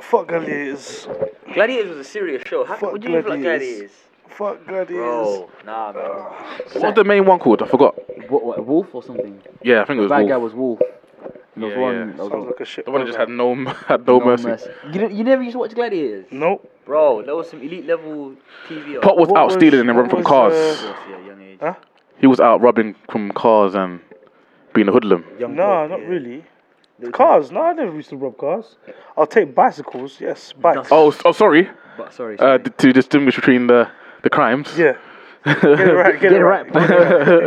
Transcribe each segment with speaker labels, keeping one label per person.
Speaker 1: Fuck gladiators.
Speaker 2: Gladiators was a serious show. How,
Speaker 1: Fuck
Speaker 2: what do you mean like
Speaker 1: Gladiators.
Speaker 2: Gladiators?
Speaker 1: Fuck gladiators.
Speaker 2: Bro, nah, man.
Speaker 3: What's the main one called? I forgot.
Speaker 4: Uh, What, what, Wolf or something?
Speaker 3: Yeah, I think it was.
Speaker 4: Bad
Speaker 3: Wolf.
Speaker 4: guy was Wolf. There was
Speaker 3: Yeah,
Speaker 4: one.
Speaker 3: yeah.
Speaker 4: there was
Speaker 1: Sounds
Speaker 4: one-
Speaker 1: like a shit.
Speaker 3: the one that just had
Speaker 1: program.
Speaker 3: no had no,
Speaker 4: no
Speaker 3: mercy.
Speaker 4: You, don't- you never used to watch Gladiators?
Speaker 1: Nope.
Speaker 2: Bro, that was some elite level TV.
Speaker 3: Pop was
Speaker 1: What
Speaker 3: out
Speaker 1: was-
Speaker 3: stealing and then
Speaker 1: what
Speaker 3: running from
Speaker 1: was,
Speaker 3: cars.
Speaker 1: uh,
Speaker 2: Of course, yeah, young age.
Speaker 1: Huh?
Speaker 3: He was out robbing from cars and being a hoodlum.
Speaker 4: Young
Speaker 1: Nah,
Speaker 4: Pop,
Speaker 1: not
Speaker 4: yeah.
Speaker 1: really. Cars? No, I never used to rob cars. I'll take bicycles. Yes, bikes.
Speaker 3: Oh, s- oh, sorry.
Speaker 4: But sorry.
Speaker 3: Uh,
Speaker 4: sorry.
Speaker 3: d- to distinguish between the the crimes.
Speaker 1: Yeah. Get it right. Get, it right.
Speaker 4: bro.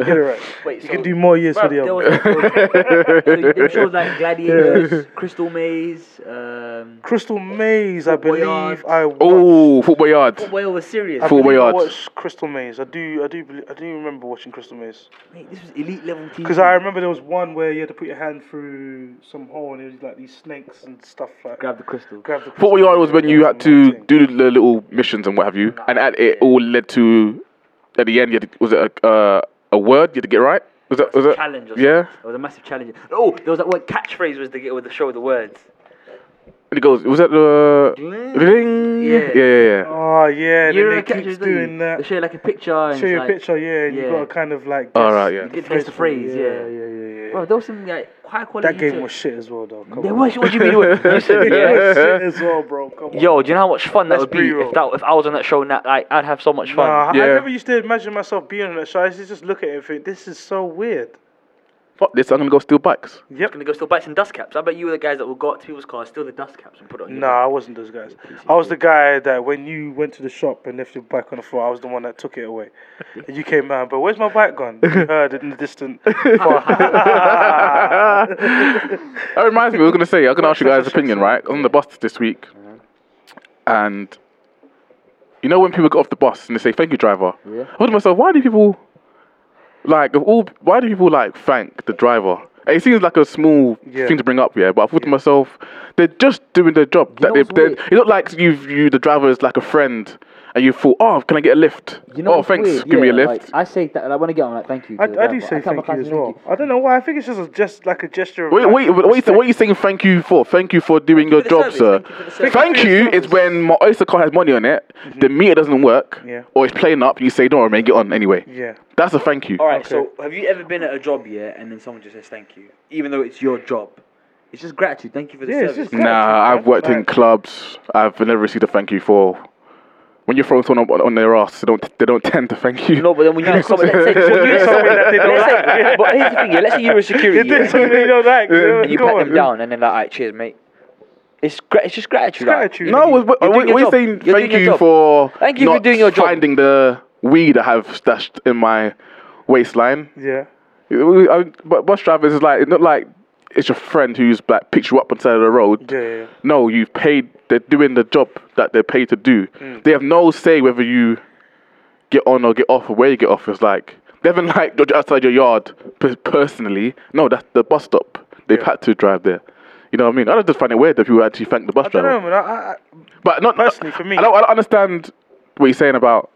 Speaker 1: Get it right.
Speaker 2: Wait,
Speaker 1: You
Speaker 2: so
Speaker 1: can do more years for the
Speaker 2: there
Speaker 1: album.
Speaker 2: was so there shows like Gladiators, Crystal Maze, um,
Speaker 1: Crystal Maze, I
Speaker 2: Football
Speaker 1: believe
Speaker 2: Yard.
Speaker 1: I watched.
Speaker 3: Oh, football yard.
Speaker 2: Fort Whale was serious.
Speaker 1: I
Speaker 3: Football
Speaker 1: believe I
Speaker 3: Yard.
Speaker 1: watched Crystal Maze. I do, I do, believe, I do remember watching Crystal Maze
Speaker 2: Mate, this was elite level TV.
Speaker 1: because I remember there was one where you had to put your hand through some hole and it was like these snakes and stuff like.
Speaker 4: Grab the crystal.
Speaker 1: grab the crystal
Speaker 3: Football yard was when
Speaker 1: maze.
Speaker 3: you
Speaker 1: That
Speaker 3: had
Speaker 1: was
Speaker 3: to
Speaker 1: my thing.
Speaker 3: do the little missions and what have you, and at it all led to, at the end, you had to, was it a, uh, a word you had to get right? Was that was it?
Speaker 2: challenge. Or
Speaker 3: Yeah.
Speaker 2: something. it was a massive challenge. Oh, there was that word catchphrase was the was the show of the words.
Speaker 3: And it goes. Was that the ring?
Speaker 2: Yeah.
Speaker 3: Yeah, yeah, yeah.
Speaker 1: Oh yeah,
Speaker 2: You
Speaker 1: then
Speaker 2: remember
Speaker 1: they
Speaker 2: catchphrase,
Speaker 1: keeps
Speaker 2: don't you?
Speaker 1: doing
Speaker 2: They
Speaker 1: that.
Speaker 2: show you like a picture. And
Speaker 1: Show
Speaker 2: it's
Speaker 1: you a
Speaker 2: like,
Speaker 1: picture, yeah, and you
Speaker 2: yeah.
Speaker 1: gotta kind of like.
Speaker 3: All
Speaker 1: guess
Speaker 3: right, yeah.
Speaker 1: the
Speaker 2: You guess the phrase, yeah.
Speaker 1: yeah, yeah, yeah. yeah.
Speaker 2: Bro, there was some like high quality.
Speaker 1: that game
Speaker 2: shit.
Speaker 1: was shit as well, though. Come
Speaker 2: There
Speaker 1: on.
Speaker 2: was. What do you mean? it was- You said,
Speaker 1: It
Speaker 2: yeah.
Speaker 1: was shit as well, bro. Come on.
Speaker 2: Yo, do you know how much fun that
Speaker 1: Let's
Speaker 2: would be
Speaker 1: be real.
Speaker 2: if that if I was on that show? Now, like, I'd have so much fun.
Speaker 1: Nah, I
Speaker 3: Yeah.
Speaker 1: never used to imagine myself being on that show. I used to just look at it and think, this is so weird.
Speaker 3: Fuck this! I'm gonna go steal bikes.
Speaker 1: Yep.
Speaker 2: gonna go steal bikes and dust caps. I bet you were the guys that would go up to people's cars, steal the dust caps, and put it on. your
Speaker 1: No,
Speaker 2: bike.
Speaker 1: I wasn't those guys. I was the guy that when you went to the shop and left your bike on the floor, I was the one that took it away. And you came out, but where's my bike gone? You heard it in the distant. far.
Speaker 3: That reminds me. I was gonna say. I'm gonna ask you guys' opinion, right? I was on the bus this week,
Speaker 4: Mm-hmm.
Speaker 3: and you know when people get off the bus and they say "thank you, driver."
Speaker 4: Yeah.
Speaker 3: I thought to myself, why do people like of all? Why do people like thank the driver? And It seems like a small
Speaker 1: Yeah.
Speaker 3: thing to bring up, yeah. But I thought to myself, they're just doing their job.
Speaker 4: You know
Speaker 3: that
Speaker 4: what's
Speaker 3: they,
Speaker 4: weird?
Speaker 3: they, it's not like you view the driver as like a friend, and you thought, oh, can I get a lift?
Speaker 4: You know
Speaker 3: oh,
Speaker 4: what's
Speaker 3: thanks,
Speaker 4: weird?
Speaker 3: give me a
Speaker 4: Yeah,
Speaker 3: lift.
Speaker 4: Like, I say that like, when I get on, like, thank you.
Speaker 1: I,
Speaker 4: to the
Speaker 1: I do
Speaker 4: driver.
Speaker 1: say
Speaker 4: can't- I
Speaker 1: thank you
Speaker 4: can't
Speaker 1: as well. I don't know why. I think it's just a, just like a gesture. Of
Speaker 3: Wait,
Speaker 1: like,
Speaker 3: wait, what, are you, what are you saying thank you for? Thank you for doing your
Speaker 2: for the
Speaker 3: job,
Speaker 2: service,
Speaker 3: sir.
Speaker 2: thank you for the
Speaker 3: Thank,
Speaker 2: service. Mm-hmm.
Speaker 1: Thank you for
Speaker 3: you
Speaker 1: the
Speaker 3: is when my Oyster card has money on it, the meter doesn't work,
Speaker 1: Yeah.
Speaker 3: or it's playing up, you say, don't worry, man, get on anyway.
Speaker 1: Yeah.
Speaker 3: That's a thank you.
Speaker 2: All right. So, have you ever been at a job yet, and then someone just says thank you, even though it's your job? It's just gratitude. Thank you for the
Speaker 1: Yeah, it's
Speaker 2: service.
Speaker 1: just-
Speaker 3: Nah,
Speaker 1: Gratitude,
Speaker 3: I've worked in
Speaker 1: like-
Speaker 3: clubs. I've never received a thank you for. When you're throwing someone on, on their ass, they don't, they don't tend to thank you.
Speaker 2: No, but then when you do something, let's say,
Speaker 1: You're doing something that they don't
Speaker 2: let's say-
Speaker 1: like.
Speaker 2: but here's the thing, yeah, let's say you're a security,
Speaker 1: You're doing
Speaker 2: yeah,
Speaker 1: something they don't like.
Speaker 2: and you
Speaker 1: Go
Speaker 2: pat
Speaker 1: on.
Speaker 2: them down, and then like, alright, cheers, mate. It's gra- it's just gratitude. like,
Speaker 1: gratitude.
Speaker 2: you know,
Speaker 3: No,
Speaker 2: you're
Speaker 3: we're,
Speaker 2: doing
Speaker 3: we're,
Speaker 2: your
Speaker 3: we're
Speaker 2: job.
Speaker 3: saying
Speaker 2: You're
Speaker 3: thank
Speaker 2: doing your
Speaker 3: you
Speaker 2: job.
Speaker 3: for
Speaker 2: Thank you for
Speaker 3: not
Speaker 2: doing your job.
Speaker 3: finding the weed I have stashed in my waistline.
Speaker 1: Yeah.
Speaker 3: It was- I- But bus drivers is like it's not like it's your friend who's like picks you up on the side of the road.
Speaker 1: Yeah, yeah, yeah.
Speaker 3: No, you've paid. They're doing the job that they're paid to do.
Speaker 1: Mm.
Speaker 3: They have no say whether you get on or get off or where you get off. It's like they haven't like got you outside your yard per- personally. No, that's the bus stop. They've had to drive there. You know what I mean? I just find it weird that people actually thank the bus
Speaker 1: I don't know,
Speaker 3: driver.
Speaker 1: man. I, I,
Speaker 3: But not
Speaker 1: Personally, for me-
Speaker 3: I don't, I don't understand what you're saying about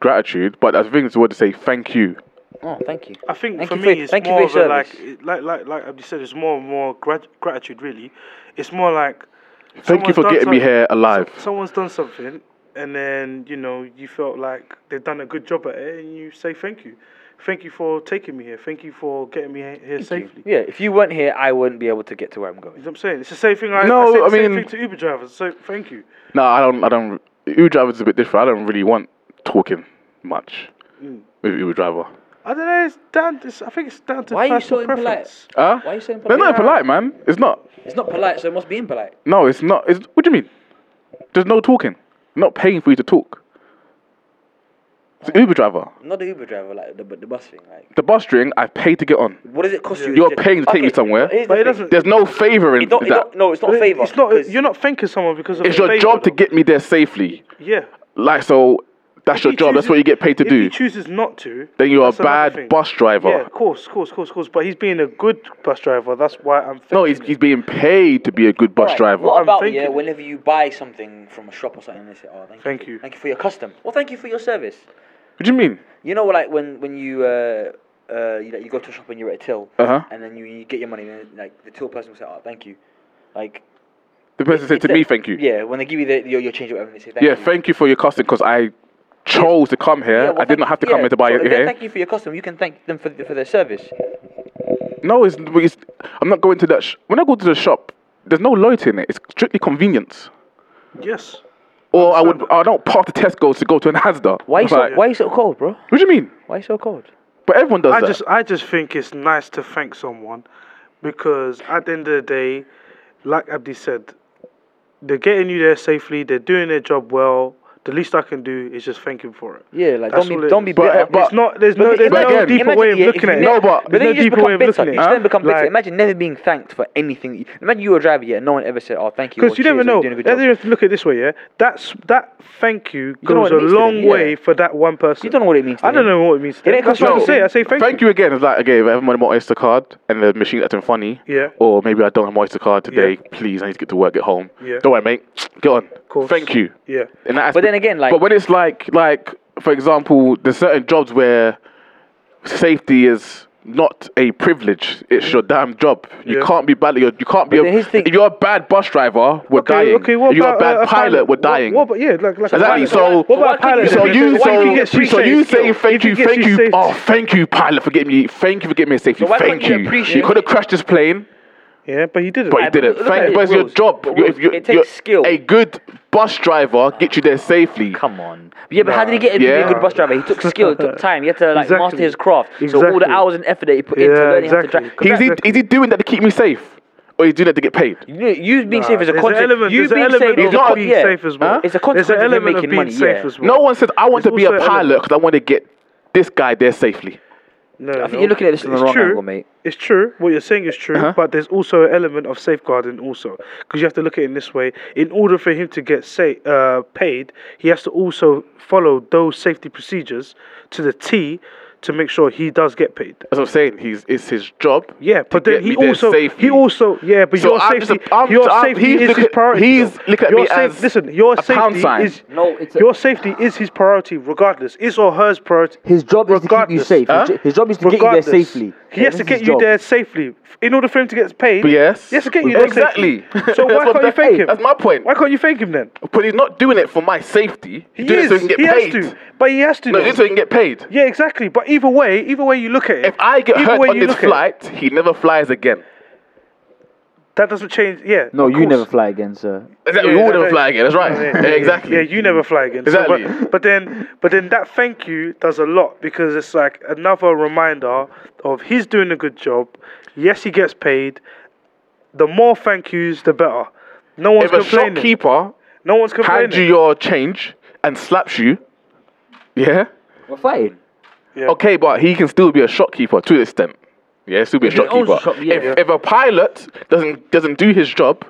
Speaker 3: gratitude. But I think it's what to say thank you.
Speaker 2: Oh, thank you.
Speaker 1: I think
Speaker 2: Thank
Speaker 1: for
Speaker 2: you
Speaker 1: me,
Speaker 2: for-
Speaker 1: it's
Speaker 2: thank you
Speaker 1: more
Speaker 2: for your
Speaker 1: of a, like,
Speaker 2: service.
Speaker 1: it- like, like, like Abdi said, it's more and more grat- gratitude, really. It's more like.
Speaker 3: Thank you
Speaker 1: someone's
Speaker 3: for
Speaker 1: done
Speaker 3: getting me
Speaker 1: some-
Speaker 3: here alive.
Speaker 1: Someone's done something, and then, you know, you felt like they've done a good job at it, and you say thank you. Thank you for taking me here. Thank you for getting me he- here safely.
Speaker 2: Yeah, if you weren't here, I wouldn't be able to get to where I'm going.
Speaker 1: You know what I'm saying? It's the same thing I,
Speaker 3: No,
Speaker 1: I, say the
Speaker 3: I
Speaker 1: same
Speaker 3: mean-
Speaker 1: thing to Uber drivers. So thank you.
Speaker 3: No, I don't. I don't. Uber driver's a bit different. I don't really want talking much
Speaker 2: Hmm.
Speaker 3: with Uber driver.
Speaker 1: I don't know. It's down. It's, I think it's down to
Speaker 2: Why are you
Speaker 1: personal
Speaker 2: so impolite?
Speaker 1: preference.
Speaker 3: Huh?
Speaker 2: Why are you saying
Speaker 3: They're not
Speaker 2: polite?
Speaker 3: polite, man. It's not.
Speaker 2: It's not polite, so it must be impolite.
Speaker 3: No, it's not. It's, what do you mean? There's no talking. I'm not paying for you to talk. It's an Uber driver.
Speaker 2: Not the Uber driver, like the, the bus thing. Like,
Speaker 3: The bus string, I pay to get on.
Speaker 2: what does it cost you?
Speaker 3: You're
Speaker 2: to-
Speaker 3: paying to take me somewhere.
Speaker 2: here's the
Speaker 1: But it
Speaker 2: thing.
Speaker 1: doesn't.
Speaker 3: There's no favor in
Speaker 2: It don't, it
Speaker 3: that.
Speaker 2: don't, no, it's not a favor.
Speaker 1: It's not.
Speaker 2: 'cause
Speaker 1: You're not thanking someone because of
Speaker 3: it's
Speaker 1: a
Speaker 3: your
Speaker 1: favour,
Speaker 3: job to
Speaker 1: though.
Speaker 3: get me there safely.
Speaker 1: Yeah.
Speaker 3: Like so, that's
Speaker 1: If
Speaker 3: your
Speaker 1: he
Speaker 3: job. That's
Speaker 1: chooses-
Speaker 3: what you get paid to
Speaker 1: if
Speaker 3: do.
Speaker 1: he chooses not to,
Speaker 3: then you're a
Speaker 1: that's another
Speaker 3: bad
Speaker 1: thing.
Speaker 3: bus driver.
Speaker 1: Yeah, of course, of course, of course, of course. But he's being a good bus driver. That's why I'm.
Speaker 3: No,
Speaker 1: thinking
Speaker 3: he's,
Speaker 1: it.
Speaker 3: he's being paid to be a good bus
Speaker 2: Right,
Speaker 3: driver.
Speaker 2: What
Speaker 1: I'm
Speaker 2: about yeah,
Speaker 1: thinking-
Speaker 2: whenever you buy something from a shop or something, they say, "Oh, thank,
Speaker 1: Thank
Speaker 2: you,
Speaker 1: you.
Speaker 2: thank you for your custom." Well, thank you for your service.
Speaker 3: What do you mean?
Speaker 2: You know, like when when you uh, uh, you, like, you go to a shop and you're at a till,
Speaker 3: Uh-huh.
Speaker 2: and then you, you get your money, and then, like the till person will say, "Oh, thank you," like
Speaker 3: The person said to me, "Thank you."
Speaker 5: Yeah, when they give you the, your, your change or whatever, they say thank
Speaker 3: Yeah,
Speaker 5: you.
Speaker 3: thank you for your custom because I chose to come here.
Speaker 5: Yeah, well,
Speaker 3: I did
Speaker 5: thank-
Speaker 3: not have to come
Speaker 5: yeah,
Speaker 3: here to buy
Speaker 5: so
Speaker 3: it
Speaker 5: if they
Speaker 3: here.
Speaker 5: Thank you for your custom. You can thank them for, for their service.
Speaker 3: No, it's, it's I'm not going to that. Sh- when I go to the shop, there's no loyalty in it. It's strictly convenience.
Speaker 1: Yes.
Speaker 3: Or I would I don't park the Tesco to go to an Asda.
Speaker 5: Why you
Speaker 3: It's
Speaker 5: so
Speaker 3: like,
Speaker 5: Why you so cold, bro?
Speaker 3: What do you mean?
Speaker 5: Why you so cold?
Speaker 3: But everyone does
Speaker 1: I
Speaker 3: that.
Speaker 1: just I just think it's nice to thank someone because at the end of the day, like Abdi said, they're getting you there safely, they're doing their job well. The least I can do is just thank him for it.
Speaker 5: Yeah, like
Speaker 1: That's
Speaker 5: don't
Speaker 1: all
Speaker 5: be
Speaker 1: it
Speaker 5: don't be
Speaker 1: is.
Speaker 3: But-
Speaker 5: bitter.
Speaker 3: but-
Speaker 1: it's not there's no
Speaker 5: But
Speaker 1: there's
Speaker 3: imagine-
Speaker 1: no deeper
Speaker 5: imagine,
Speaker 1: way of
Speaker 5: yeah, if
Speaker 1: looking
Speaker 5: you
Speaker 1: at it.
Speaker 3: never- No,
Speaker 1: there's
Speaker 3: but-
Speaker 5: then
Speaker 1: no
Speaker 5: you just
Speaker 1: deeper
Speaker 5: become
Speaker 1: way of
Speaker 5: bitter.
Speaker 1: looking at
Speaker 5: You just
Speaker 1: it.
Speaker 5: then become bitter.
Speaker 1: Like-
Speaker 5: Imagine never being thanked for anything. you- Imagine you were driving here, and no one ever said, "Oh, thank you."
Speaker 1: Because
Speaker 5: or
Speaker 1: you never
Speaker 5: "Cheers, you're
Speaker 1: know.
Speaker 5: doing a good
Speaker 1: Then
Speaker 5: job."
Speaker 1: you have to look at it this way, yeah. That's that. Thank you
Speaker 5: don't know
Speaker 1: goes
Speaker 5: what
Speaker 1: a
Speaker 5: it means to them,
Speaker 1: long
Speaker 5: yeah.
Speaker 1: way for that one person.
Speaker 5: You don't know what it means to
Speaker 1: I don't
Speaker 5: them.
Speaker 1: know what it means. To
Speaker 5: It
Speaker 1: them.
Speaker 5: ain't
Speaker 1: That's
Speaker 5: cost
Speaker 1: what I
Speaker 5: you
Speaker 1: say. I say thank,
Speaker 3: you again. It's like okay, if I haven't got my Oyster card and the machine acting funny.
Speaker 1: Yeah.
Speaker 3: Or maybe I don't have my Oyster card today.
Speaker 1: Yeah.
Speaker 3: Please, I need to get to work, get home.
Speaker 1: Yeah.
Speaker 3: Don't worry, mate. Get on.
Speaker 1: course.
Speaker 3: Thank you.
Speaker 1: Yeah.
Speaker 3: In that
Speaker 5: But then
Speaker 3: aspect-
Speaker 5: again, like-
Speaker 3: But when it's like, like for example, there's certain jobs where safety is not a privilege. It's your damn job. You
Speaker 1: Yeah.
Speaker 3: can't be bad. You're, you can't be.
Speaker 5: But
Speaker 3: A,
Speaker 5: here's the thing-
Speaker 3: if you're a bad bus driver, we're
Speaker 1: Okay,
Speaker 3: dying.
Speaker 1: okay, what
Speaker 3: if you're
Speaker 1: about,
Speaker 3: a bad
Speaker 1: uh, a
Speaker 3: pilot,
Speaker 1: pilot?
Speaker 3: we're
Speaker 1: What-
Speaker 3: dying.
Speaker 1: What, about yeah, like, like
Speaker 3: Exactly.
Speaker 1: a pilot.
Speaker 3: So,
Speaker 1: what about
Speaker 5: why
Speaker 1: pilot?
Speaker 5: can't
Speaker 3: so
Speaker 5: you-
Speaker 3: you,
Speaker 5: why
Speaker 1: can
Speaker 5: you
Speaker 3: so,
Speaker 1: get
Speaker 3: so
Speaker 1: appreciated?
Speaker 3: you saying thank
Speaker 1: If you
Speaker 3: you,
Speaker 1: get
Speaker 3: thank you,
Speaker 1: appreciated-
Speaker 3: oh, thank you, pilot, for getting me, thank you for getting me safely,
Speaker 5: So why
Speaker 3: thank
Speaker 5: can't you
Speaker 3: you.
Speaker 5: appreciate-
Speaker 3: You could have crashed this plane,
Speaker 1: Yeah, but he did it.
Speaker 3: but you
Speaker 5: Right, but
Speaker 3: didn't.
Speaker 5: look at
Speaker 3: Thank,
Speaker 5: it,
Speaker 3: but it's your
Speaker 5: Wills.
Speaker 3: job.
Speaker 5: But
Speaker 3: You-
Speaker 5: Wills,
Speaker 3: if you-
Speaker 5: it takes
Speaker 3: you're-
Speaker 5: skill.
Speaker 3: A good bus driver get you there safely.
Speaker 5: Come on. Yeah, but how did he get to be a
Speaker 3: Yeah.
Speaker 5: good bus driver? He took skill, it took time. He had to like
Speaker 1: Exactly.
Speaker 5: master his craft. So all
Speaker 1: Exactly.
Speaker 5: the hours and effort that he put
Speaker 1: Yeah,
Speaker 5: into learning how
Speaker 1: exactly.
Speaker 5: to drive. 'Cause
Speaker 3: Is he,
Speaker 1: Exactly.
Speaker 3: is he doing that to keep me safe, or is he doing that to get paid?
Speaker 5: You, you being safe is a
Speaker 1: There's an
Speaker 5: concept.
Speaker 1: element-
Speaker 5: you
Speaker 1: there's an
Speaker 5: being
Speaker 1: element
Speaker 5: safe
Speaker 1: of
Speaker 5: is a
Speaker 3: not
Speaker 5: con-
Speaker 1: being
Speaker 5: yeah.
Speaker 1: safe as well.
Speaker 5: It's a
Speaker 1: There's an
Speaker 5: consequence of him
Speaker 1: element of
Speaker 5: making
Speaker 1: being
Speaker 5: money.
Speaker 1: safe
Speaker 5: yeah.
Speaker 1: as well.
Speaker 3: No one says I want
Speaker 1: It's
Speaker 3: to be a
Speaker 1: also element.
Speaker 3: pilot because I want to get this guy there safely.
Speaker 1: No,
Speaker 5: I think you're looking at this from the wrong
Speaker 1: true.
Speaker 5: angle, mate.
Speaker 1: It's true. What you're saying is true, but there's also an element of safeguarding also, because you have to look at it in this way. In order for him to get say, uh, paid, he has to also follow those safety procedures to the T to make sure he does get paid.
Speaker 3: That's what I'm saying. He's it's his job.
Speaker 1: Yeah, but
Speaker 3: to
Speaker 1: then
Speaker 3: get me
Speaker 1: he
Speaker 3: there
Speaker 1: also
Speaker 3: safely.
Speaker 1: he also yeah, but
Speaker 3: So
Speaker 1: your
Speaker 3: I'm
Speaker 1: safety,
Speaker 3: just a- I'm-
Speaker 1: your
Speaker 3: I'm-
Speaker 1: safety
Speaker 3: he's
Speaker 1: is
Speaker 3: looking-
Speaker 1: his priority.
Speaker 3: he's
Speaker 1: though.
Speaker 3: looking at
Speaker 1: your
Speaker 3: me
Speaker 1: saf-
Speaker 3: as
Speaker 1: listen, your
Speaker 3: a pound
Speaker 1: safety
Speaker 3: sign.
Speaker 1: is
Speaker 2: No, it's a-
Speaker 1: your safety is his priority regardless. It's or hers priority.
Speaker 2: His job is to keep you
Speaker 1: regardless.
Speaker 2: safe.
Speaker 3: Huh?
Speaker 2: His, jo- his job is to get you there
Speaker 1: Regardless.
Speaker 2: safely.
Speaker 1: He has to
Speaker 2: This is
Speaker 1: get
Speaker 2: his
Speaker 1: you
Speaker 2: job.
Speaker 1: there safely. In order for him to get paid,
Speaker 3: Yes.
Speaker 1: he has to get you there
Speaker 3: Exactly.
Speaker 1: safely. So
Speaker 3: That's
Speaker 1: why
Speaker 3: what
Speaker 1: can't you
Speaker 3: that-
Speaker 1: thank him?
Speaker 3: that's my point.
Speaker 1: Why can't you thank him then?
Speaker 3: But he's not doing it for my safety. He's doing it so he can get
Speaker 1: he
Speaker 3: paid.
Speaker 1: has to, but he has to.
Speaker 3: No,
Speaker 1: though.
Speaker 3: just so he can get paid.
Speaker 1: yeah, exactly. But either way, either way you look at it,
Speaker 3: If I get
Speaker 1: either
Speaker 3: hurt
Speaker 1: way
Speaker 3: on
Speaker 1: you
Speaker 3: this
Speaker 1: look at it,
Speaker 3: flight, he never flies again.
Speaker 1: that doesn't change. Yeah.
Speaker 2: No,
Speaker 1: of
Speaker 2: you
Speaker 1: course.
Speaker 2: never fly again, sir.
Speaker 3: Exactly.
Speaker 1: Yeah,
Speaker 3: we all
Speaker 1: yeah,
Speaker 3: never
Speaker 1: yeah.
Speaker 3: fly again. That's right. Yeah, exactly.
Speaker 1: Yeah, you never fly again.
Speaker 3: Exactly.
Speaker 1: So, but, but then, but then that thank you does a lot because it's like another reminder of he's doing a good job. Yes, he gets paid. The more thank yous, the better. No one's
Speaker 3: if a
Speaker 1: complaining.
Speaker 3: shopkeeper
Speaker 1: no one's complaining.
Speaker 3: hands you your change and slaps you, yeah,
Speaker 2: We're fighting.
Speaker 3: okay, but he can still be a shopkeeper to an extent. Yeah, he'll still be a
Speaker 2: he owns
Speaker 3: shopkeeper.
Speaker 2: the shop, yeah.
Speaker 3: if, if a pilot doesn't doesn't do his job,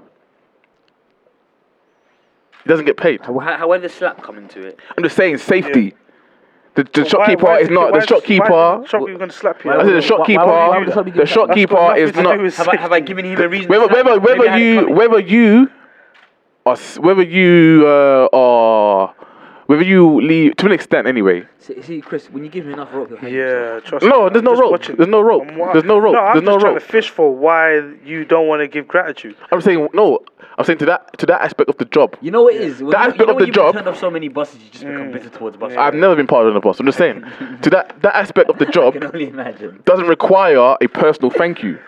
Speaker 3: he doesn't get paid.
Speaker 5: However, slap come into it.
Speaker 3: I'm just saying safety. The, the
Speaker 1: Why-
Speaker 3: shopkeeper
Speaker 1: why
Speaker 3: is
Speaker 1: the-
Speaker 3: not
Speaker 1: why
Speaker 3: the shopkeeper.
Speaker 1: Why is the shopkeeper going to slap you?
Speaker 3: I said the
Speaker 2: Why- shop-
Speaker 3: shopkeeper.
Speaker 2: why would the shopkeeper
Speaker 3: the
Speaker 2: get slapped?
Speaker 3: shopkeeper is
Speaker 1: That's got nothing to
Speaker 3: not.
Speaker 1: do with
Speaker 5: Have I, have I given him a reason?
Speaker 3: Whether
Speaker 5: to slap
Speaker 3: whether
Speaker 5: me? Maybe
Speaker 3: whether
Speaker 5: I had it
Speaker 3: you
Speaker 5: coming.
Speaker 3: whether you are s- whether you uh, are whether you leave to an extent anyway.
Speaker 2: See, see, Chris, when you give him enough rope, he'll hang
Speaker 1: Yeah, trust
Speaker 3: No,
Speaker 1: me.
Speaker 3: there's
Speaker 1: I'm
Speaker 3: no
Speaker 1: just
Speaker 3: rope.
Speaker 1: watching.
Speaker 3: There's no rope.
Speaker 1: I'm wa-
Speaker 3: There's no rope.
Speaker 1: No, I'm
Speaker 3: There's no
Speaker 1: just trying
Speaker 3: rope.
Speaker 1: to fish for why you don't want to give gratitude.
Speaker 3: I'm saying no. I'm saying to that to that aspect of the job.
Speaker 2: You know what it is. When you, Mm.
Speaker 3: That aspect
Speaker 2: you know
Speaker 3: of
Speaker 2: when
Speaker 3: the
Speaker 2: you've
Speaker 3: job-
Speaker 2: turned off so many buses, you just become bitter towards buses.
Speaker 3: I've never been part of the boss. I'm just saying to that that aspect of the
Speaker 2: I can
Speaker 3: job
Speaker 2: only imagine.
Speaker 3: doesn't require a personal thank you.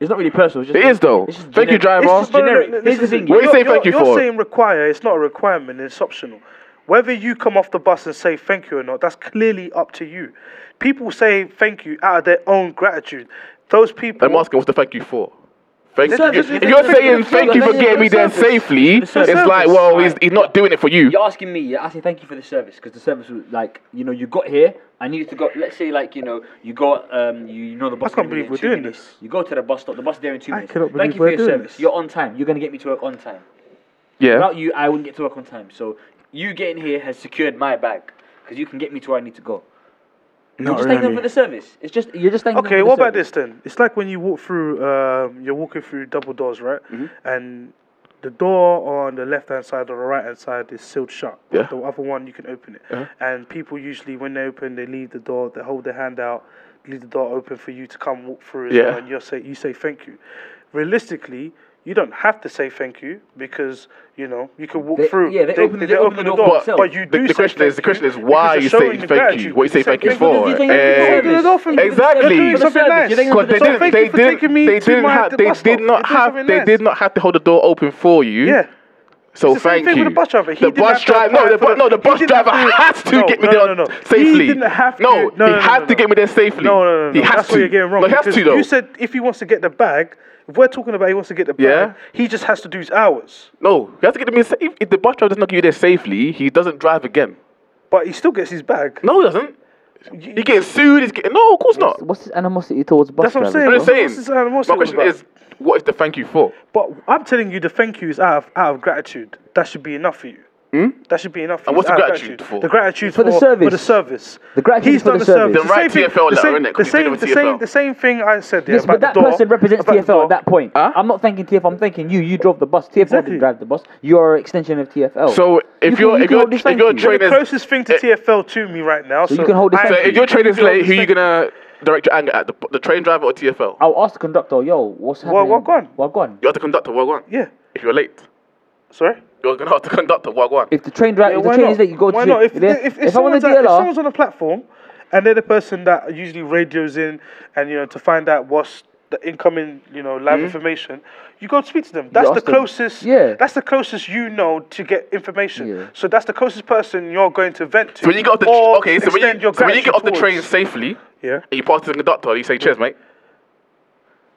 Speaker 2: It's not really personal. It's just
Speaker 3: It is though.
Speaker 2: It's just
Speaker 3: Thank you,
Speaker 2: generic.
Speaker 3: driver.
Speaker 2: It's just generic. Here's the thing.
Speaker 3: What are you
Speaker 1: You're-
Speaker 3: saying thank
Speaker 1: you're-
Speaker 3: you for?
Speaker 1: You're saying require. It's not a requirement. It's optional. Whether you come off the bus and say thank you or not, that's clearly up to you. People say thank you out of their own gratitude. Those people.
Speaker 3: I'm asking what's the thank you for? Thank
Speaker 1: Service,
Speaker 3: you.
Speaker 1: it's
Speaker 3: If
Speaker 1: the
Speaker 3: you're
Speaker 1: service,
Speaker 3: saying
Speaker 1: it's
Speaker 3: thank
Speaker 1: the
Speaker 3: you for
Speaker 1: service,
Speaker 3: getting me
Speaker 1: it's the
Speaker 3: there
Speaker 1: service.
Speaker 3: safely,
Speaker 1: It's the
Speaker 3: it's like,
Speaker 1: service.
Speaker 3: well, he's, he's not doing it for you.
Speaker 2: You're asking me, yeah, I say thank you for the service because the service was like, you know, you got here. I needed to go. Let's say, like, you know, you got, um, you, you know, the bus.
Speaker 1: can't
Speaker 2: gonna be
Speaker 1: believe
Speaker 2: there in
Speaker 1: we're
Speaker 2: two
Speaker 1: doing
Speaker 2: minutes.
Speaker 1: this.
Speaker 2: You go to the bus stop. The bus is there in two
Speaker 1: I
Speaker 2: minutes.
Speaker 1: cannot
Speaker 2: Thank
Speaker 1: believe
Speaker 2: you for
Speaker 1: we're
Speaker 2: your
Speaker 1: doing
Speaker 2: service.
Speaker 1: this.
Speaker 2: You're on time. You're gonna get me to work on time.
Speaker 3: Yeah.
Speaker 2: Without you, I wouldn't get to work on time. So you getting here has secured my bag because you can get me to where I need to go.
Speaker 1: Not
Speaker 2: you're just thanking them
Speaker 1: really.
Speaker 2: for the service. It's just you're just thanking. them
Speaker 1: Okay,
Speaker 2: for the
Speaker 1: what about this
Speaker 2: service.
Speaker 1: then? It's like when you walk through, um, you're walking through double doors, right?
Speaker 3: Mm-hmm.
Speaker 1: And the door on the left hand side or the right hand side is sealed shut.
Speaker 3: Yeah. Uh-huh.
Speaker 1: The other one you can open it. And people usually, when they open, they leave the door, they hold their hand out, leave the door open for you to come walk through. As
Speaker 3: Yeah.
Speaker 1: well, and you say you say thank you. Realistically, you don't have to say thank you because you know you can walk
Speaker 2: They-
Speaker 1: through.
Speaker 2: yeah, they open the- they open the door
Speaker 1: but,
Speaker 2: themselves.
Speaker 1: but you
Speaker 3: The,
Speaker 1: do. say
Speaker 3: the question is,
Speaker 1: thank
Speaker 3: the question is,
Speaker 1: you
Speaker 3: why
Speaker 1: because
Speaker 3: are you
Speaker 1: showing
Speaker 3: saying thank you?
Speaker 1: gratitude.
Speaker 3: What you say thank you
Speaker 1: thank you
Speaker 3: for?
Speaker 2: You're doing
Speaker 1: You're doing
Speaker 3: Eh,
Speaker 1: it off and-
Speaker 3: Exactly.
Speaker 1: You're doing something
Speaker 2: You're
Speaker 1: nice.
Speaker 2: doing
Speaker 3: Because they
Speaker 1: So
Speaker 3: didn't,
Speaker 1: thank
Speaker 3: they
Speaker 1: you for
Speaker 3: didn't,
Speaker 1: taking me
Speaker 3: they
Speaker 1: to
Speaker 3: didn't,
Speaker 1: my-
Speaker 3: ha-
Speaker 1: the
Speaker 3: they
Speaker 1: bus
Speaker 3: did
Speaker 1: stop.
Speaker 3: not
Speaker 1: You're doing
Speaker 3: have,
Speaker 1: something
Speaker 3: they
Speaker 1: nice.
Speaker 3: did not have to hold the door open for you.
Speaker 1: Yeah.
Speaker 3: So
Speaker 1: It's the same
Speaker 3: thank
Speaker 1: thing
Speaker 3: you.
Speaker 1: with the bus driver. He
Speaker 3: The
Speaker 1: didn't
Speaker 3: bus
Speaker 1: have to
Speaker 3: driver, no,
Speaker 1: apply
Speaker 3: the,
Speaker 1: for
Speaker 3: bu-
Speaker 1: the-
Speaker 3: no, the
Speaker 1: he
Speaker 3: bus
Speaker 1: didn't
Speaker 3: driver
Speaker 1: have to-
Speaker 3: has to
Speaker 1: No,
Speaker 3: get me
Speaker 1: no,
Speaker 3: there
Speaker 1: no, no, no. He
Speaker 3: safely.
Speaker 1: didn't have to-
Speaker 3: No,
Speaker 1: no, no,
Speaker 3: he
Speaker 1: no,
Speaker 3: had
Speaker 1: no,
Speaker 3: to
Speaker 1: no.
Speaker 3: get me there safely.
Speaker 1: No, no, no, no.
Speaker 3: He has
Speaker 1: That's
Speaker 3: to.
Speaker 1: where you're getting wrong.
Speaker 3: No, he has
Speaker 1: because
Speaker 3: to though.
Speaker 1: You said if he wants to get the bag, if we're talking about he wants to get the bag,
Speaker 3: Yeah.
Speaker 1: he just has to do his hours.
Speaker 3: no, he has to get me safe. If the bus driver does not get you there safely, he doesn't drive again.
Speaker 1: But he still gets his bag.
Speaker 3: No, he doesn't. He gets sued. He's getting no, of course not.
Speaker 6: What's his animosity towards bus
Speaker 1: That's what I'm saying.
Speaker 3: I'm
Speaker 6: drivers, bro?
Speaker 3: just
Speaker 1: What's this
Speaker 3: saying. My
Speaker 1: animosity
Speaker 3: question
Speaker 1: about?
Speaker 3: is, what is the thank you for?
Speaker 1: But I'm telling you, the thank you is out of, out of gratitude. That should be enough for you. That should be enough. For
Speaker 3: Hmm? And
Speaker 1: you. It's
Speaker 3: what's the
Speaker 1: out of
Speaker 3: gratitude for?
Speaker 1: The gratitude
Speaker 6: For the service.
Speaker 1: For the service.
Speaker 6: The gratitude
Speaker 1: He's
Speaker 6: for
Speaker 1: done the
Speaker 6: the service.
Speaker 1: service.
Speaker 6: Then
Speaker 3: write
Speaker 1: same
Speaker 3: TFL
Speaker 1: thing-
Speaker 3: letter,
Speaker 1: the same-
Speaker 3: innit? 'Cause
Speaker 1: The
Speaker 3: you did it
Speaker 1: same,
Speaker 3: with
Speaker 1: the same,
Speaker 3: TFL.
Speaker 1: the same thing I said. Yeah,
Speaker 6: Yes,
Speaker 1: about
Speaker 6: but that
Speaker 1: the door,
Speaker 6: person represents
Speaker 1: about the
Speaker 6: TFL
Speaker 1: door.
Speaker 6: at that point.
Speaker 3: Huh?
Speaker 6: I'm not thanking TFL. I'm thanking you. You drove the bus. TFL
Speaker 1: Exactly.
Speaker 6: didn't drive the bus. You are an extension of TFL.
Speaker 3: So if
Speaker 6: can-
Speaker 3: you're-
Speaker 6: you
Speaker 3: if
Speaker 6: can
Speaker 3: you're-
Speaker 6: hold this
Speaker 3: if
Speaker 6: thank
Speaker 3: you're
Speaker 6: you.
Speaker 1: You're the
Speaker 3: Trainers-
Speaker 1: closest thing to TFL to me right now. So,
Speaker 6: you can hold this
Speaker 1: I-
Speaker 6: So
Speaker 3: Eh. So if your train is
Speaker 1: You can hold
Speaker 3: late, who
Speaker 1: this
Speaker 3: you
Speaker 1: thing-
Speaker 3: gonna direct your anger at? The, the train driver or TFL?
Speaker 6: I'll ask the conductor, yo, what's happening?
Speaker 1: what gone?
Speaker 6: What gone?
Speaker 3: You're the conductor. Wagwan.
Speaker 1: Yeah.
Speaker 3: If you're late,
Speaker 1: Sorry.
Speaker 3: you're gonna have to conductor. Wagwan.
Speaker 6: If the train drive,
Speaker 1: Yeah,
Speaker 6: if the
Speaker 1: why
Speaker 6: train
Speaker 1: not?
Speaker 6: is late, you go to
Speaker 1: why
Speaker 6: the-
Speaker 1: not? If,
Speaker 6: there-
Speaker 1: if, if,
Speaker 6: if I'm on the
Speaker 1: someone's at- if
Speaker 6: DLR,
Speaker 1: someone's on a platform and they're the person that usually radios in and you know to find out what's the incoming you know live information, you go speak to them. That's the
Speaker 6: Mm. ask them.
Speaker 1: closest.
Speaker 6: Yeah.
Speaker 1: That's the closest you know to get information.
Speaker 6: Yeah.
Speaker 1: So that's the closest person you're going to vent to.
Speaker 3: So when you get off the
Speaker 1: or
Speaker 3: okay, so when
Speaker 1: extend
Speaker 3: you,
Speaker 1: your
Speaker 3: so when you get off the
Speaker 1: gratitude
Speaker 3: train
Speaker 1: towards.
Speaker 3: safely,
Speaker 1: Yeah.
Speaker 3: and you pass to the conductor, you say cheers, mate.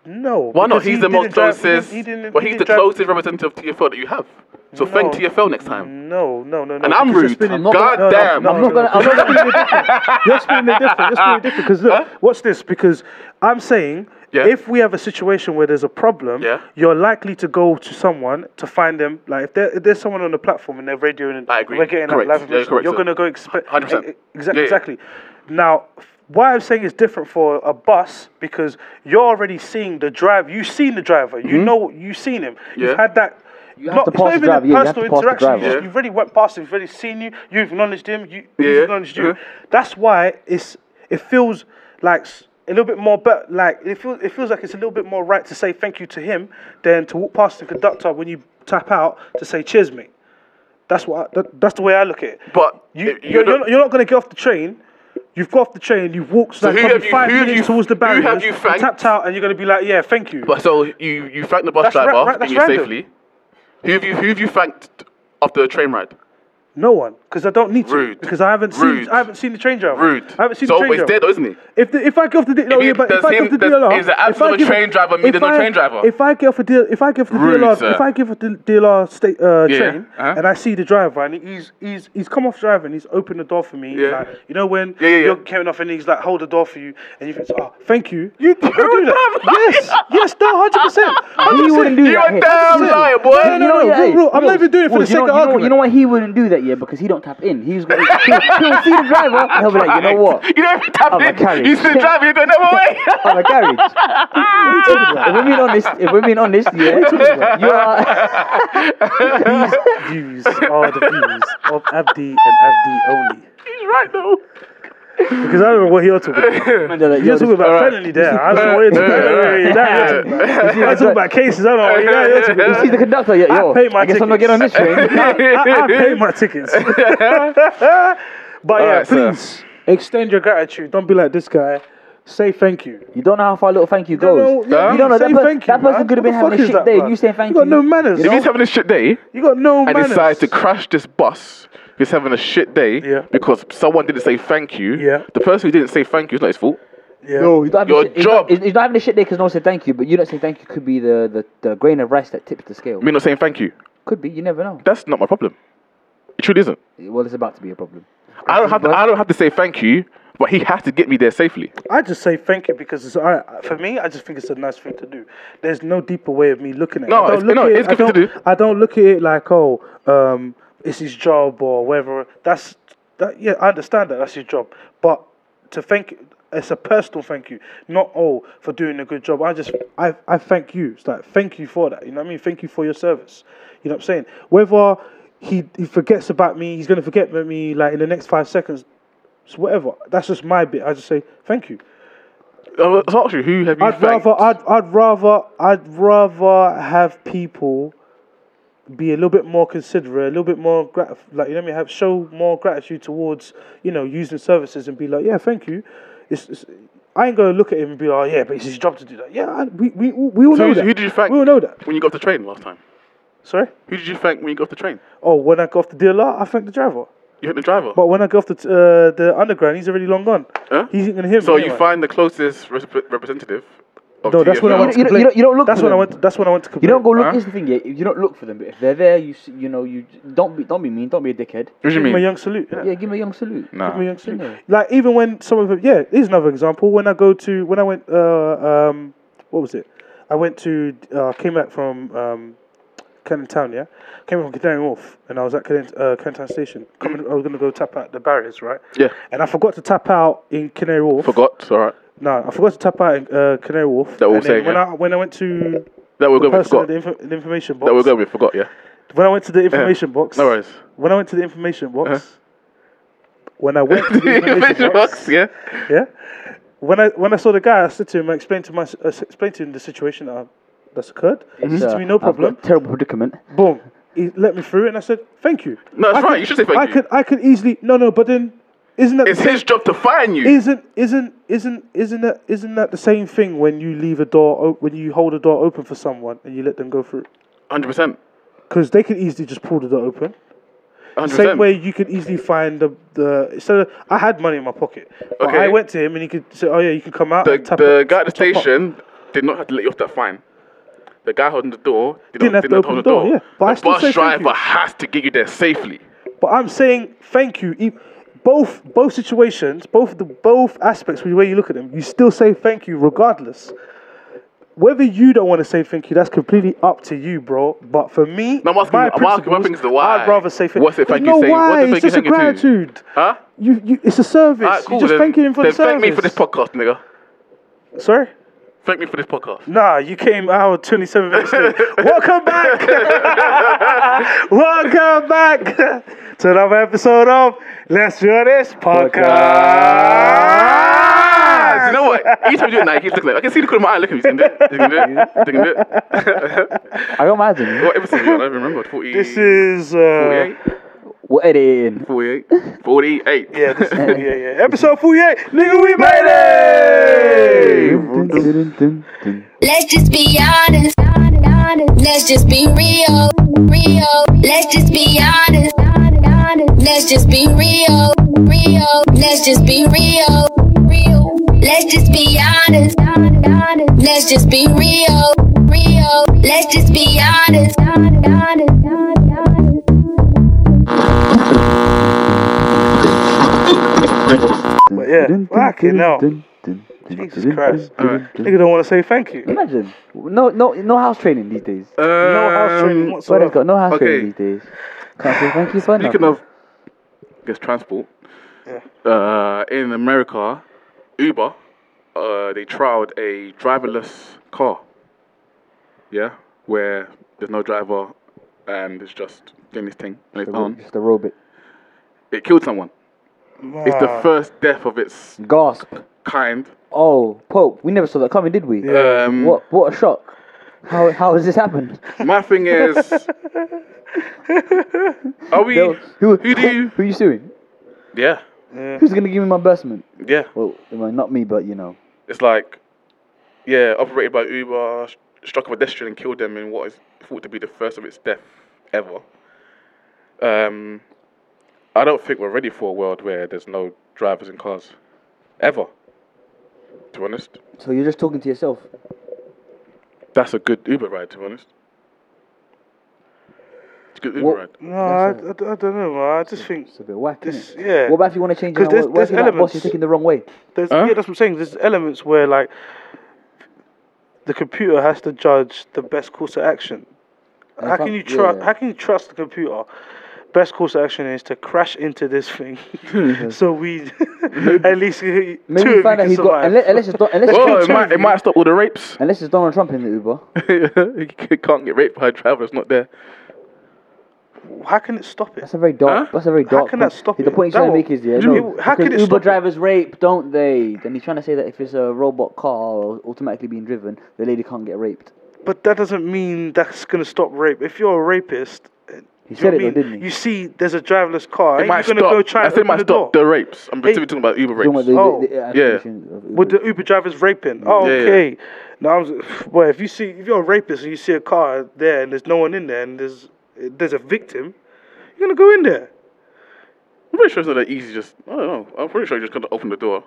Speaker 1: No.
Speaker 3: Why
Speaker 1: because
Speaker 3: not?
Speaker 1: he
Speaker 3: He's the
Speaker 1: didn't
Speaker 3: most
Speaker 1: drive- he didn't-
Speaker 3: closest.
Speaker 1: he didn't-
Speaker 3: well,
Speaker 1: he
Speaker 3: he's the
Speaker 1: didn't drive-
Speaker 3: closest representative of TFL that you have. So thank
Speaker 1: No.
Speaker 3: TFL next time.
Speaker 1: No, no, no, no.
Speaker 3: And I'm
Speaker 1: because you're
Speaker 3: rude.
Speaker 1: spinning-
Speaker 3: I'm not gonna-
Speaker 1: No, no,
Speaker 3: Goddamn.
Speaker 1: no,
Speaker 3: I'm
Speaker 1: no,
Speaker 6: not gonna- I'm not
Speaker 1: no, because You're spinning it different. You're spinning it different. Because look, what's this? Because I'm saying.
Speaker 3: Yeah.
Speaker 1: If we have a situation where there's a problem,
Speaker 3: Yeah.
Speaker 1: you're likely to go to someone to find them. Like if, there, if there's someone on the platform and they're radioing, and
Speaker 3: I agree.
Speaker 1: we're getting
Speaker 3: Correct.
Speaker 1: like, live
Speaker 3: Yeah,
Speaker 1: information,
Speaker 3: correct,
Speaker 1: you're
Speaker 3: sir.
Speaker 1: going to go expect.
Speaker 3: 100%. Yeah,
Speaker 1: Exactly.
Speaker 3: yeah.
Speaker 1: Exactly. Now, why I'm saying it's different for a bus because you're already seeing the drive. You've seen the driver. You know. You've seen him.
Speaker 3: Mm-hmm. Yeah.
Speaker 1: You've had that.
Speaker 6: have to
Speaker 1: it's
Speaker 6: pass the
Speaker 1: even a
Speaker 6: driver, yeah, you have to
Speaker 1: personal
Speaker 6: pass the
Speaker 1: interaction.
Speaker 6: driver.
Speaker 1: You- You've already went past him. You've already seen you. You've acknowledged him. You,
Speaker 3: Yeah.
Speaker 1: He's acknowledged you.
Speaker 3: Mhm.
Speaker 1: That's why it's it feels like s- a little bit more, but like it feels it feels like it's a little bit more right to say thank you to him than to walk past the conductor when you tap out to say cheers, mate. That's what I, that, that's the way I look at it.
Speaker 3: But
Speaker 1: you,
Speaker 3: if
Speaker 1: you're,
Speaker 3: you're
Speaker 1: you're,
Speaker 3: not-
Speaker 1: not, going to get off the train. You've got off the train. You've walked like
Speaker 3: who
Speaker 1: probably
Speaker 3: have you-
Speaker 1: five
Speaker 3: who have
Speaker 1: minutes
Speaker 3: you-
Speaker 1: towards the
Speaker 3: who have
Speaker 1: barriers.
Speaker 3: you thanked?
Speaker 1: tapped out, and you're going to be like, yeah, thank you.
Speaker 3: But so you you thank the bus
Speaker 1: That's ra-
Speaker 3: driver
Speaker 1: ra-
Speaker 3: for
Speaker 1: that's
Speaker 3: getting you
Speaker 1: random.
Speaker 3: safely. Who have you who have you thanked after the train ride?
Speaker 1: No one, because I don't need to.
Speaker 3: Rude.
Speaker 1: Because I haven't
Speaker 3: Rude.
Speaker 1: seen I haven't seen the train driver.
Speaker 3: Rude.
Speaker 1: I haven't seen
Speaker 3: so
Speaker 1: the train
Speaker 3: it's
Speaker 1: driver.
Speaker 3: there though, isn't it?
Speaker 1: If the, if I get off the D- no,
Speaker 3: If he-
Speaker 1: yeah, but
Speaker 3: does
Speaker 1: if I
Speaker 3: him-
Speaker 1: get off the
Speaker 3: does-
Speaker 1: DLR,
Speaker 3: is the
Speaker 1: if I
Speaker 3: absence of a
Speaker 1: give-
Speaker 3: train driver mean
Speaker 1: if
Speaker 3: there's no
Speaker 1: I-
Speaker 3: train driver?
Speaker 1: If I get off a DL, if I get off the
Speaker 3: Rude,
Speaker 1: DLR,
Speaker 3: sir.
Speaker 1: if I get off the DLR state uh,
Speaker 3: Yeah,
Speaker 1: train
Speaker 3: uh-huh.
Speaker 1: and I see the driver and he's he's he's come off driving, he's opened the door for me.
Speaker 3: Yeah.
Speaker 1: Like, you know when
Speaker 3: Yeah, yeah, yeah.
Speaker 1: you're coming off and he's like hold the door for you and you think, oh, thank you. You do
Speaker 3: a damn liar.
Speaker 1: Yes, yes, no, hundred percent.
Speaker 6: He wouldn't do
Speaker 3: You're
Speaker 6: that.
Speaker 3: a damn liar, boy.
Speaker 1: No, no,
Speaker 6: You know-
Speaker 1: no,
Speaker 6: yeah,
Speaker 1: real, real. I'm
Speaker 6: Will,
Speaker 1: not even doing it for
Speaker 6: Will,
Speaker 1: the
Speaker 6: you
Speaker 1: sake
Speaker 6: know,
Speaker 1: of
Speaker 6: you know, You
Speaker 1: argument.
Speaker 6: know why he wouldn't do that, yeah? Because he don't tap in. He's gonna, he'll, he'll see the driver and he'll be like, you know what?
Speaker 3: You don't even tap
Speaker 6: I'm a
Speaker 3: in.
Speaker 6: carriage.
Speaker 3: You still driving. You're going another way.
Speaker 6: I'm a garage. if we're being honest, if we're being honest, yeah, you are.
Speaker 1: These views are the views of Abdi and Abdi only.
Speaker 3: He's right though.
Speaker 1: Because I don't know what you're talking about.
Speaker 6: They're like,
Speaker 1: You're
Speaker 6: yo,
Speaker 1: talking
Speaker 6: this-
Speaker 1: about felony there. I
Speaker 3: Uh,
Speaker 1: don't know what you're talking about. I talk about cases. I don't know what you're talking about.
Speaker 6: You see the conductor, yeah, yo.
Speaker 1: I pay my
Speaker 6: I guess I'm not getting on this train.
Speaker 1: I, I pay my tickets. but yeah,
Speaker 3: right, sir.
Speaker 1: please extend your gratitude. Don't be like this guy. Say thank you.
Speaker 6: You don't know how far little thank you goes.
Speaker 1: don't know-
Speaker 6: you don't know
Speaker 1: Say
Speaker 6: that, per-
Speaker 1: thank you,
Speaker 6: that person
Speaker 1: man.
Speaker 6: could have been
Speaker 1: What the fuck
Speaker 6: having a
Speaker 1: is
Speaker 6: shit
Speaker 1: that,
Speaker 6: day.
Speaker 1: man?
Speaker 6: and You saying thank
Speaker 1: You
Speaker 6: you.
Speaker 1: got no manners.
Speaker 3: If he's having a shit day,
Speaker 1: You got no
Speaker 3: and
Speaker 1: manners.
Speaker 3: decides to crash this bus who's having a shit day
Speaker 1: Yeah.
Speaker 3: because someone didn't say thank you.
Speaker 1: Yeah.
Speaker 3: The person who didn't say thank you is not his fault.
Speaker 1: Yeah.
Speaker 6: No, he's not having
Speaker 3: Your
Speaker 6: a shit- he's
Speaker 3: job.
Speaker 6: Not, he's- he's not having a shit day because no one said thank you, but you don't say thank you could be the, the, the grain of rice that tips the scale.
Speaker 3: Me not saying thank you.
Speaker 6: Could be. You never know.
Speaker 3: That's not my problem. It truly isn't.
Speaker 6: Well, it's about to be a problem.
Speaker 3: I don't have to, I don't have to say thank you, but he has to get me there safely.
Speaker 1: I just say thank you because it's, I, for me, I just think it's a nice thing to do. There's no deeper way of me looking at
Speaker 3: No,
Speaker 1: it. I don't
Speaker 3: it's-
Speaker 1: look
Speaker 3: no,
Speaker 1: at
Speaker 3: it's
Speaker 1: I don't,
Speaker 3: good to do.
Speaker 1: I don't look at it like, oh, um, it's his job or whatever. That's, that, yeah, I understand that. That's his job. But to thank, it's a personal thank you, not, oh, for doing a good job. I just, I, I thank you. It's like, thank you for that. You know what I mean? Thank you for your service. You know what I'm saying? Whether he, he forgets about me, he's going to forget about me like in the next five seconds. So whatever. That's just my bit. I just say thank you.
Speaker 3: Uh, it's not true. Who have you
Speaker 1: I'd
Speaker 3: thanked?
Speaker 1: rather, I'd, I'd rather, I'd rather have people be a little bit more considerate, a little bit more grat- like you know, what I mean, have show more gratitude towards you know using services and be like, yeah, thank you. It's, it's I ain't gonna look at him and be like, yeah, but it's his job to do that. Yeah, I, we, we we all
Speaker 3: So
Speaker 1: know
Speaker 3: who-
Speaker 1: that.
Speaker 3: who did you thank?
Speaker 1: We all know that.
Speaker 3: when you got off the train last time.
Speaker 1: Sorry.
Speaker 3: Who did you thank when you got off the train?
Speaker 1: Oh, when I go off the DLR, I thank the driver.
Speaker 3: You hit the driver.
Speaker 1: But when I go off the t- uh, the underground, he's already long gone.
Speaker 3: Huh?
Speaker 1: He's not gonna hear me.
Speaker 3: so you
Speaker 1: anyway.
Speaker 3: find the closest rep- representative. Of
Speaker 1: No, that's when I
Speaker 3: TFL.
Speaker 1: went to
Speaker 6: You don't- you
Speaker 1: complain.
Speaker 6: don't- you don't look
Speaker 1: That's
Speaker 6: for
Speaker 1: when I
Speaker 6: them.
Speaker 1: went. That's when I went to
Speaker 6: You
Speaker 1: complain.
Speaker 6: don't go look.
Speaker 3: Huh?
Speaker 6: Here's the thing, yeah. You don't look for them, but if they're there, you s- you know you don't be don't be mean, don't be a dickhead.
Speaker 3: What do you
Speaker 1: Give him a
Speaker 3: mean?
Speaker 1: young salute. innit?
Speaker 6: Yeah, give me a young salute.
Speaker 1: Give me
Speaker 3: Nah.
Speaker 1: a young salute. Like even when some of them, yeah, here's another example. When I go to when I went, uh, um, what was it? I went to uh, came back from um, Cannon Town, yeah, came from Canary Wharf, and I was at Cannon, uh, Cannon Town Station. Coming, I was gonna go tap out the barriers, right?
Speaker 3: Yeah.
Speaker 1: And I forgot to tap out in Canary Wharf.
Speaker 3: Forgot. All right.
Speaker 1: No, I forgot to tap out in uh, Canary Wharf.
Speaker 3: That we'll
Speaker 1: And then
Speaker 3: say,
Speaker 1: when
Speaker 3: yeah.
Speaker 1: I when I went to
Speaker 3: That we're
Speaker 1: the
Speaker 3: going with.
Speaker 1: person at
Speaker 3: Forgot.
Speaker 1: the, inf- the information box,
Speaker 3: That we're going with. Forgot. Yeah.
Speaker 1: when I went to the information box,
Speaker 3: No worries. Uh-huh.
Speaker 1: when I went to the information box, when I went to the information
Speaker 3: Information
Speaker 1: box,
Speaker 3: box. Yeah.
Speaker 1: yeah. When I when I saw the guy, I said to him, I explained to my I s- explained to him the situation that, that's occurred. He said
Speaker 6: So,
Speaker 1: to me, no
Speaker 6: uh, I've got a
Speaker 1: problem.
Speaker 6: terrible predicament.
Speaker 1: Boom. He let me through, and I said, thank you.
Speaker 3: No, that's
Speaker 1: I
Speaker 3: right, you should say thank
Speaker 1: I
Speaker 3: you.
Speaker 1: could I could easily no no, but then isn't that the
Speaker 3: It's his job to find you.
Speaker 1: isn't isn't isn't isn't that isn't that the same thing when you leave a door o- when you hold a door open for someone and you let them go through
Speaker 3: Hundred percent.
Speaker 1: because they could easily just pull the door open.
Speaker 3: Hundred
Speaker 1: Same way
Speaker 3: percent.
Speaker 1: you could easily find the the so I had money in my pocket. But
Speaker 3: Okay.
Speaker 1: I went to him and he could say, "Oh yeah, you can come out."
Speaker 3: The,
Speaker 1: and tap
Speaker 3: the
Speaker 1: up-
Speaker 3: guy at the
Speaker 1: top up."
Speaker 3: station did not have to let you off that fine. The guy holding the door did
Speaker 1: Didn't
Speaker 3: not,
Speaker 1: have
Speaker 3: did
Speaker 1: to
Speaker 3: not
Speaker 1: open
Speaker 3: hold
Speaker 1: the door, yeah. But I
Speaker 3: the
Speaker 1: still say
Speaker 3: bus
Speaker 1: thank
Speaker 3: driver
Speaker 1: you.
Speaker 3: has to get you there safely.
Speaker 1: But I'm saying thank you. E- Both both situations, both the both aspects, the way you look at them, you still say thank you regardless. Whether you don't want to say thank you, that's completely up to you, bro. But for me,
Speaker 3: No, I'm asking-
Speaker 1: my
Speaker 3: I'm asking- my
Speaker 1: principles,
Speaker 3: thing is the why.
Speaker 1: I'd rather say thank
Speaker 3: What's it
Speaker 1: There's
Speaker 3: thank you
Speaker 1: no
Speaker 3: saying- what's
Speaker 1: why,
Speaker 3: it
Speaker 1: it's
Speaker 3: thank you
Speaker 1: just a
Speaker 3: saying to?
Speaker 1: gratitude.
Speaker 3: Huh?
Speaker 1: You, you, it's a service.
Speaker 3: Alright, cool,
Speaker 1: You're just
Speaker 3: then-
Speaker 1: thanking him for
Speaker 3: then
Speaker 1: the service.
Speaker 3: Thank me for this podcast, nigga.
Speaker 1: Sorry.
Speaker 3: Thank me for this podcast.
Speaker 1: Nah, you came out 27 minutes late. Welcome back. Welcome back to another episode of Let's Do This
Speaker 3: Ah, you
Speaker 1: Podcast.
Speaker 3: know what? Each time you do it now, he keeps looking at me. I can see the corner of my eye looking at me. He's going to do it. He's going to do it. He's going to do it.
Speaker 6: I got mad. didn't you?
Speaker 3: What episode are you on? I don't remember. 40,
Speaker 1: This is. Uh,
Speaker 3: 48?
Speaker 6: What are they in?
Speaker 3: 48? 48.
Speaker 1: yeah, this is 48, yeah. Episode 48. Nigga, we made
Speaker 3: Hey!
Speaker 1: it!
Speaker 7: Let's just be honest. Let's just be real. Real. Let's just be honest. Let's just be real. Real. Let's just be real. Real. Let's just be honest. Let's just be real. Real. Let's just be honest.
Speaker 1: But yeah, fucking hell. Jesus Christ. Nigga don't want to say thank you.
Speaker 6: Imagine. No, no, no house training these days.
Speaker 1: No house training
Speaker 3: Um,
Speaker 6: Brother's got
Speaker 1: whatsoever.
Speaker 6: no house
Speaker 3: Okay.
Speaker 6: training these days. Can't say thank you for nothing.
Speaker 3: Speaking of, I guess, transport, uh, in America, Uber, uh, they trialed a driverless car. Yeah? Where there's no driver and it's just doing its thing on its own.
Speaker 6: just a robot.
Speaker 3: It killed someone. It's
Speaker 6: Ah.
Speaker 3: the first death of its
Speaker 6: Gasp.
Speaker 3: kind.
Speaker 6: Oh, Pope. We never saw that coming, did we?
Speaker 3: Um,
Speaker 6: What? What a shock. How? How has this happened?
Speaker 3: My thing is, are we?
Speaker 6: Yo,
Speaker 3: Who, do you?
Speaker 6: Who are you suing?
Speaker 3: Yeah,
Speaker 6: Who's gonna give me my investment?
Speaker 3: yeah.
Speaker 6: Well, well, not me, but you know.
Speaker 3: It's like, yeah, operated by Uber, sh- struck a pedestrian and killed them in what is thought to be the first of its death ever. Um, I don't think we're ready for a world where there's no drivers in cars, ever. To be honest,
Speaker 6: So you're just talking to yourself.
Speaker 3: that's a good Uber ride. To be honest, it's a good Uber
Speaker 6: What-
Speaker 3: ride.
Speaker 1: No, I, I, I don't know, man. I just think.
Speaker 6: It's a bit whack,
Speaker 1: This,
Speaker 6: innit?
Speaker 1: yeah.
Speaker 6: What about if you want to change?
Speaker 1: 'Cause
Speaker 6: Your,
Speaker 1: there's-
Speaker 6: what if
Speaker 1: there's
Speaker 6: your like, boss
Speaker 1: elements.
Speaker 6: is taking the wrong way?
Speaker 1: There's,
Speaker 3: Huh?
Speaker 1: Yeah, that's what I'm saying. There's elements where like the computer has to judge the best course of action.
Speaker 6: And
Speaker 1: how
Speaker 6: if
Speaker 1: can
Speaker 6: I'm-
Speaker 1: you trust?
Speaker 6: yeah.
Speaker 1: How can you trust the computer? Best course of action is to crash into this thing, so we at least maybe
Speaker 6: Hmm. Maybe
Speaker 1: two
Speaker 6: you
Speaker 1: of you
Speaker 6: find out
Speaker 1: can
Speaker 6: he's got
Speaker 1: survive.
Speaker 6: unless, unless it's Don- unless it's,
Speaker 3: Well,
Speaker 6: Donald
Speaker 3: it
Speaker 6: Trump-
Speaker 3: might, it might stop all the rapes.
Speaker 6: unless it's Donald Trump in the Uber.
Speaker 3: you can't get raped by a driver that's not there.
Speaker 1: how can it stop it?
Speaker 6: That's a very dark.
Speaker 3: Huh?
Speaker 6: That's a very
Speaker 1: How
Speaker 6: dark.
Speaker 1: can that
Speaker 6: point.
Speaker 1: stop
Speaker 6: the
Speaker 1: it?
Speaker 6: point he's
Speaker 1: That
Speaker 6: trying to
Speaker 1: will-
Speaker 6: make is yeah.
Speaker 1: Do you-
Speaker 6: No,
Speaker 1: how
Speaker 6: because
Speaker 1: can it
Speaker 6: Uber
Speaker 1: stop it?
Speaker 6: drivers rape, don't they? Then he's trying to say that if it's a robot car automatically being driven, the lady can't get raped.
Speaker 1: But that doesn't mean that's gonna stop rape. If you're a rapist, uh,
Speaker 6: He
Speaker 1: do you know
Speaker 6: said it
Speaker 1: what I
Speaker 6: though,
Speaker 1: mean?
Speaker 6: didn't he?
Speaker 1: You see, there's a driverless car.
Speaker 3: It
Speaker 1: Ain't you
Speaker 3: might
Speaker 1: gonna
Speaker 3: stop.
Speaker 1: go try
Speaker 3: I
Speaker 1: and
Speaker 3: think it
Speaker 1: open
Speaker 3: might
Speaker 1: the
Speaker 3: stop
Speaker 1: door?
Speaker 3: the rapes. I'm
Speaker 1: Hey.
Speaker 3: particularly talking about Uber
Speaker 6: Talking about
Speaker 3: rapes.
Speaker 6: the- the-
Speaker 1: Oh,
Speaker 6: the
Speaker 3: yeah.
Speaker 6: application of Uber.
Speaker 1: With the Uber drivers raping. Oh,
Speaker 3: Yeah, yeah.
Speaker 1: okay. Now, I was, well, if you see, if you're a rapist and you see a car there and there's no one in there and there's there's a victim, you're gonna go in there.
Speaker 3: I'm pretty sure it's not that easy. Just I don't know. I'm pretty sure you just gotta open the door.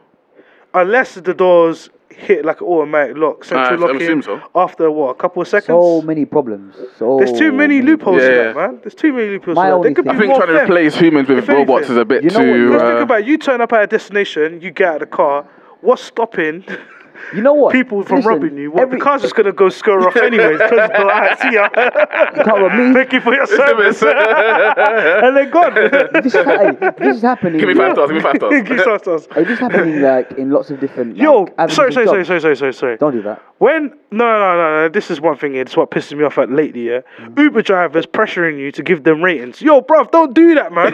Speaker 1: Unless the doors hit like an automatic lock, central
Speaker 3: I would
Speaker 1: locking
Speaker 3: assume so.
Speaker 1: after what, a couple of seconds?
Speaker 6: so many problems. So
Speaker 1: There's too many loopholes
Speaker 3: Yeah.
Speaker 1: to that, man. There's too many loopholes
Speaker 6: My
Speaker 1: to that.
Speaker 6: only
Speaker 1: There could
Speaker 6: thing-
Speaker 1: be
Speaker 3: I think
Speaker 1: more
Speaker 3: trying to
Speaker 1: theft.
Speaker 3: replace humans with
Speaker 1: If anything-
Speaker 3: robots is a bit
Speaker 6: You know what,
Speaker 3: too.
Speaker 1: Let's
Speaker 3: uh,
Speaker 1: think about it. you turn up at a destination, you get out of the car. What's stopping
Speaker 6: You know what?
Speaker 1: people from
Speaker 6: Listen,
Speaker 1: robbing you? What
Speaker 6: every-
Speaker 1: the car's just gonna go score off anyways. Close the door. "Ah, See ya.
Speaker 6: can't rob me.
Speaker 1: Thank you for your service. and they're gone.
Speaker 6: this, is, hey, this is happening.
Speaker 3: Give me five stars. Give me five
Speaker 1: Give
Speaker 3: stars.
Speaker 1: us those.
Speaker 6: Hey, this is happening like in lots of different.
Speaker 1: Yo,
Speaker 6: like, avenues
Speaker 1: sorry,
Speaker 6: of
Speaker 1: sorry, sorry,
Speaker 6: jobs.
Speaker 1: sorry, sorry, sorry, sorry.
Speaker 6: Don't do that.
Speaker 1: When no, no, no, no, this is one thing. It's what pisses me off at lately. Yeah,
Speaker 3: Mm.
Speaker 1: Uber drivers pressuring you to give them ratings. Yo, bruv, don't do that, man.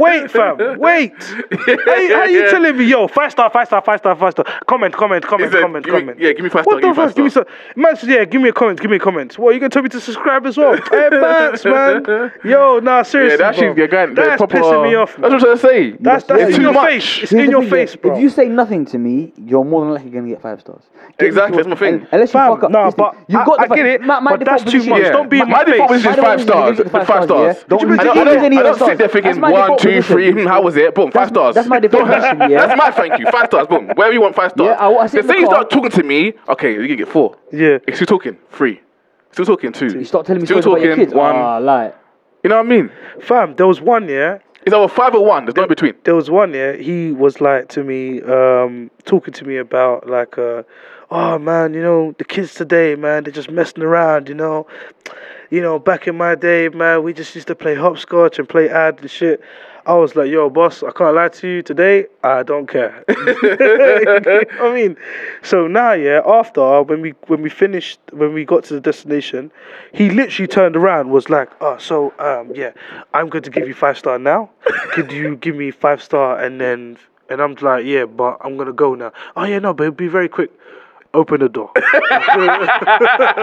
Speaker 1: wait, fam, wait. how, you- how you
Speaker 3: yeah.
Speaker 1: telling me, yo, five star, five star, five star, five star? Comment, comment, comment,
Speaker 3: said,
Speaker 1: comment,
Speaker 3: give me-
Speaker 1: comment.
Speaker 3: yeah, give me five
Speaker 1: What
Speaker 3: star,
Speaker 1: the fuck? Give me
Speaker 3: star.
Speaker 1: some. Man, said, yeah, give me a comment, give me a comment. What you gonna tell me to subscribe as well? hey, bats, man. Yo, nah,
Speaker 3: Yeah,
Speaker 1: seriously,
Speaker 3: that shit,
Speaker 1: bro.
Speaker 3: you're going. they're
Speaker 1: That's
Speaker 3: proper-
Speaker 1: pissing me off.
Speaker 3: That's
Speaker 1: man.
Speaker 3: what I'm trying to say.
Speaker 1: That's that's
Speaker 3: it's
Speaker 1: in
Speaker 3: too
Speaker 1: your
Speaker 3: much.
Speaker 1: face. It's
Speaker 6: Here's
Speaker 1: in
Speaker 6: the
Speaker 1: your
Speaker 6: thing, yeah,
Speaker 1: face, bro.
Speaker 6: If you say nothing to me, you're more than likely gonna get five stars. Get me
Speaker 3: Exactly, that's
Speaker 6: to-
Speaker 3: my thing.
Speaker 6: un- Unless you
Speaker 1: Fam,
Speaker 6: fuck up.
Speaker 1: nah,
Speaker 6: Listen,
Speaker 1: but
Speaker 6: you've
Speaker 1: I-
Speaker 6: got
Speaker 1: I
Speaker 6: the, fa-
Speaker 1: get it,
Speaker 6: My, my
Speaker 1: but
Speaker 6: default
Speaker 1: that's too
Speaker 6: position
Speaker 1: much.
Speaker 6: is-
Speaker 1: Don't be
Speaker 6: my-
Speaker 1: in my face. My
Speaker 6: default position is
Speaker 3: default
Speaker 6: you
Speaker 3: is
Speaker 6: give
Speaker 3: five
Speaker 6: it
Speaker 3: stars.
Speaker 6: to
Speaker 3: Five
Speaker 6: yeah?
Speaker 3: stars.
Speaker 6: Don't
Speaker 1: Do you mean
Speaker 3: I
Speaker 6: give it
Speaker 3: don't,
Speaker 6: to
Speaker 3: I don't,
Speaker 6: any
Speaker 3: I
Speaker 6: other
Speaker 3: don't
Speaker 6: stars.
Speaker 3: sit there thinking
Speaker 6: That's my
Speaker 3: one,
Speaker 6: default
Speaker 3: two,
Speaker 6: position.
Speaker 3: three, hmm, how was it? Boom, five
Speaker 6: That's my-
Speaker 3: stars.
Speaker 6: that's my default
Speaker 3: Don't-
Speaker 6: position, yeah.
Speaker 3: That's my thank you. Five stars, boom. Wherever you want, five stars.
Speaker 6: Yeah, I- I sit
Speaker 3: the
Speaker 6: in the
Speaker 3: thing you
Speaker 6: car-
Speaker 3: start talking to me, okay, you can get four.
Speaker 1: Yeah.
Speaker 3: It's still talking, three. Still talking, two.
Speaker 6: You start telling me
Speaker 3: still
Speaker 6: stories about your
Speaker 3: talking,
Speaker 6: kids.
Speaker 3: one.
Speaker 6: Ah, like
Speaker 3: You know what I mean?
Speaker 1: Fam, there was one, yeah.
Speaker 3: It's either five or one. There's no in between.
Speaker 1: there was one yeah he was like to me um talking to me about like uh oh man you know the kids today man they're just messing around you know you know back in my day man we just used to play hopscotch and play ad and shit I was like, yo, boss, I can't lie to you today. I don't care. You know what I mean, so now, yeah, after when we when we finished when we got to the destination, he literally turned around, was like, oh, so um, yeah, I'm going to give you five star now. Could you give me five star and then and I'm like, yeah, but I'm gonna go now. Oh yeah, no, but it'll be very quick. Open the door.
Speaker 6: you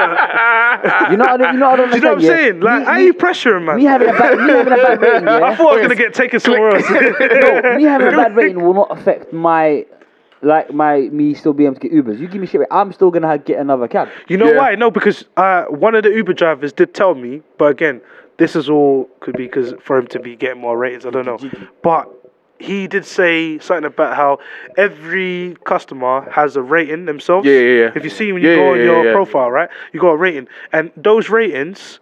Speaker 6: know, I don't, you know, I don't
Speaker 1: Do you know what I'm
Speaker 6: yeah?
Speaker 1: saying? Like,
Speaker 6: me,
Speaker 1: how you pressuring, man?
Speaker 6: me, me having a bad, me having a bad rating. Yeah?
Speaker 1: I thought I was gonna get taken somewhere else.
Speaker 6: no, me having a bad rating will not affect my, like my me still being able to get Ubers. You give me shit, rate, I'm still gonna ha- get another cab.
Speaker 1: You know
Speaker 3: Yeah.
Speaker 1: why? No, because uh, one of the Uber drivers did tell me, but again, this is all could be because for him to be getting more ratings, I don't know. But he did say something about how every customer has a rating themselves.
Speaker 3: Yeah, yeah, yeah.
Speaker 1: If you see when you
Speaker 3: Yeah,
Speaker 1: go
Speaker 3: yeah,
Speaker 1: on
Speaker 3: yeah,
Speaker 1: your
Speaker 3: yeah.
Speaker 1: profile, right, you got a rating, and those ratings.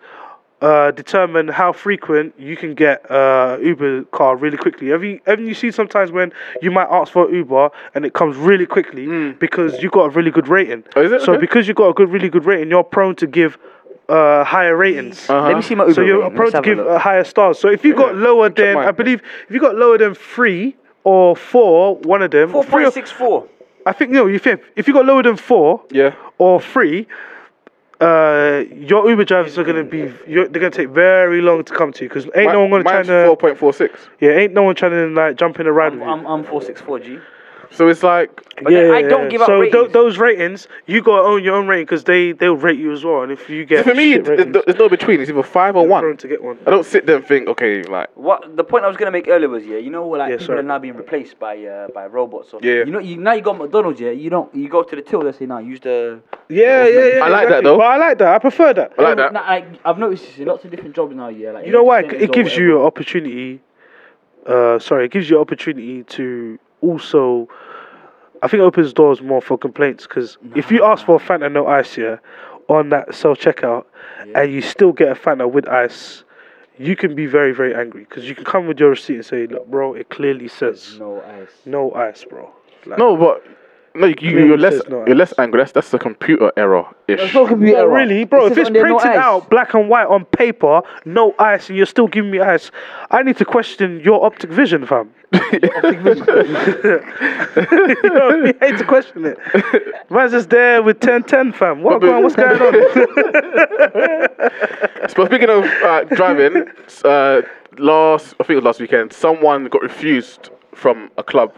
Speaker 1: Uh, determine how frequent you can get uh, Uber car really quickly. Have you have you seen sometimes when you might ask for Uber and it comes really quickly because you got a really good rating.
Speaker 3: Mm. Oh, is it?
Speaker 1: So
Speaker 3: Okay.
Speaker 1: because you got a good, really good rating, you're prone to give uh, higher ratings.
Speaker 3: Uh-huh.
Speaker 6: Let me see my Uber.
Speaker 1: Uh-huh. So you're
Speaker 6: rating.
Speaker 1: prone
Speaker 6: Let's
Speaker 1: to
Speaker 6: have a
Speaker 1: give
Speaker 6: look.
Speaker 1: uh, higher stars. So if you got lower than,
Speaker 3: mine.
Speaker 1: I believe, if you got lower than three or four, one of them.
Speaker 5: Four
Speaker 1: three or-
Speaker 5: point six four.
Speaker 1: I think no. If you if you got lower than four,
Speaker 3: Yeah.
Speaker 1: or three, uh, your Uber drivers are gonna be you're, they're gonna take very long to come to you because ain't no one gonna try
Speaker 3: Mine's
Speaker 1: to
Speaker 3: 4.46.
Speaker 1: yeah ain't no one trying to like jump in a ride with you.
Speaker 5: I'm, I'm four six four G.
Speaker 3: So it's like,
Speaker 5: But I don't give up
Speaker 1: So
Speaker 5: ratings.
Speaker 1: tho- those ratings, you gotta own your own rating because they they'll rate you as well. And if you get
Speaker 3: for me,
Speaker 1: shit
Speaker 3: th- th-
Speaker 1: ratings,
Speaker 3: there's no between. It's either five or
Speaker 1: you're prone
Speaker 3: one.
Speaker 1: to get one.
Speaker 3: I don't sit there and think, okay, like,
Speaker 5: What the point I was gonna make earlier was yeah, you know like
Speaker 1: Yeah,
Speaker 5: people
Speaker 1: sorry.
Speaker 5: are now being replaced by uh, by robots. Or,
Speaker 3: Yeah.
Speaker 5: You know you now you got McDonald's yeah. You don't you go to the till they say now use the.
Speaker 1: Yeah, yeah, yeah.
Speaker 3: I like that
Speaker 1: exactly.
Speaker 3: though.
Speaker 1: But I like that. I prefer that.
Speaker 3: I like that.
Speaker 2: Nah, I, I've noticed this in lots of different jobs now. Yeah, like
Speaker 1: You know why?
Speaker 2: entertainers
Speaker 1: It
Speaker 2: or
Speaker 1: gives
Speaker 2: whatever.
Speaker 1: you an opportunity. Uh, sorry, it gives you an opportunity to also. I think it opens doors more for complaints because if you ask for a Fanta no ice here on that self checkout and you still get a Fanta with ice, you can be very, very angry because you can come with your receipt and say, Look, bro, it clearly says
Speaker 2: no ice.
Speaker 1: no ice, bro. Like,
Speaker 3: no, but No, you, you,
Speaker 1: Clearly
Speaker 3: you're less
Speaker 1: says no
Speaker 3: you're less
Speaker 1: ads.
Speaker 3: angry. That's that's a computer error ish.
Speaker 6: It's not computer
Speaker 1: Not
Speaker 6: error.
Speaker 1: really, bro. If
Speaker 6: This is
Speaker 1: it's
Speaker 6: on there,
Speaker 1: printed
Speaker 6: not ice.
Speaker 1: out black and white on paper, no ice, and you're still giving me ice, I need to question your optic vision, fam. you know, what I mean? I hate to question it. Man's just there with 1010, fam. What
Speaker 3: But-
Speaker 1: going, what's going on?
Speaker 3: But speaking of uh, driving, s- uh, last I think it was last weekend, someone got refused from a club,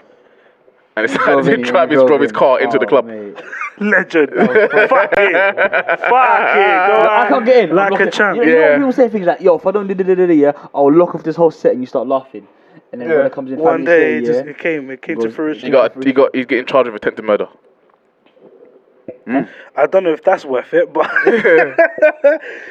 Speaker 3: and it's had
Speaker 6: Drove
Speaker 3: to
Speaker 6: in,
Speaker 3: drive his
Speaker 6: drove
Speaker 3: drove his
Speaker 6: in.
Speaker 3: car into the
Speaker 6: Oh,
Speaker 3: club.
Speaker 6: mate.
Speaker 1: Legend. Fuck it. Fuck it. Go
Speaker 6: I can't
Speaker 1: on.
Speaker 6: get in. I'm
Speaker 1: Like
Speaker 6: locked
Speaker 1: a
Speaker 6: in.
Speaker 1: champ.
Speaker 6: You know, you know
Speaker 3: Yeah.
Speaker 6: when people say things like, "Yo, if I don't do da da da da, yeah, I'll lock off this whole set," and you start laughing, and then when it comes in five
Speaker 1: One day,
Speaker 6: minutes later,
Speaker 1: it,
Speaker 6: yeah,
Speaker 1: just, it came, it came to
Speaker 6: Goes-
Speaker 1: fruition.
Speaker 3: He got he got he's getting charged with attempted murder.
Speaker 1: I don't know if that's worth it, but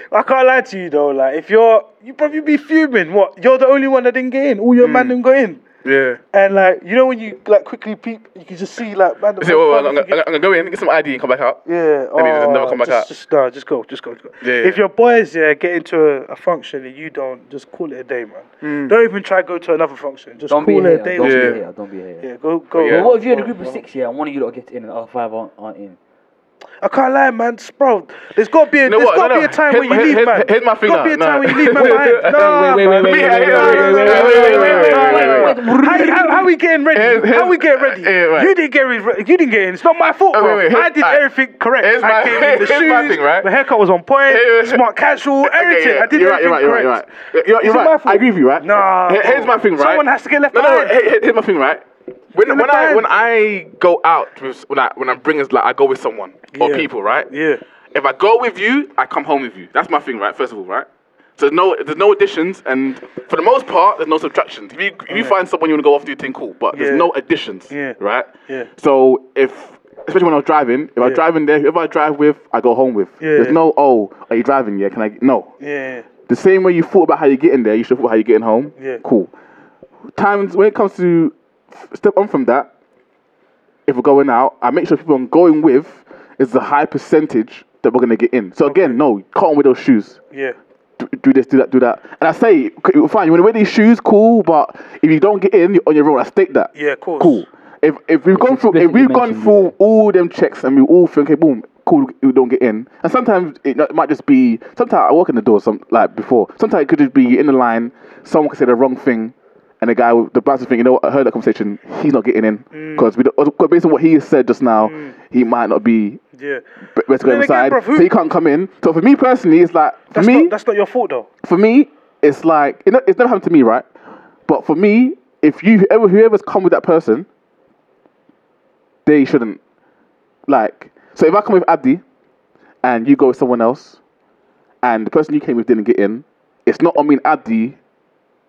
Speaker 1: I can't lie to you though. Like, if you're, you probably be fuming. What? You're the only one that didn't get in. All
Speaker 3: Hmm.
Speaker 1: your man didn't go in.
Speaker 3: Yeah.
Speaker 1: And like, you know when you like quickly peep, you can just see like man.
Speaker 3: He said, "Oh, I'm, gonna- I'm gonna- I'm gonna go in, get some ID, and come back out."
Speaker 1: yeah, Oh,
Speaker 3: and he just never come back
Speaker 1: just,
Speaker 3: out.
Speaker 1: Just, nah, just go, just go. Just go.
Speaker 3: Yeah,
Speaker 1: If
Speaker 3: yeah.
Speaker 1: your boys yeah get into a, a function and you don't, just call it a day, man. Don't even try to go to another function. Just
Speaker 2: Don't be
Speaker 1: call
Speaker 2: here.
Speaker 1: it a day.
Speaker 2: Don't be
Speaker 1: man.
Speaker 3: Hmm. Yeah.
Speaker 2: here. Don't be here.
Speaker 1: Yeah, go, go.
Speaker 3: Yeah.
Speaker 2: But
Speaker 1: go,
Speaker 2: what if you're in a
Speaker 1: go,
Speaker 2: group
Speaker 1: go.
Speaker 2: of six here and one of you lot gets in and the other five aren't, aren't in?
Speaker 1: I can't lie, man. It's- Bro, there's got to be a,
Speaker 3: You know
Speaker 1: there's
Speaker 3: what?
Speaker 1: got to be
Speaker 3: No, no.
Speaker 1: a time
Speaker 3: Hit-
Speaker 1: when you
Speaker 3: hit-
Speaker 1: leave,
Speaker 3: hit-
Speaker 1: man.
Speaker 3: hit my
Speaker 1: There's got to be a
Speaker 3: finger.
Speaker 1: time
Speaker 3: No.
Speaker 1: when you leave, man. behind. Nah,
Speaker 6: Wait, wait,
Speaker 1: man.
Speaker 6: wait, wait,
Speaker 1: Me-
Speaker 6: wait, wait,
Speaker 1: no,
Speaker 6: wait,
Speaker 1: no, no, no,
Speaker 6: wait, wait,
Speaker 1: no, no, no, no,
Speaker 6: wait, wait, wait, wait,
Speaker 1: no, no. How how- how we getting
Speaker 3: Here's-
Speaker 1: ready? How we getting
Speaker 3: here's-
Speaker 1: ready?
Speaker 3: yeah, right.
Speaker 1: You didn't get re- you didn't get in. It's not my fault,
Speaker 3: Oh, wait,
Speaker 1: bro.
Speaker 3: wait,
Speaker 1: I
Speaker 3: here's-
Speaker 1: did
Speaker 3: alright.
Speaker 1: everything correct.
Speaker 3: Here's
Speaker 1: I
Speaker 3: my-
Speaker 1: came in the
Speaker 3: here's my
Speaker 1: shoes.
Speaker 3: thing, right?
Speaker 1: The haircut was on point.
Speaker 3: Hey, hey.
Speaker 1: Smart casual.
Speaker 3: Okay,
Speaker 1: Everything.
Speaker 3: yeah.
Speaker 1: I did
Speaker 3: you're right, you're right,
Speaker 1: everything
Speaker 3: you're right, you're right.
Speaker 1: correct.
Speaker 3: You're,
Speaker 1: Is it
Speaker 3: you're
Speaker 1: my
Speaker 3: right.
Speaker 1: fault?
Speaker 3: I agree with you, right?
Speaker 1: Nah,
Speaker 3: Here- Here's
Speaker 1: bro.
Speaker 3: my thing, right?
Speaker 1: Someone has to get left
Speaker 3: no, no,
Speaker 1: behind.
Speaker 3: here- here- Here's my thing, right?
Speaker 1: Get
Speaker 3: When, when
Speaker 1: left
Speaker 3: I
Speaker 1: behind.
Speaker 3: when I go out with when I when I'm bringing like I go with someone or
Speaker 1: Yeah.
Speaker 3: people, right?
Speaker 1: Yeah.
Speaker 3: If I go with you, I come home with you. That's my thing, right? First of all, right? So there's no there's no additions, and for the most part, there's no subtractions. If you if you find someone you want to go off, do your thing, cool. But there's
Speaker 1: Yeah.
Speaker 3: no additions,
Speaker 1: Yeah.
Speaker 3: right?
Speaker 1: Yeah.
Speaker 3: So if especially when I was driving, if I'm
Speaker 1: Yeah.
Speaker 3: driving there, whoever I drive with, I go home with.
Speaker 1: Yeah.
Speaker 3: There's no oh, are you driving? Yeah, can I? No.
Speaker 1: Yeah.
Speaker 3: The same way you thought about how you're getting there, you should thought how you're getting home.
Speaker 1: Yeah.
Speaker 3: Cool. Times when it comes to step on from that, if we're going out, I make sure people I'm going with is the high percentage that we're gonna get in. So again, no, can't wear those shoes.
Speaker 1: Yeah.
Speaker 3: Do, do this, do that, do that. And I say, c- fine, you wanna wear these shoes, cool, but if you don't get in, you're on your own. I state that.
Speaker 1: Yeah, of course.
Speaker 3: Cool. If, if we've gone through if
Speaker 6: explicitly
Speaker 3: we've gone
Speaker 6: mentioned,
Speaker 3: through all them checks and we all think, okay, boom, cool, we don't get in. And sometimes it not- might just be sometimes I walk in the door some like before. Sometimes it could just be in the line, someone could say the wrong thing, and the guy with the bouncer thing, you know, what, I heard that conversation. He's not getting in
Speaker 1: Mm.
Speaker 3: because uh, based on what he said just now, he might not be
Speaker 1: Yeah.
Speaker 3: b-
Speaker 1: But
Speaker 3: best going
Speaker 1: Mm. then again,
Speaker 3: inside,
Speaker 1: bruv, who-
Speaker 3: so he can't come in. So for me personally, it's like for
Speaker 1: That's
Speaker 3: me,
Speaker 1: not that's not your fault though.
Speaker 3: for me, it's like it ne- it's never happened to me, right? But for me, if you whoever whoever's come with that person, they shouldn't like. So if I come with Abdi, and you go with someone else, and the person you came with didn't get in, it's not on me and Abdi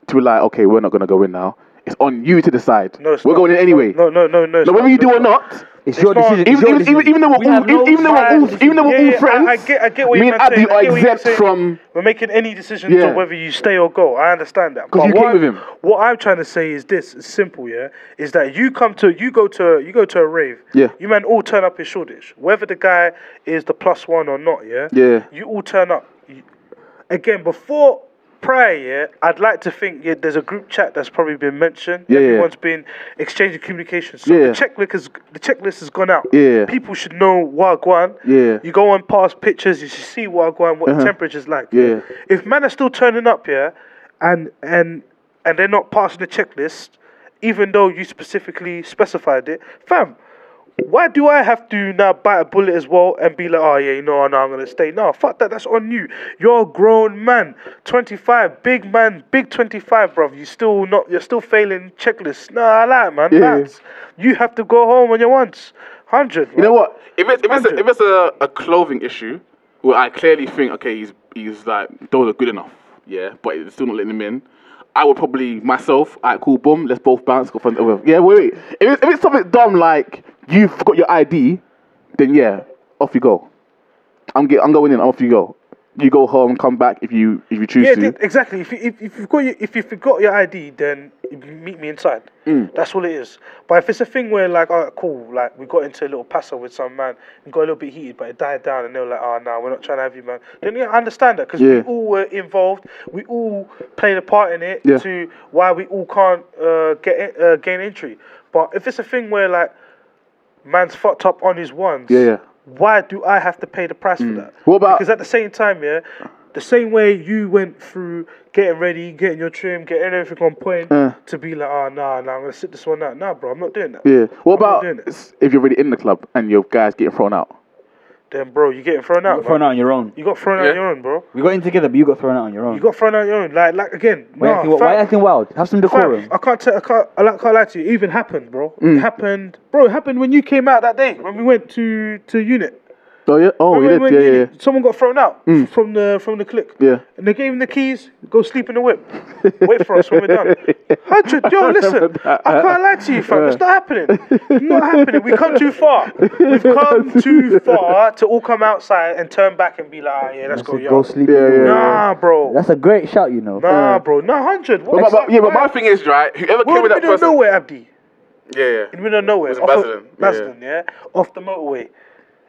Speaker 3: to be like, okay, we're not gonna go in now. It's on you to decide.
Speaker 1: No, it's
Speaker 3: we're
Speaker 1: not.
Speaker 3: going in anyway.
Speaker 1: No, no, no, no. it's
Speaker 3: Now, whether
Speaker 1: not,
Speaker 3: you
Speaker 1: no,
Speaker 3: do
Speaker 1: it's
Speaker 3: or not,
Speaker 6: It's your
Speaker 1: not-
Speaker 6: decision. it's your
Speaker 3: even, even, even,
Speaker 6: decision.
Speaker 3: even though
Speaker 6: We
Speaker 3: we're all,
Speaker 6: have no
Speaker 3: even, though we're all,
Speaker 6: final
Speaker 3: even though we're
Speaker 1: Yeah,
Speaker 3: all
Speaker 1: yeah, I-
Speaker 3: friends,
Speaker 1: I get- I get what
Speaker 3: me
Speaker 1: you're
Speaker 3: and
Speaker 1: trying to
Speaker 3: Abdi
Speaker 1: say. I
Speaker 3: are
Speaker 1: get what you're
Speaker 3: exempt
Speaker 1: saying.
Speaker 3: from
Speaker 1: We're making any decisions
Speaker 3: Yeah.
Speaker 1: on whether you stay or go. I understand that.
Speaker 3: 'Cause
Speaker 1: But
Speaker 3: you
Speaker 1: what
Speaker 3: came
Speaker 1: I'm-
Speaker 3: with him.
Speaker 1: What I'm trying to say is this: it's simple, yeah. Is that you come to you go to you go to a rave.
Speaker 3: Yeah.
Speaker 1: You man all turn up in Shoreditch, whether the guy is the plus one or not. Yeah.
Speaker 3: Yeah.
Speaker 1: You all turn up. You- Again, before prior, yeah, I'd like to think yeah, there's a group chat that's probably been mentioned.
Speaker 3: Yeah, yeah.
Speaker 1: Everyone's been exchanging communications. So
Speaker 3: Yeah.
Speaker 1: the checklist has the checklist has gone out.
Speaker 3: Yeah.
Speaker 1: People should know Wagwan.
Speaker 3: Yeah. Uh-huh.
Speaker 1: You go on past pictures, you should see Wagwan, what the temperature's like.
Speaker 3: Yeah.
Speaker 1: If men are still turning up here and and and they're not passing the checklist, even though you specifically specified it, fam, why do I have to now bite a bullet as well and be like, oh yeah, you know, no, I'm gonna stay. No, fuck that, that's on you. You're a grown man, 25, big man, big 25, bruv. You still not you're still failing checklists. Nah, I like man,
Speaker 3: Yeah.
Speaker 1: lads. You have to go home on your once. Hundred.
Speaker 3: You know what? If it's if it's, a,
Speaker 1: Hundred.
Speaker 3: if it's a, a clothing issue, where I clearly think okay, he's he's like those are good enough, yeah, but it's still not letting him in. I would probably myself, alright, cool, boom, let's both bounce, go find over. Yeah, wait, wait. If it's, if it's something dumb like you forgot your ID, then yeah, off you go. I'm get, I'm going in. Off you go. You go home, come back if you if you choose
Speaker 1: Yeah,
Speaker 3: to.
Speaker 1: th- exactly. If you, if, if you've got your, if you forgot your ID, then meet me inside.
Speaker 3: Mm.
Speaker 1: That's all it is. But if it's a thing where like, alright, cool, like we got into a little passer with some man and got a little bit heated, but it died down, and they were like, oh no, we're not trying to have you, man. Then yeah, I understand that because
Speaker 3: Yeah.
Speaker 1: we all were involved. We all played a part in it
Speaker 3: Yeah.
Speaker 1: to why we all can't uh, get in- uh, gain entry. But if it's a thing where like man's fucked up on his ones.
Speaker 3: Yeah, yeah.
Speaker 1: Why do I have to pay the price for that?
Speaker 3: What about-
Speaker 1: because at the same time, yeah, the same way you went through getting ready, getting your trim, getting everything on point to be like, oh nah, nah, I'm gonna sit this one out. Nah, bro, I'm not doing that.
Speaker 3: Yeah. What
Speaker 1: I'm not
Speaker 3: about
Speaker 1: doing it.
Speaker 3: s- if you're really in the club and your guys getting thrown out?
Speaker 1: Then, bro, you're getting thrown out.
Speaker 6: got thrown
Speaker 1: man.
Speaker 6: out on your own.
Speaker 1: You got thrown out
Speaker 3: Yeah.
Speaker 1: your own, bro.
Speaker 6: We got in together, but you got thrown out on your own.
Speaker 1: You got thrown out your own. Like, like again,
Speaker 6: why,
Speaker 1: nah,
Speaker 6: acting, why
Speaker 1: fam.
Speaker 6: acting wild? Have some
Speaker 1: Fam,
Speaker 6: decorum.
Speaker 1: I can't, tell, I can't, I like- can't lie to you. It even happened, bro. It happened, bro. It happened when you came out that day when we went to to unit.
Speaker 3: Oh yeah. Oh,
Speaker 1: Remember
Speaker 3: yeah,
Speaker 1: when
Speaker 3: yeah, yeah,
Speaker 1: we-
Speaker 3: yeah.
Speaker 1: Someone got thrown out f- from the from the clique.
Speaker 3: Yeah.
Speaker 1: And they gave him the keys. Go sleep in the whip. Wait for us when we're done. Hundred. Yo, listen. I can't lie to you, fam. It's not happening. It's not happening. We come too far. We've come too far to all come outside and turn back and be like, ah, yeah, let's go,
Speaker 6: So
Speaker 1: yo.
Speaker 6: go sleep.
Speaker 3: Yeah, yeah,
Speaker 1: Nah, bro.
Speaker 6: That's a great shout, you know.
Speaker 1: nah, bro. Nah, hundred.
Speaker 3: But, but- but- yeah, but my thing is right. Whoever
Speaker 1: We're in
Speaker 3: came
Speaker 1: the
Speaker 3: with that
Speaker 1: middle of
Speaker 3: person.
Speaker 1: nowhere, Abdi.
Speaker 3: Yeah, yeah.
Speaker 1: In the middle of nowhere.
Speaker 3: was in
Speaker 1: off of-
Speaker 3: Basildon, yeah, yeah.
Speaker 1: Basildon, yeah. Off the motorway.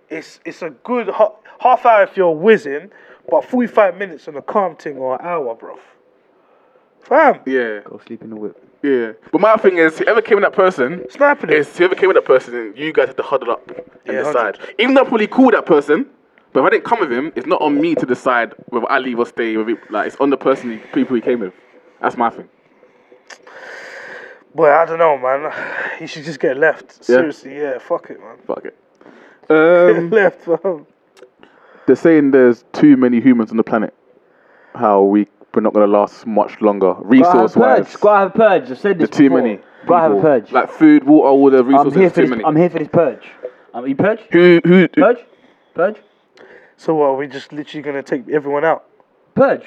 Speaker 1: It's it's a good ha- half hour if you're whizzing, but 45 minutes on a calm thing or an hour, bro. Fam,
Speaker 3: Yeah,
Speaker 6: Go sleep in the whip.
Speaker 3: yeah. But my thing is, whoever came with that person,
Speaker 1: it's not happening.
Speaker 3: is whoever came with that person, you guys have to huddle up and
Speaker 1: Yeah,
Speaker 3: decide. Even though I'm probably cool with that person, but if I didn't come with him, it's not on me to decide whether I leave or stay. With it. Like it's on the person, he- people he came with. That's my thing.
Speaker 1: Boy, I don't know, man. You should just get left. Seriously, yeah, fuck it, man.
Speaker 3: Fuck it. Um,
Speaker 1: Get left, fam.
Speaker 3: they're saying there's too many humans on the planet. How we we're not gonna last much longer,
Speaker 6: Gotta have
Speaker 3: resource wise.
Speaker 6: purge. Gotta have purge. I've said this
Speaker 3: There's too
Speaker 6: before.
Speaker 3: many.
Speaker 6: Gotta have a
Speaker 3: people.
Speaker 6: purge.
Speaker 3: Like food, water, all the
Speaker 6: I'm
Speaker 3: resources.
Speaker 6: here for
Speaker 3: too
Speaker 6: this.
Speaker 3: many.
Speaker 6: I'm here for this purge. Um, you purge?
Speaker 3: who, who, who-
Speaker 6: Purge? Purge?
Speaker 1: So, what, are we just literally going to take everyone out?
Speaker 6: Purge?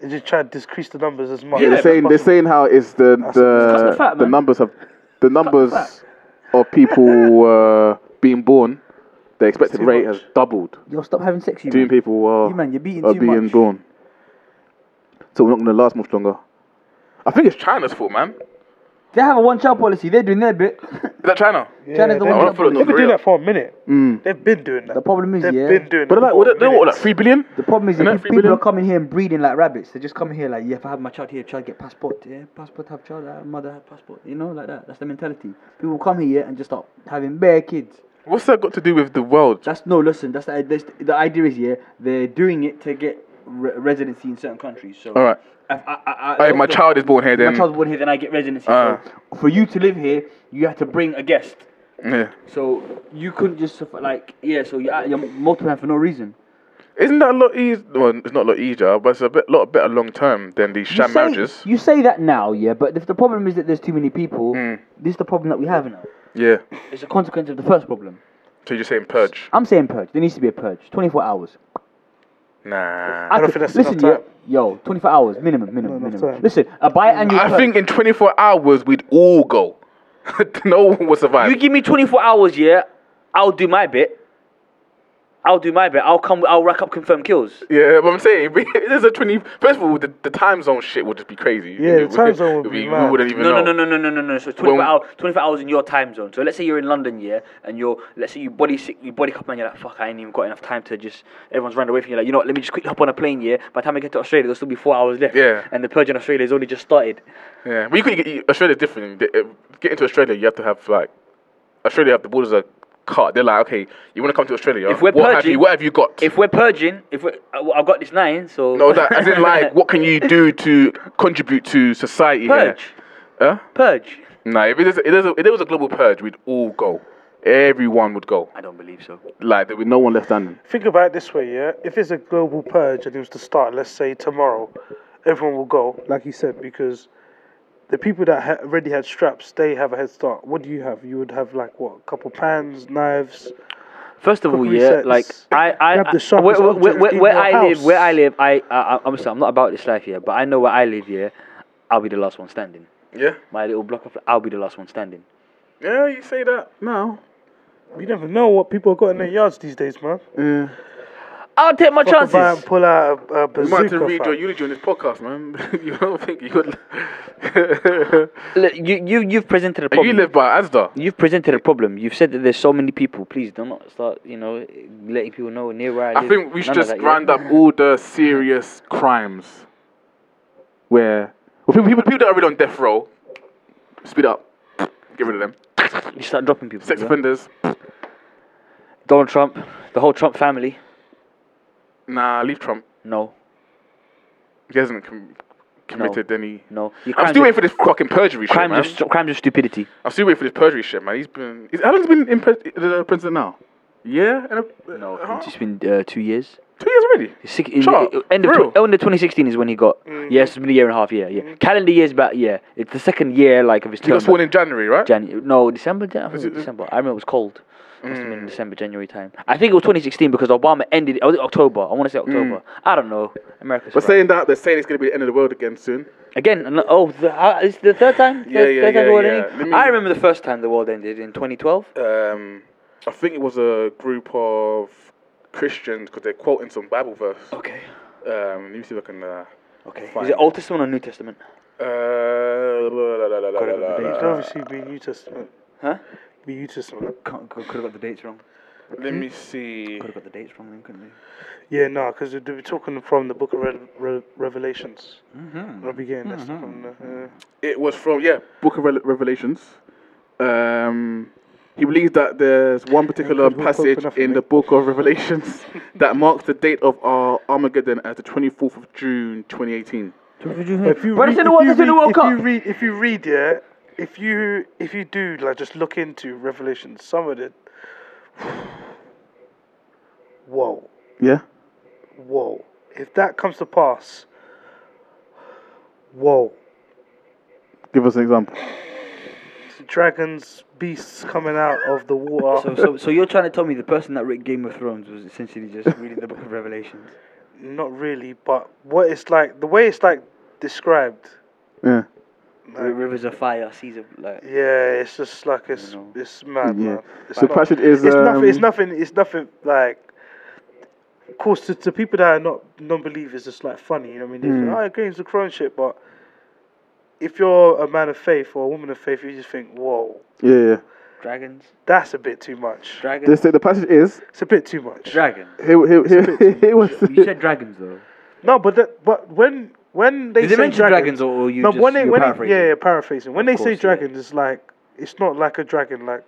Speaker 1: And just try to decrease the numbers as much
Speaker 3: Yeah,
Speaker 1: as
Speaker 3: they're saying they're
Speaker 1: possible?
Speaker 3: saying how it's the
Speaker 6: cut
Speaker 3: the,
Speaker 6: the fat,
Speaker 3: the
Speaker 6: man.
Speaker 3: numbers of the numbers of people uh, being born. The expected
Speaker 1: too
Speaker 3: rate
Speaker 1: much.
Speaker 3: has doubled.
Speaker 6: Yo, stop having sex, you
Speaker 3: Too many
Speaker 6: man.
Speaker 3: people are,
Speaker 6: You man, you're beating
Speaker 3: are
Speaker 6: too
Speaker 3: being
Speaker 6: much.
Speaker 3: born. So we're not going to last much longer. I think it's China's fault, man. Is
Speaker 6: They have a one-child policy. They're doing their bit.
Speaker 3: that China?
Speaker 6: China's the
Speaker 1: they-
Speaker 6: one.
Speaker 3: I follow
Speaker 1: They've been doing
Speaker 3: Korea.
Speaker 1: that for a minute. They've been doing that.
Speaker 6: Mm. The problem is,
Speaker 1: They've
Speaker 6: yeah.
Speaker 1: been doing
Speaker 3: But
Speaker 1: that.
Speaker 3: like,
Speaker 1: for
Speaker 3: what, they what, like
Speaker 1: minutes.
Speaker 3: three billion?
Speaker 6: The problem is,
Speaker 3: Isn't
Speaker 6: if
Speaker 3: that
Speaker 6: people
Speaker 3: three billion?
Speaker 6: are coming here and breeding like rabbits. They just come here like, yeah, if I have my child here, child get passport. Yeah, passport have child. uh, Mother have passport. You know, like that. That's the mentality. People come here and just start having bare kids.
Speaker 3: What's that got to do with the world?
Speaker 6: That's no. Listen, that's the that's, the idea is yeah. They're doing it to get re- residency in certain countries. So.
Speaker 3: All right.
Speaker 6: If I, I, I,
Speaker 3: Hey, my
Speaker 6: so-
Speaker 3: child is born here.
Speaker 6: My
Speaker 3: Then
Speaker 6: child's born here, then Uh. I get residency.
Speaker 3: Ah.
Speaker 6: So for you to live here, you have to bring a guest.
Speaker 3: yeah.
Speaker 6: So you couldn't just suffer, like yeah. So you're, you're multiplying for no reason.
Speaker 3: Isn't that a lot easier? Well, it's not a lot easier, but it's a bit, lot better long term than these sham
Speaker 6: you say,
Speaker 3: marriages.
Speaker 6: You say that now, yeah, but if the problem is that there's too many people,
Speaker 1: Hmm.
Speaker 6: this is the problem that we have now.
Speaker 3: Yeah.
Speaker 6: It's a consequence of the first problem.
Speaker 3: So you're saying purge?
Speaker 6: I'm saying purge. There needs to be a purge. 24 hours.
Speaker 3: Nah.
Speaker 6: I
Speaker 1: don't
Speaker 6: could-
Speaker 1: think that's
Speaker 6: listen,
Speaker 1: enough
Speaker 6: yeah,
Speaker 1: time.
Speaker 6: yo, 24 hours minimum, minimum,
Speaker 1: Not enough
Speaker 6: minimum.
Speaker 1: time.
Speaker 6: Listen, a biannual.
Speaker 3: I
Speaker 6: purge.
Speaker 3: think in 24 hours we'd all go. no one would survive.
Speaker 2: You give me 24 hours, yeah, I'll do my bit. I'll do my bit. I'll come. I'll rack up confirmed kills.
Speaker 3: yeah, but I'm saying there's a 20. First of all, the, the time zone shit would just be crazy.
Speaker 1: Yeah, the time zone would
Speaker 3: We-
Speaker 1: be
Speaker 3: we,
Speaker 1: mad.
Speaker 3: wouldn't even
Speaker 2: No,
Speaker 3: know.
Speaker 2: no, no, no, no, no, no, no. So it's 24,
Speaker 3: When-
Speaker 2: hour, 24 hours in your time zone. So let's say you're in London, yeah, and you're, let's say you body sick, you body cup, and you're like, fuck, I ain't even got enough time to just, everyone's run away from you. Like, you know what, let me just quickly hop on a plane, yeah. By the time I get to Australia, there'll still be four hours left.
Speaker 3: Yeah.
Speaker 2: And the purge in Australia has only just started.
Speaker 3: Yeah, but you could get you- Australia's different. The- uh, Get into Australia, you have to have like Australia. Have the borders are cut. They're like, okay, you want to come to Australia?
Speaker 2: If we're
Speaker 3: what have
Speaker 2: purging-
Speaker 3: you? What have you got?
Speaker 2: If we're purging, if we're, I- I've got this nine, so.
Speaker 3: no, that as in like, what can you do to contribute to society? here?
Speaker 2: Purge.
Speaker 3: Huh?
Speaker 2: Purge.
Speaker 3: No, if it is, it is a, if there was a global purge, we'd all go. Everyone would go.
Speaker 2: I don't believe so.
Speaker 3: Like there would no one left standing.
Speaker 1: Think about it this way, yeah? If it's a global purge and it was to start, let's say tomorrow, everyone will go, like you said, because the people that ha- already had straps, they have a head start. What do you have? You would have, like, what, a couple pans, knives?
Speaker 2: First of all,
Speaker 1: Cookery
Speaker 2: yeah,
Speaker 1: sets.
Speaker 2: like I, I,
Speaker 1: Grab the
Speaker 2: I-
Speaker 1: sharpest
Speaker 2: where, where, where,
Speaker 1: objects
Speaker 2: where,
Speaker 1: in
Speaker 2: where
Speaker 1: your
Speaker 2: I
Speaker 1: house.
Speaker 2: live, where I live, I, I, I'm sorry, I'm not about this life here, but I know where I live here. I'll be the last one standing.
Speaker 3: Yeah.
Speaker 2: My little block of, I'll be the last one standing.
Speaker 3: Yeah, you say that. No.
Speaker 1: You never know what people have got in their yards these days, man.
Speaker 2: I'll take my
Speaker 1: Fuck about and
Speaker 2: chances.
Speaker 1: pull out a, a
Speaker 3: You might have to
Speaker 1: bazooka.
Speaker 3: read your
Speaker 1: fam.
Speaker 3: eulogy on this podcast, man. you don't think you could.
Speaker 2: Look, you, you, you've presented a problem.
Speaker 3: you live by Asda.
Speaker 2: You've presented a problem. You've said that there's so many people. Please do not start, you know, letting people know near where I live.
Speaker 3: I think we
Speaker 2: None of
Speaker 3: should just
Speaker 2: that, yeah.
Speaker 3: round up all the serious crimes where well, people, people, people that are really on death row, speed up, get rid of them.
Speaker 2: You start dropping people.
Speaker 3: Sex
Speaker 2: yeah?
Speaker 3: offenders,
Speaker 2: Donald Trump, the whole Trump family.
Speaker 3: Nah, leave Trump.
Speaker 2: No,
Speaker 3: He hasn't com- committed any.
Speaker 2: no. Your
Speaker 3: I'm
Speaker 2: crimes
Speaker 3: still
Speaker 2: are-
Speaker 3: waiting for this fucking perjury shit,
Speaker 2: crimes
Speaker 3: man.
Speaker 2: of stu- crimes of stupidity.
Speaker 3: I'm still waiting for this perjury shit, man. He's been. Is, how long's he been in pres- the president now? Yeah, and a,
Speaker 2: No,
Speaker 3: huh?
Speaker 2: it's been uh, two years.
Speaker 3: two years already.
Speaker 2: Six, in,
Speaker 3: Shut
Speaker 2: in-
Speaker 3: up.
Speaker 2: end of
Speaker 3: Real.
Speaker 2: tw- oh, end of 2016 is when he got. Yeah, it's been a year and a half. Yeah, yeah. Calendar years back. Yeah, it's the second year like of his
Speaker 3: He
Speaker 2: term.
Speaker 3: got sworn in January, right?
Speaker 2: January. No, December. Jan- I think it was December. I remember it was cold. It must have
Speaker 6: Hmm.
Speaker 2: been December, January time. I think it was 2016 because Obama ended. Oh, was it October? I want to say
Speaker 6: Hmm.
Speaker 2: October. I don't know. America's.
Speaker 3: But
Speaker 2: right.
Speaker 3: saying that, they're saying it's gonna be the end of the world again soon.
Speaker 2: Again, ano- oh, the, uh, is the third time?
Speaker 3: Yeah,
Speaker 2: Third-
Speaker 3: yeah,
Speaker 2: third time the
Speaker 3: yeah,
Speaker 2: world
Speaker 3: yeah.
Speaker 2: ending?
Speaker 3: Let me-
Speaker 2: I remember the first time the world ended in 2012.
Speaker 3: Um, I think it was a group of Christians because they're quoting some Bible verse.
Speaker 2: Okay.
Speaker 3: Um, let me see if I can. Uh,
Speaker 2: Okay.
Speaker 3: Fine.
Speaker 2: Is it Old Testament or New Testament?
Speaker 3: uh, la, la, la, la, la, la,
Speaker 1: It's
Speaker 3: la.
Speaker 1: obviously be New Testament.
Speaker 2: Huh?
Speaker 1: Be New Testament.
Speaker 6: Can't, could have got the dates wrong.
Speaker 3: Let me see.
Speaker 6: Could have got the dates wrong then, couldn't they?
Speaker 1: Yeah, no, because we're we're talking from the Book of Re- Re- Revelations. I'll be getting that stuff from the. Uh,
Speaker 3: It was from yeah, Book of Re- Revelations. Um, he believes that there's one particular
Speaker 1: could we open
Speaker 3: passage
Speaker 1: up a
Speaker 3: in the
Speaker 1: link?
Speaker 3: Book of Revelations that marks the date of our Armageddon as the 24th of June, 2018.
Speaker 1: If you
Speaker 2: Mm-hmm. But it's
Speaker 1: read-
Speaker 2: in the World-
Speaker 1: if
Speaker 2: it's in the
Speaker 1: you
Speaker 2: World
Speaker 1: read-
Speaker 2: Cup.
Speaker 1: If you read, if you read, yeah, if you if you do like just look into Revelation, some of it. Whoa,
Speaker 3: Yeah.
Speaker 1: whoa! If that comes to pass, whoa!
Speaker 3: Give us an example.
Speaker 1: Dragons, beasts coming out of the water.
Speaker 6: So, so, so you're trying to tell me the person that wrote Game of Thrones was essentially just reading the Book of Revelations?
Speaker 1: Not really, but what it's like, the way it's like described.
Speaker 3: Yeah.
Speaker 6: R- Rivers of fire, seas of like.
Speaker 1: Yeah, it's just like it's it's mad,
Speaker 3: Yeah.
Speaker 1: man. It's
Speaker 3: So
Speaker 1: not-
Speaker 3: passage is.
Speaker 1: it's nothing. It's
Speaker 3: um,
Speaker 1: nothing. It's nothing like. Of course, to, to people that are not non-believers, it's like funny. You know what I mean? They
Speaker 3: Mm.
Speaker 1: think, oh, against the crown shit, but if you're a man of faith or a woman of faith, you just think, whoa,
Speaker 3: Yeah, yeah.
Speaker 6: Dragons?
Speaker 1: that's a bit too much.
Speaker 3: They
Speaker 6: Dragons?
Speaker 3: say the passage is.
Speaker 1: It's a bit too much.
Speaker 6: Dragons.
Speaker 3: Here, here, here, here was.
Speaker 6: You said dragons though.
Speaker 1: No, but that, but when when they
Speaker 6: Did
Speaker 1: say
Speaker 6: they mention dragons, or or you
Speaker 1: no,
Speaker 6: just
Speaker 1: when they,
Speaker 6: you're
Speaker 1: when they,
Speaker 6: paraphrasing?
Speaker 1: yeah, yeah, paraphrasing. When they say
Speaker 6: course, yeah.
Speaker 1: dragons, it's like it's not like a dragon, like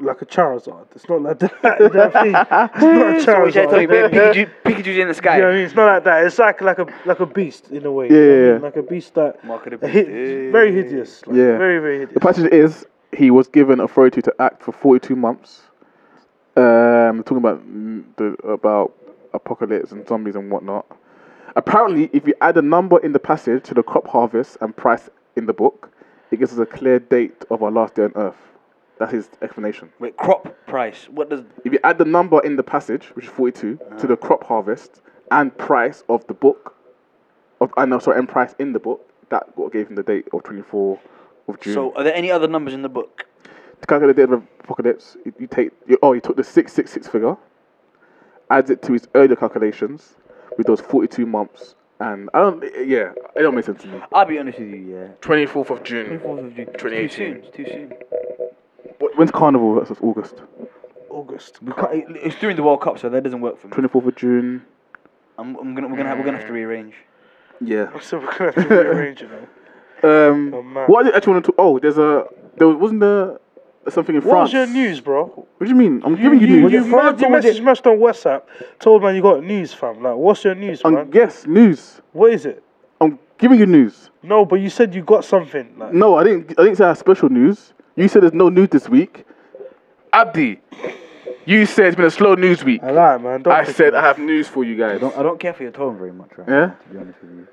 Speaker 1: like a Charizard. It's not like that. you know what I mean? It's not a Charizard.
Speaker 2: Sorry, tell me,
Speaker 1: you know what I mean?
Speaker 2: Pikachu, Pikachu's in the sky.
Speaker 1: You know what I mean? It's not like that. It's like like a like a beast in a way.
Speaker 3: Yeah,
Speaker 1: You know what I
Speaker 3: yeah,
Speaker 1: mean?
Speaker 3: yeah.
Speaker 1: Like a beast that
Speaker 2: Mark of the
Speaker 1: a hid-
Speaker 2: beast.
Speaker 1: very hideous. Like,
Speaker 3: Yeah.
Speaker 1: Very very
Speaker 3: The
Speaker 1: hideous.
Speaker 3: passage is he was given authority to act for 42 months. Um, talking about mm, the about apocalypse and zombies and whatnot. Apparently, if you add a number in the passage to the crop harvest and price in the book, it gives us a clear date of our last day on earth. That's his explanation.
Speaker 2: Wait, crop price. What does
Speaker 3: If you add the number in the passage, which is 42, to the crop harvest and price of the book, of I know, sorry, and price in the book, that what gave him the date of 24 of June.
Speaker 2: so? Are there any other numbers in the book?
Speaker 3: to calculate the date of apocalypse, you, you take you, oh you took the six six six figure, adds it to his earlier calculations with those forty two months, and I don't yeah it don't make sense to me.
Speaker 2: I'll be honest with you. Yeah.
Speaker 3: Twenty fourth of June.
Speaker 2: 2018. Too soon. Too soon.
Speaker 3: Wh- When's carnival? That's that's August.
Speaker 1: August.
Speaker 6: We can't- it- It's during the World Cup, so that doesn't work for me.
Speaker 3: Twenty fourth of June.
Speaker 6: I'm, I'm gonna, we're gonna, have, we're gonna
Speaker 2: Mm.
Speaker 6: have to rearrange.
Speaker 3: Yeah.
Speaker 1: So we're gonna have to rearrange it. now.
Speaker 3: Um.
Speaker 1: Oh, man.
Speaker 3: what I did actually want to oh there's a there was, wasn't there something in
Speaker 1: What was
Speaker 3: France.
Speaker 1: your news, bro?
Speaker 3: What do you mean? I'm
Speaker 1: You,
Speaker 3: giving you,
Speaker 1: you,
Speaker 3: news.
Speaker 1: you, mad- you messaged messaged on WhatsApp, told man you got news, fam. Like, what's your news,
Speaker 3: I'm-
Speaker 1: man?
Speaker 3: yes, news.
Speaker 1: What is it?
Speaker 3: I'm giving you news.
Speaker 1: No, but you said you got something. Like,
Speaker 3: No, I didn't. I didn't say I had special news. You said there's no news this week. Abdi, you said it's been a slow news week.
Speaker 1: I lie, man. Don't
Speaker 3: I
Speaker 1: piss
Speaker 3: said
Speaker 1: me
Speaker 3: I
Speaker 1: off.
Speaker 3: have news for you guys.
Speaker 6: I don't care for your tone very much, right?
Speaker 3: Yeah.
Speaker 6: To be honest with you.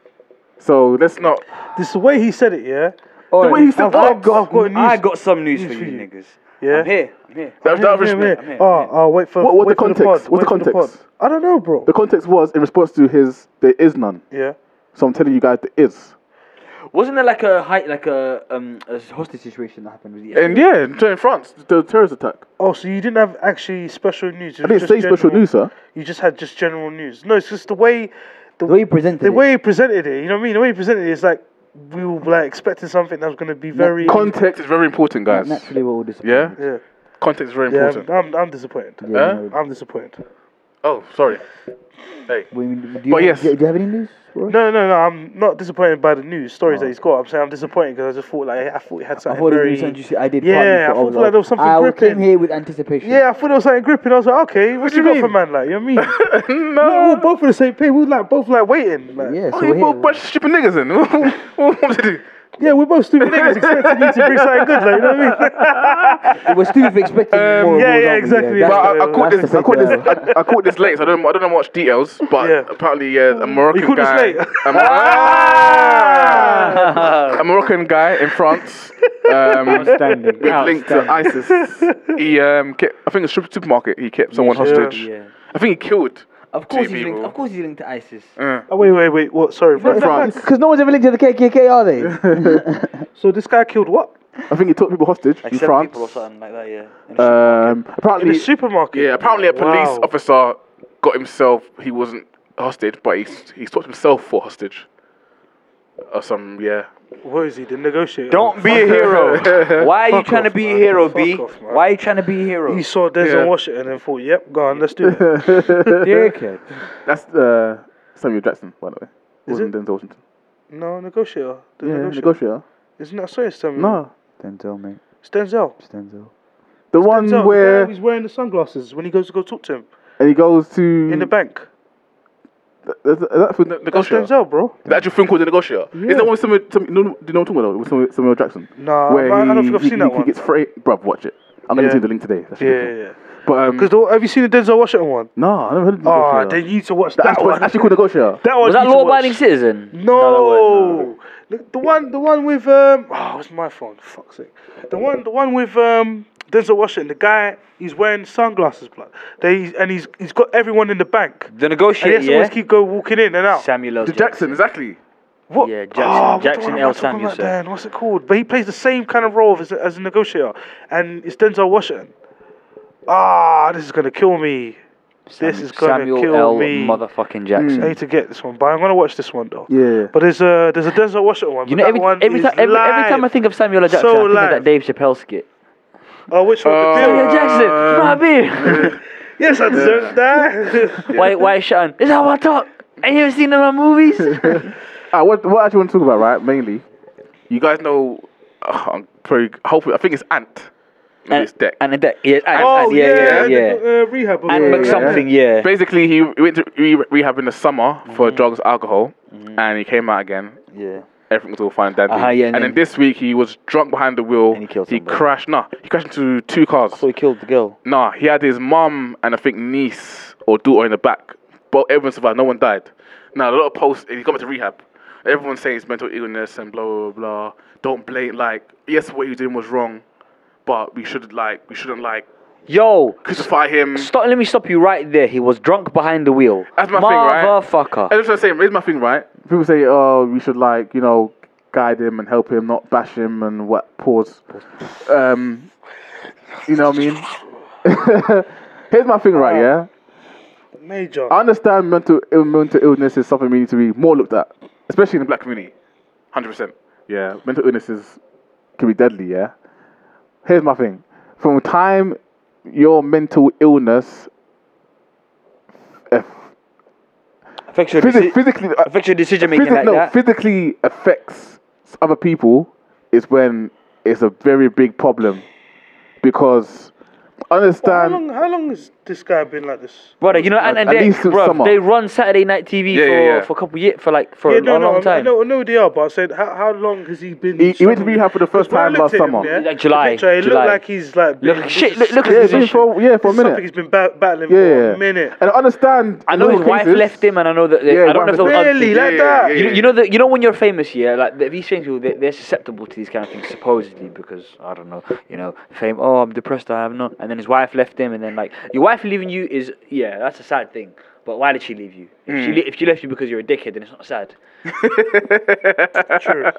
Speaker 3: So let's not.
Speaker 1: This is the way he said it, yeah.
Speaker 3: the way he said
Speaker 1: I've
Speaker 3: that,
Speaker 1: got, I've got news.
Speaker 2: I got some news for
Speaker 1: news
Speaker 2: you,
Speaker 1: for you.
Speaker 2: niggas.
Speaker 1: yeah.
Speaker 2: I'm here. I'm here.
Speaker 3: that, that
Speaker 1: I'm
Speaker 3: was
Speaker 1: here, I'm here.
Speaker 3: me.
Speaker 2: I'm here,
Speaker 1: Oh, oh, wait for
Speaker 3: What- what's
Speaker 1: wait
Speaker 3: the
Speaker 1: for
Speaker 3: context?
Speaker 1: pod,
Speaker 3: What's
Speaker 1: wait
Speaker 3: the
Speaker 1: for
Speaker 3: context?
Speaker 1: pod. I don't know, bro.
Speaker 3: The context was in response to his. There is none.
Speaker 1: Yeah.
Speaker 3: So I'm telling you guys there is.
Speaker 2: Wasn't there like a height, like a um? A,
Speaker 6: This hostage situation that happened with the.
Speaker 3: And yeah, in France, the terrorist attack.
Speaker 1: Oh, so you didn't have actually special news.
Speaker 3: I didn't say special news, sir.
Speaker 1: You just had just general news. No, it's just the way the,
Speaker 6: the way you presented
Speaker 1: the
Speaker 6: it.
Speaker 1: way he presented it. You know what I mean? The way he presented it is like we were like expecting something that was going to be very.
Speaker 3: Context is very important, guys.
Speaker 6: naturally, we're all disappointed.
Speaker 3: Yeah,
Speaker 1: yeah,
Speaker 3: context is very
Speaker 1: yeah.
Speaker 3: important.
Speaker 1: I'm, I'm, I'm disappointed.
Speaker 6: Yeah,
Speaker 3: Huh?
Speaker 6: no,
Speaker 1: I'm disappointed.
Speaker 3: Oh, sorry. Hey.
Speaker 6: What do you mean? Do you,
Speaker 3: But
Speaker 6: have-
Speaker 3: yes.
Speaker 6: do you have any news? for us?
Speaker 1: No, no, no. I'm not disappointed by the news stories that he's got. I'm saying I'm disappointed because I just thought like I thought it had
Speaker 6: I
Speaker 1: something
Speaker 6: thought it
Speaker 1: very.
Speaker 6: was something juicy. I did.
Speaker 1: Yeah, I
Speaker 6: partly for
Speaker 1: thought
Speaker 6: Oblak.
Speaker 1: like there was something
Speaker 6: I came
Speaker 1: gripping.
Speaker 6: here with anticipation.
Speaker 1: yeah, I thought it was something gripping. I was like, okay, what, you,
Speaker 3: do you
Speaker 1: got for man?
Speaker 3: mean?
Speaker 1: Like, you know what I mean? no, we were both on the same page. We were like both like waiting. Like,
Speaker 6: Yeah, so
Speaker 3: Oh,
Speaker 6: we're
Speaker 3: you
Speaker 6: here.
Speaker 3: brought a bunch of stupid niggas in. what what to do?
Speaker 1: yeah, we're both stupid niggas expecting you to bring something good. Like, you know what I mean?
Speaker 6: It was stupid for expecting more.
Speaker 1: Um, yeah,
Speaker 6: more
Speaker 1: yeah,
Speaker 6: than we-
Speaker 1: exactly.
Speaker 6: that's
Speaker 3: But
Speaker 6: the-
Speaker 3: I, I, caught
Speaker 6: that's
Speaker 3: this,
Speaker 6: the
Speaker 3: I, caught
Speaker 6: big,
Speaker 3: this,
Speaker 6: uh,
Speaker 3: I, I caught this late, so I don't, I don't know much details, but
Speaker 1: Yeah.
Speaker 3: apparently uh, a
Speaker 1: You
Speaker 3: Moroccan
Speaker 1: caught this
Speaker 3: guy.
Speaker 1: late?
Speaker 3: A, Mor- Ah!
Speaker 1: Ah!
Speaker 3: a Moroccan guy in France. Um,
Speaker 6: Outstanding.
Speaker 3: with linked to ISIS. He, um, kept, I think, a super- supermarket. He kept someone hostage.
Speaker 5: Yeah.
Speaker 3: I think he killed.
Speaker 5: Of course,
Speaker 3: two
Speaker 5: he's linked,
Speaker 3: people.
Speaker 5: of course he's linked to ISIS.
Speaker 2: Mm.
Speaker 3: Uh,
Speaker 1: Oh, wait, wait, wait. What? Sorry, bro.
Speaker 3: France.
Speaker 6: Because no one's ever linked to the KKK, are they?
Speaker 1: So this guy killed what?
Speaker 3: I think he took people hostage
Speaker 5: Like
Speaker 3: in
Speaker 5: seven
Speaker 3: France.
Speaker 5: people or something like that. Yeah. And it's-
Speaker 3: Um,
Speaker 1: In
Speaker 3: apparently,
Speaker 1: the supermarket.
Speaker 3: yeah. Apparently, a police
Speaker 1: Wow.
Speaker 3: officer got himself. He wasn't hostage, but he he swapped himself for hostage. Or some yeah.
Speaker 1: What is he? The negotiator.
Speaker 5: Don't be a
Speaker 3: Uh,
Speaker 5: hero. Why are you
Speaker 1: Fuck
Speaker 5: trying to
Speaker 1: off,
Speaker 5: be a
Speaker 1: man.
Speaker 5: hero,
Speaker 1: Fuck
Speaker 5: B?
Speaker 1: off, man.
Speaker 5: Why are you trying to be a hero?
Speaker 1: He saw Denzel
Speaker 3: Yeah.
Speaker 1: Washington and thought, "Yep, go on, let's do it."
Speaker 6: Dickhead.
Speaker 3: That's uh, Samuel Jackson, by the way. Wasn't Denzel Washington?
Speaker 1: no, negotiator. The
Speaker 3: Yeah,
Speaker 1: negotiator.
Speaker 3: negotiator.
Speaker 1: Isn't that so? um, Samuel?
Speaker 3: No,
Speaker 6: Denzel, mate.
Speaker 1: it's Denzel.
Speaker 6: Denzel.
Speaker 3: the one
Speaker 1: Denzel,
Speaker 3: where
Speaker 1: the guy who's wearing the sunglasses when he goes to go talk to him
Speaker 3: and he goes to
Speaker 1: in the bank.
Speaker 3: Is is that for the
Speaker 1: That's
Speaker 3: negotiator?
Speaker 1: Denzel, bro.
Speaker 3: The actual film called The Negotiator. Is that one with Samuel, Samuel, no, no, do you know what I'm talking about? With Samuel, Samuel Jackson?
Speaker 1: Nah,
Speaker 3: Where
Speaker 1: Uh, I- I
Speaker 3: he,
Speaker 1: don't think I've
Speaker 3: he,
Speaker 1: seen
Speaker 3: he,
Speaker 1: that
Speaker 3: he
Speaker 1: one.
Speaker 3: gets fra- Bruv, watch it. I'm going
Speaker 1: Yeah.
Speaker 3: to send you the link today. That's
Speaker 1: Yeah, yeah. yeah.
Speaker 3: But, um,
Speaker 1: 'Cause the- have you seen the Denzel Washington one?
Speaker 3: no, I never heard of The
Speaker 1: Ah,
Speaker 3: Negotiator.
Speaker 1: then you need to watch
Speaker 3: that,
Speaker 1: that
Speaker 3: actually,
Speaker 1: one.
Speaker 3: actually called Negotiator.
Speaker 1: That one.
Speaker 2: Was
Speaker 1: you
Speaker 2: that
Speaker 1: need to
Speaker 2: law
Speaker 1: watch.
Speaker 2: abiding
Speaker 6: Hmm?
Speaker 2: citizen?
Speaker 1: No, the, the one, the one with um, oh, it's my phone. Fuck's sake. The one, the one with um, Denzel Washington. The guy, he's wearing sunglasses, blood. They and he's he's got everyone in the bank.
Speaker 2: The
Speaker 1: And he
Speaker 2: negotiator,
Speaker 1: has to
Speaker 2: yeah?
Speaker 1: always keep go walking in and out.
Speaker 2: Samuel L.
Speaker 3: The
Speaker 2: Jackson.
Speaker 3: Jackson, exactly.
Speaker 1: What? Ah,
Speaker 2: Yeah, Jackson-
Speaker 1: what the
Speaker 2: Jackson
Speaker 1: one am
Speaker 2: L.
Speaker 1: I talking about
Speaker 2: Samuelson.
Speaker 1: then? What's it called? But he plays the same kind of role as, a- as a negotiator, and it's Denzel Washington. Ah, this is gonna kill me. this is gonna
Speaker 2: Samuel
Speaker 1: kill
Speaker 2: L.
Speaker 1: me.
Speaker 2: Motherfucking Jackson.
Speaker 1: I need to get this one, but I'm gonna watch this one though.
Speaker 3: Yeah.
Speaker 1: But there's a there's a Denzel Washington one.
Speaker 2: You
Speaker 1: but
Speaker 2: know,
Speaker 1: that
Speaker 2: every,
Speaker 1: one
Speaker 2: every,
Speaker 1: is
Speaker 2: time, every, every time I
Speaker 1: live.
Speaker 2: think of Samuel L. Jackson,
Speaker 1: So
Speaker 2: I think
Speaker 1: live.
Speaker 2: of that Dave Chappelle skit.
Speaker 1: Oh, which one? The
Speaker 2: Samuel
Speaker 1: Bill-
Speaker 2: L. Jackson, you know what I mean?
Speaker 1: Yes, I deserve that.
Speaker 2: Why, why is Sean? Is that how I talk? Ain't you ever seen them in my movies?
Speaker 3: Ah, what, what I actually want to talk about, right, mainly, you guys know, uh, I'm probably, hopefully, I think it's Ant. Maybe it's Deck.
Speaker 2: And the deck. Yeah, and,
Speaker 1: oh
Speaker 2: and, yeah, yeah,
Speaker 1: and
Speaker 2: yeah.
Speaker 1: the, Uh, rehab.
Speaker 2: And
Speaker 1: yeah,
Speaker 2: something, yeah.
Speaker 3: Basically, he went to re- rehab in the summer
Speaker 2: Mm-hmm.
Speaker 3: for drugs, alcohol, and he came out again.
Speaker 2: Yeah.
Speaker 3: Everything was all fine, and dandy.
Speaker 2: Mm-hmm. Uh-huh, yeah, and
Speaker 3: and,
Speaker 2: then-
Speaker 3: then this week he was drunk behind the wheel.
Speaker 2: And he killed somebody.
Speaker 3: crashed. Nah, he crashed into two cars.
Speaker 2: So he killed the girl.
Speaker 3: Nah, he had his mum and I think niece or daughter in the back. But everyone survived. No one died. Now a lot of posts. He got back to rehab. Everyone's saying it's mental illness and blah blah blah. Don't blame like yes, what he was doing was wrong, but we should like we shouldn't like
Speaker 2: Yo,
Speaker 3: crucify him.
Speaker 2: stop, let me stop you right there. He was drunk behind the wheel.
Speaker 3: That's my thing, right?
Speaker 2: Motherfucker.
Speaker 3: I just want to say, here's my thing, right? People say, oh, we should like, you know, guide him and help him, not bash him and what? Pause. Um, you know what I mean? here's my thing, right? Yeah,
Speaker 1: Major.
Speaker 3: I understand mental Ill- mental illness is something we need to be more looked at, especially in the black community. Hundred percent. Yeah, mental illnesses can be deadly. Yeah. Here's my thing: from the time your mental illness eff-
Speaker 2: Affects your,
Speaker 3: Physi-
Speaker 2: deci-
Speaker 3: physically uh,
Speaker 2: affects your decision making
Speaker 3: physi-
Speaker 2: like
Speaker 3: no,
Speaker 2: that.
Speaker 3: physically affects other people is when it's a very big problem because
Speaker 1: How
Speaker 3: understand
Speaker 1: long? How long has this guy been like this?
Speaker 2: Brother, you know, and, and
Speaker 3: at
Speaker 2: they,
Speaker 3: least till
Speaker 2: bruv,
Speaker 3: summer.
Speaker 2: they run Saturday night TV
Speaker 3: Yeah,
Speaker 2: for,
Speaker 3: yeah, yeah.
Speaker 2: for a couple years, for like for
Speaker 1: Yeah,
Speaker 2: a
Speaker 1: no,
Speaker 2: long,
Speaker 1: no, I- I
Speaker 2: time.
Speaker 1: know, I know they are, but I said, how, how long has he been?
Speaker 3: He- he went to
Speaker 1: struggling?
Speaker 3: rehab for the first
Speaker 1: 'Cause when I
Speaker 3: time
Speaker 1: looked
Speaker 3: last
Speaker 1: at him,
Speaker 3: summer.
Speaker 1: yeah,
Speaker 2: Like July,
Speaker 1: the picture, it
Speaker 2: July.
Speaker 1: looked like he's like.
Speaker 2: Look,
Speaker 1: been-
Speaker 2: shit,
Speaker 1: this
Speaker 2: look-
Speaker 1: is-
Speaker 2: look at
Speaker 1: this is
Speaker 3: yeah,
Speaker 2: his
Speaker 3: just
Speaker 2: position.
Speaker 3: for, yeah for a
Speaker 1: Something he's
Speaker 3: minute
Speaker 1: been ba- battling
Speaker 3: yeah,
Speaker 1: for
Speaker 3: yeah.
Speaker 1: a minute.
Speaker 3: and understand
Speaker 2: I know
Speaker 3: those
Speaker 2: his wife
Speaker 3: cases-
Speaker 2: left him, and I know that. They,
Speaker 3: Yeah,
Speaker 2: I don't know if
Speaker 3: his
Speaker 2: there was
Speaker 3: wife
Speaker 2: other
Speaker 3: left
Speaker 1: Really,
Speaker 3: him.
Speaker 2: things.
Speaker 1: like
Speaker 3: Yeah,
Speaker 1: that.
Speaker 3: yeah, yeah,
Speaker 2: You, you know that you know when you're famous, yeah, like th- these famous people, they, they're susceptible to these kind of things supposedly because I don't know, you know, fame. Oh, I'm depressed. I have not. And then his wife left him, and then like your wife leaving you is yeah, that's a sad thing. But why did she leave you? If,
Speaker 3: Hmm.
Speaker 2: she, le- if she left you because you're a dickhead, then it's not sad.
Speaker 1: True.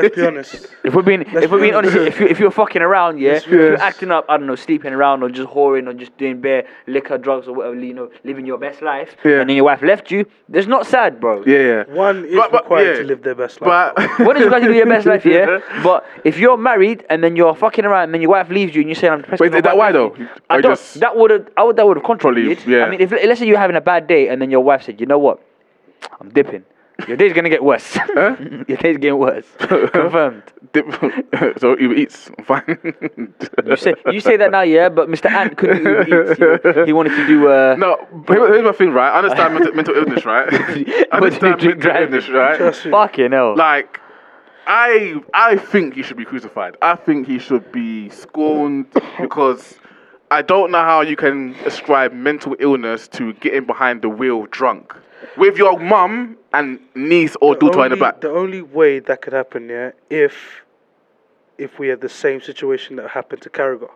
Speaker 1: Let's be honest.
Speaker 2: If we're being, if we're being honest, if, you, if you're fucking around, yeah, if you're acting up, I don't know, sleeping around or just whoring or just doing bare liquor, drugs or whatever, you know, living your best life,
Speaker 3: Yeah.
Speaker 2: and then your wife left you, that's not sad, bro.
Speaker 3: Yeah, yeah.
Speaker 1: One is
Speaker 3: But- but-
Speaker 1: required
Speaker 3: yeah.
Speaker 1: to live their best life.
Speaker 3: But
Speaker 2: What is you guys do your best life, yeah? But if you're married and then you're fucking around and then your wife leaves you and you say I'm depressed.
Speaker 3: Wait,
Speaker 2: because my
Speaker 3: is
Speaker 2: wife
Speaker 3: that why
Speaker 2: left
Speaker 3: though?
Speaker 2: me," I
Speaker 3: Or
Speaker 2: don't,
Speaker 3: just-
Speaker 2: that would that would that would have contributed.
Speaker 3: yeah.
Speaker 2: I mean, if let's say you're having a bad day and then your wife said, you know what, I'm dipping. Your day's gonna get worse. your day's getting worse. Confirmed.
Speaker 3: Dip- so Uber Eats, I'm fine.
Speaker 2: You say you say that now, yeah, but Mr. Ant couldn't do Uber Eats, you know, he wanted to do uh,
Speaker 3: No, here- here's my thing, right? I understand mental, mental illness, right? I
Speaker 2: What do you
Speaker 3: understand
Speaker 2: drink
Speaker 3: mental
Speaker 2: driving?
Speaker 3: illness, right?
Speaker 2: fucking hell.
Speaker 3: Like, I I think he should be crucified. I think he should be scorned because I don't know how you can ascribe mental illness to getting behind the wheel drunk with your mum and niece or daughter in the
Speaker 1: only-
Speaker 3: back.
Speaker 1: the only way that could happen, yeah, if if we had the same situation that happened to Carragher,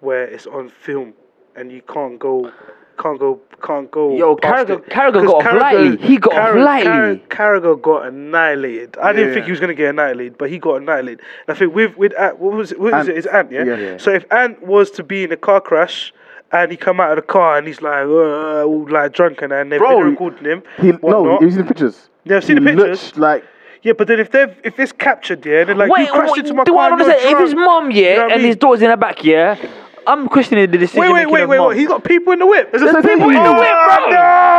Speaker 1: where it's on film and you can't go, can't go, can't go.
Speaker 2: Yo,
Speaker 1: past
Speaker 2: Carragher-
Speaker 1: it.
Speaker 2: Carragher
Speaker 1: 'Cause
Speaker 2: got off lightly. He got off
Speaker 1: Carra-
Speaker 2: lightly.
Speaker 1: Carra- Carragher got annihilated. I didn't
Speaker 3: Yeah.
Speaker 1: think he was gonna get annihilated, but he got annihilated. And I think with with Ant, what was it? What is it? It's Ant, yeah?
Speaker 3: Yeah, yeah.
Speaker 1: So if Ant was to be in a car crash. And he come out of the car and he's like, uh, all like drunk and that, and they're
Speaker 3: Bro,
Speaker 1: video recording him.
Speaker 3: He, no,
Speaker 1: whatnot.
Speaker 3: you've seen the pictures.
Speaker 1: Yeah, I've seen the
Speaker 3: He looks
Speaker 1: pictures.
Speaker 3: like
Speaker 1: Yeah, but then if they have if it's captured, yeah, then like you crashed into my
Speaker 2: do
Speaker 1: car.
Speaker 2: I
Speaker 1: you're
Speaker 2: understand? If
Speaker 1: drunk.
Speaker 2: his mom, yeah,
Speaker 1: You know what I
Speaker 2: and
Speaker 1: mean?
Speaker 2: his daughter's in the back, yeah, I'm questioning the decision.
Speaker 1: Wait, wait,
Speaker 2: making
Speaker 1: wait,
Speaker 2: of
Speaker 1: wait,
Speaker 2: mom.
Speaker 1: wait. He got people in the whip.
Speaker 3: That's the thing.
Speaker 1: people in the
Speaker 3: Oh,
Speaker 1: whip, bro.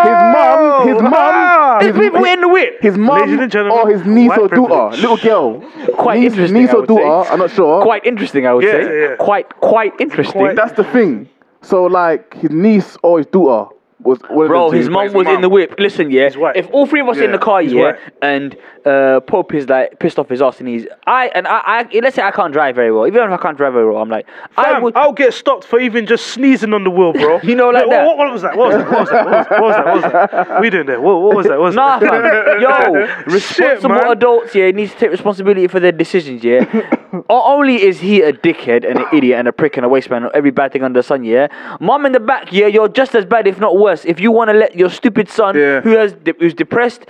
Speaker 3: His mum, his mum,
Speaker 1: Ah.
Speaker 3: his
Speaker 2: There's people in the whip.
Speaker 1: Ladies
Speaker 3: His
Speaker 1: and
Speaker 3: mum
Speaker 1: gentlemen,
Speaker 3: or his niece
Speaker 1: white
Speaker 3: or daughter,
Speaker 1: privilege.
Speaker 3: little girl.
Speaker 2: Quite
Speaker 3: niece,
Speaker 2: interesting,
Speaker 3: Niece
Speaker 2: I
Speaker 3: or
Speaker 2: would say.
Speaker 3: daughter, I'm not sure.
Speaker 2: quite interesting, I would
Speaker 1: Yeah,
Speaker 2: say.
Speaker 1: yeah, yeah.
Speaker 2: Quite, quite interesting.
Speaker 1: Quite-
Speaker 3: That's the thing. So like his niece or his daughter was one
Speaker 2: Bro,
Speaker 3: of the
Speaker 2: his
Speaker 3: two.
Speaker 2: mum was in the whip. Listen, yeah.
Speaker 1: white.
Speaker 2: If all three of us in the
Speaker 3: Yeah,
Speaker 2: car,
Speaker 1: he's
Speaker 2: yeah,
Speaker 1: white.
Speaker 2: and uh, Pope is like pissed off his ass, and he's I and I, I let's say I can't drive very well. Even if I can't drive very well, I'm like I
Speaker 1: Fam,
Speaker 2: would.
Speaker 1: I'll get stopped for even just sneezing on the wheel, bro.
Speaker 2: You know, like
Speaker 1: Wait,
Speaker 2: that.
Speaker 1: What, what was that? What was that? What was that? What was that? What was that? What was that? we doing there? What, what was that? What was
Speaker 2: Nah,
Speaker 1: that?
Speaker 2: fam. Yo, responsible
Speaker 1: man.
Speaker 2: adults, yeah, need to take responsibility for their decisions, yeah. Not only is he a dickhead and an idiot and a prick and a wasteman and every bad thing under the sun, yeah. Mom in the back, yeah, you're just as bad, if not worse. If you want to let your stupid son,
Speaker 3: Yeah.
Speaker 2: who has de- who's depressed,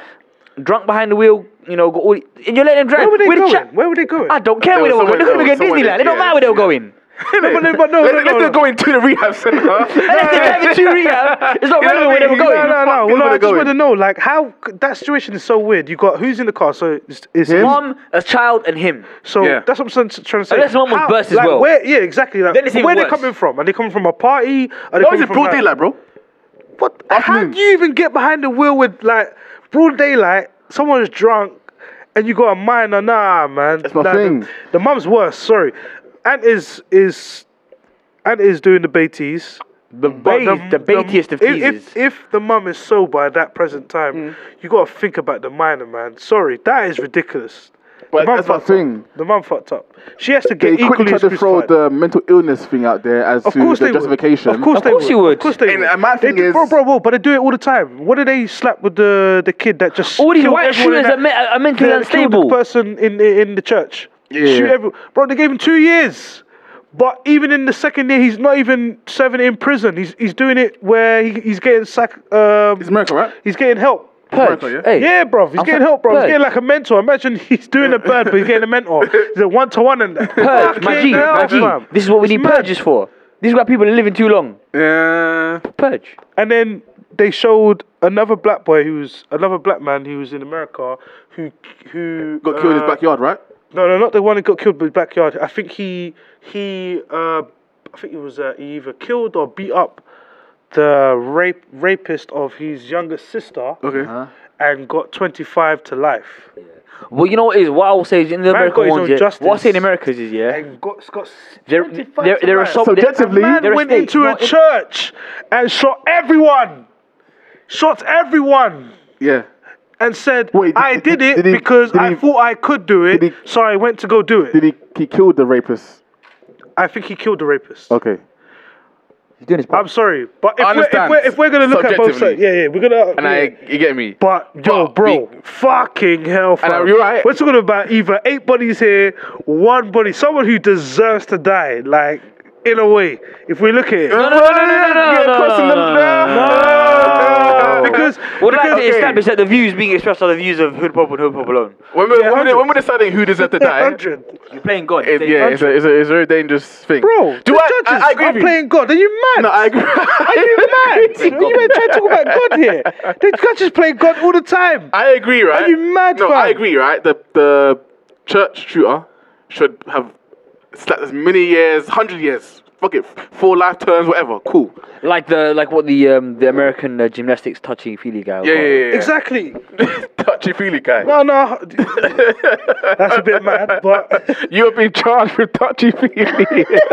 Speaker 2: drunk behind the wheel, you know, got all, and you let him drive.
Speaker 1: Where were they
Speaker 2: With
Speaker 1: going?
Speaker 2: a chap-
Speaker 1: Where were they going?
Speaker 2: I don't care where they
Speaker 3: There
Speaker 2: were
Speaker 3: was
Speaker 2: going. They're going
Speaker 3: somewhere
Speaker 2: to
Speaker 3: else,
Speaker 2: go to
Speaker 3: somewhere
Speaker 2: Disneyland. They don't
Speaker 3: else,
Speaker 2: matter where they were
Speaker 3: yeah.
Speaker 2: going.
Speaker 1: know, but, no, but no,
Speaker 3: Let,
Speaker 1: no,
Speaker 3: let
Speaker 1: Oh, no,
Speaker 3: them go into the rehab center.
Speaker 2: Unless they're driving to rehab, it's not
Speaker 3: You
Speaker 2: relevant
Speaker 3: know what
Speaker 2: where
Speaker 3: I
Speaker 2: they were
Speaker 3: mean?
Speaker 2: going.
Speaker 1: No, no, no.
Speaker 3: Fuck, where
Speaker 1: Well, no,
Speaker 3: they
Speaker 1: I just
Speaker 3: going?
Speaker 1: want to know, like, how that situation is so weird. You got who's in the car, so it's, it's him.
Speaker 2: Mom, a child, and him.
Speaker 1: So
Speaker 3: Yeah.
Speaker 1: that's what I'm s- trying to say.
Speaker 2: Unless one was
Speaker 1: How-
Speaker 2: burst as
Speaker 1: like,
Speaker 2: well.
Speaker 1: Where, yeah, exactly. Like,
Speaker 2: Then it's even
Speaker 1: where are they
Speaker 2: worse.
Speaker 1: coming from? Are they coming from a party? Are they
Speaker 3: Why
Speaker 1: coming
Speaker 3: is it
Speaker 1: from,
Speaker 3: broad
Speaker 1: like-
Speaker 3: daylight, bro?
Speaker 1: What? How
Speaker 3: Afternoon.
Speaker 1: do you even get behind the wheel with like broad daylight? Someone's drunk, and you got a minor. Nah, man. That's
Speaker 3: my thing.
Speaker 1: The, the mum's worse. Sorry, and is is and is doing the baities.
Speaker 2: The,
Speaker 1: But
Speaker 2: bait, the, baitiest of
Speaker 1: if,
Speaker 2: teasers. Mm.
Speaker 1: if, if the mum is sober at that present time, you got to think about the minor man. Sorry, that is ridiculous.
Speaker 3: But
Speaker 1: the mum
Speaker 3: that's my
Speaker 1: fucked up.
Speaker 3: thing.
Speaker 1: The mum fucked up. She has to get
Speaker 3: They quickly
Speaker 1: equally
Speaker 3: tried
Speaker 1: as
Speaker 3: to throw
Speaker 1: crucified.
Speaker 3: the mental illness thing out there as
Speaker 1: Of
Speaker 3: to
Speaker 1: course
Speaker 3: the
Speaker 1: they would.
Speaker 3: justification.
Speaker 1: Of course,
Speaker 2: Of course
Speaker 1: they
Speaker 2: you
Speaker 1: would.
Speaker 2: would.
Speaker 1: Of course they
Speaker 3: And,
Speaker 1: would.
Speaker 3: uh, my
Speaker 1: They
Speaker 3: thing
Speaker 1: do- bro,
Speaker 3: is-
Speaker 1: bro, bro. But they do it all the time. What did they slap with the the kid that just
Speaker 2: All these
Speaker 1: killed
Speaker 2: white
Speaker 1: everyone in
Speaker 2: shooters
Speaker 1: that-
Speaker 2: are, me- are mentally
Speaker 1: the- killed
Speaker 2: unstable.
Speaker 1: The person in the, in the church.
Speaker 3: Yeah.
Speaker 1: Shoot every- bro. They gave him two years. But even in the second year, he's not even serving it in prison. He's he's doing it where he, he's getting sack. Um,
Speaker 3: It's America, right?
Speaker 1: he's getting help.
Speaker 2: Purge.
Speaker 3: Michael, yeah?
Speaker 2: Hey.
Speaker 1: Yeah, bro. He's
Speaker 2: I'm
Speaker 1: getting
Speaker 2: fa-
Speaker 1: help, bro.
Speaker 2: Purge.
Speaker 1: He's getting like a mentor. Imagine he's doing a bird, but he's getting a mentor. He's a one to one and that.
Speaker 2: Purge, my G,
Speaker 1: Fucking hell,
Speaker 2: my G.
Speaker 1: fam.
Speaker 2: This is what we
Speaker 1: It's
Speaker 2: need
Speaker 1: mad.
Speaker 2: purges for. This is why people are living too long.
Speaker 3: Yeah.
Speaker 2: Purge.
Speaker 1: And then they showed another black boy who's another black man who was in America who who
Speaker 3: Got killed in
Speaker 1: uh,
Speaker 3: his backyard, right?
Speaker 1: No, no, not the one who got killed in his backyard. I think he he uh, I think he was uh, he either killed or beat up the rape rapist of his younger sister
Speaker 3: Okay.
Speaker 1: and got twenty five to life
Speaker 2: Well, you know what is what I will say is in the
Speaker 1: Man got
Speaker 2: American
Speaker 1: his
Speaker 2: ones,
Speaker 1: own
Speaker 2: yeah,
Speaker 1: justice.
Speaker 2: what I say in Americas is yeah,
Speaker 1: and got got
Speaker 2: there,
Speaker 1: 25
Speaker 2: there,
Speaker 1: to
Speaker 2: there are
Speaker 1: life.
Speaker 2: some
Speaker 3: Subjectively-
Speaker 2: there,
Speaker 1: man
Speaker 2: there are
Speaker 1: went
Speaker 2: states
Speaker 1: into a
Speaker 2: not in-
Speaker 1: church and shot everyone. Shot everyone.
Speaker 3: Yeah.
Speaker 1: and said,
Speaker 3: Wait, did-
Speaker 1: I
Speaker 3: did-
Speaker 1: did it
Speaker 3: did he-
Speaker 1: because
Speaker 3: did
Speaker 1: I
Speaker 3: he-
Speaker 1: thought I could do it,
Speaker 3: did he-
Speaker 1: so I went to go do it.
Speaker 3: Did he? He killed the rapist.
Speaker 1: I think he killed the rapist.
Speaker 3: Okay.
Speaker 6: He's doing his part.
Speaker 1: I'm sorry, but
Speaker 3: I
Speaker 1: if we're, if
Speaker 3: understand.
Speaker 1: we're if we're gonna look at both sides,
Speaker 3: Subjectively.
Speaker 1: yeah, yeah, we're gonna.
Speaker 3: And
Speaker 1: yeah.
Speaker 3: I, you get me.
Speaker 1: But yo,
Speaker 3: But
Speaker 1: bro, fucking hell, fam.
Speaker 3: I- you're right.
Speaker 1: We're talking about either eight bodies here, one body, someone who deserves to die, like in a way. If we look at it,
Speaker 2: no, no, no, no, no, no, no, no, no, no, no, no, no, no, no, no, no.
Speaker 1: Because-
Speaker 2: We'd Oh. like to
Speaker 1: because-
Speaker 2: establish that the views being expressed are the views of Hood Pop and Hood Pop alone.
Speaker 3: When we're,
Speaker 1: Yeah,
Speaker 3: when, we're,
Speaker 1: 100.
Speaker 3: when we're deciding who deserves to die, it,
Speaker 1: Hundred.
Speaker 2: You're playing God. Then-
Speaker 3: yeah, it's a, it's, a, it's a very dangerous thing.
Speaker 1: Bro,
Speaker 3: do
Speaker 1: the
Speaker 3: I,
Speaker 1: judges
Speaker 3: I, I agree
Speaker 1: are
Speaker 3: with you.
Speaker 1: playing God. Are you mad?
Speaker 3: No, I agree.
Speaker 1: Are you mad? you ain't trying to talk about God here. The judges play God all the time.
Speaker 3: I agree, right?
Speaker 1: you mad,
Speaker 3: No,
Speaker 1: fam?
Speaker 3: I agree, right? The the church shooter should have slapped as many years, hundred years, fuck it, four life terms, whatever. Cool.
Speaker 2: Like the like what the um, the American uh, gymnastics touchy feely guy. was
Speaker 3: Yeah, yeah,
Speaker 2: called.
Speaker 3: yeah. yeah.
Speaker 1: Exactly.
Speaker 3: Touchy feely guy.
Speaker 1: No, no. That's a bit mad, but
Speaker 3: You have been charged with touchy feely.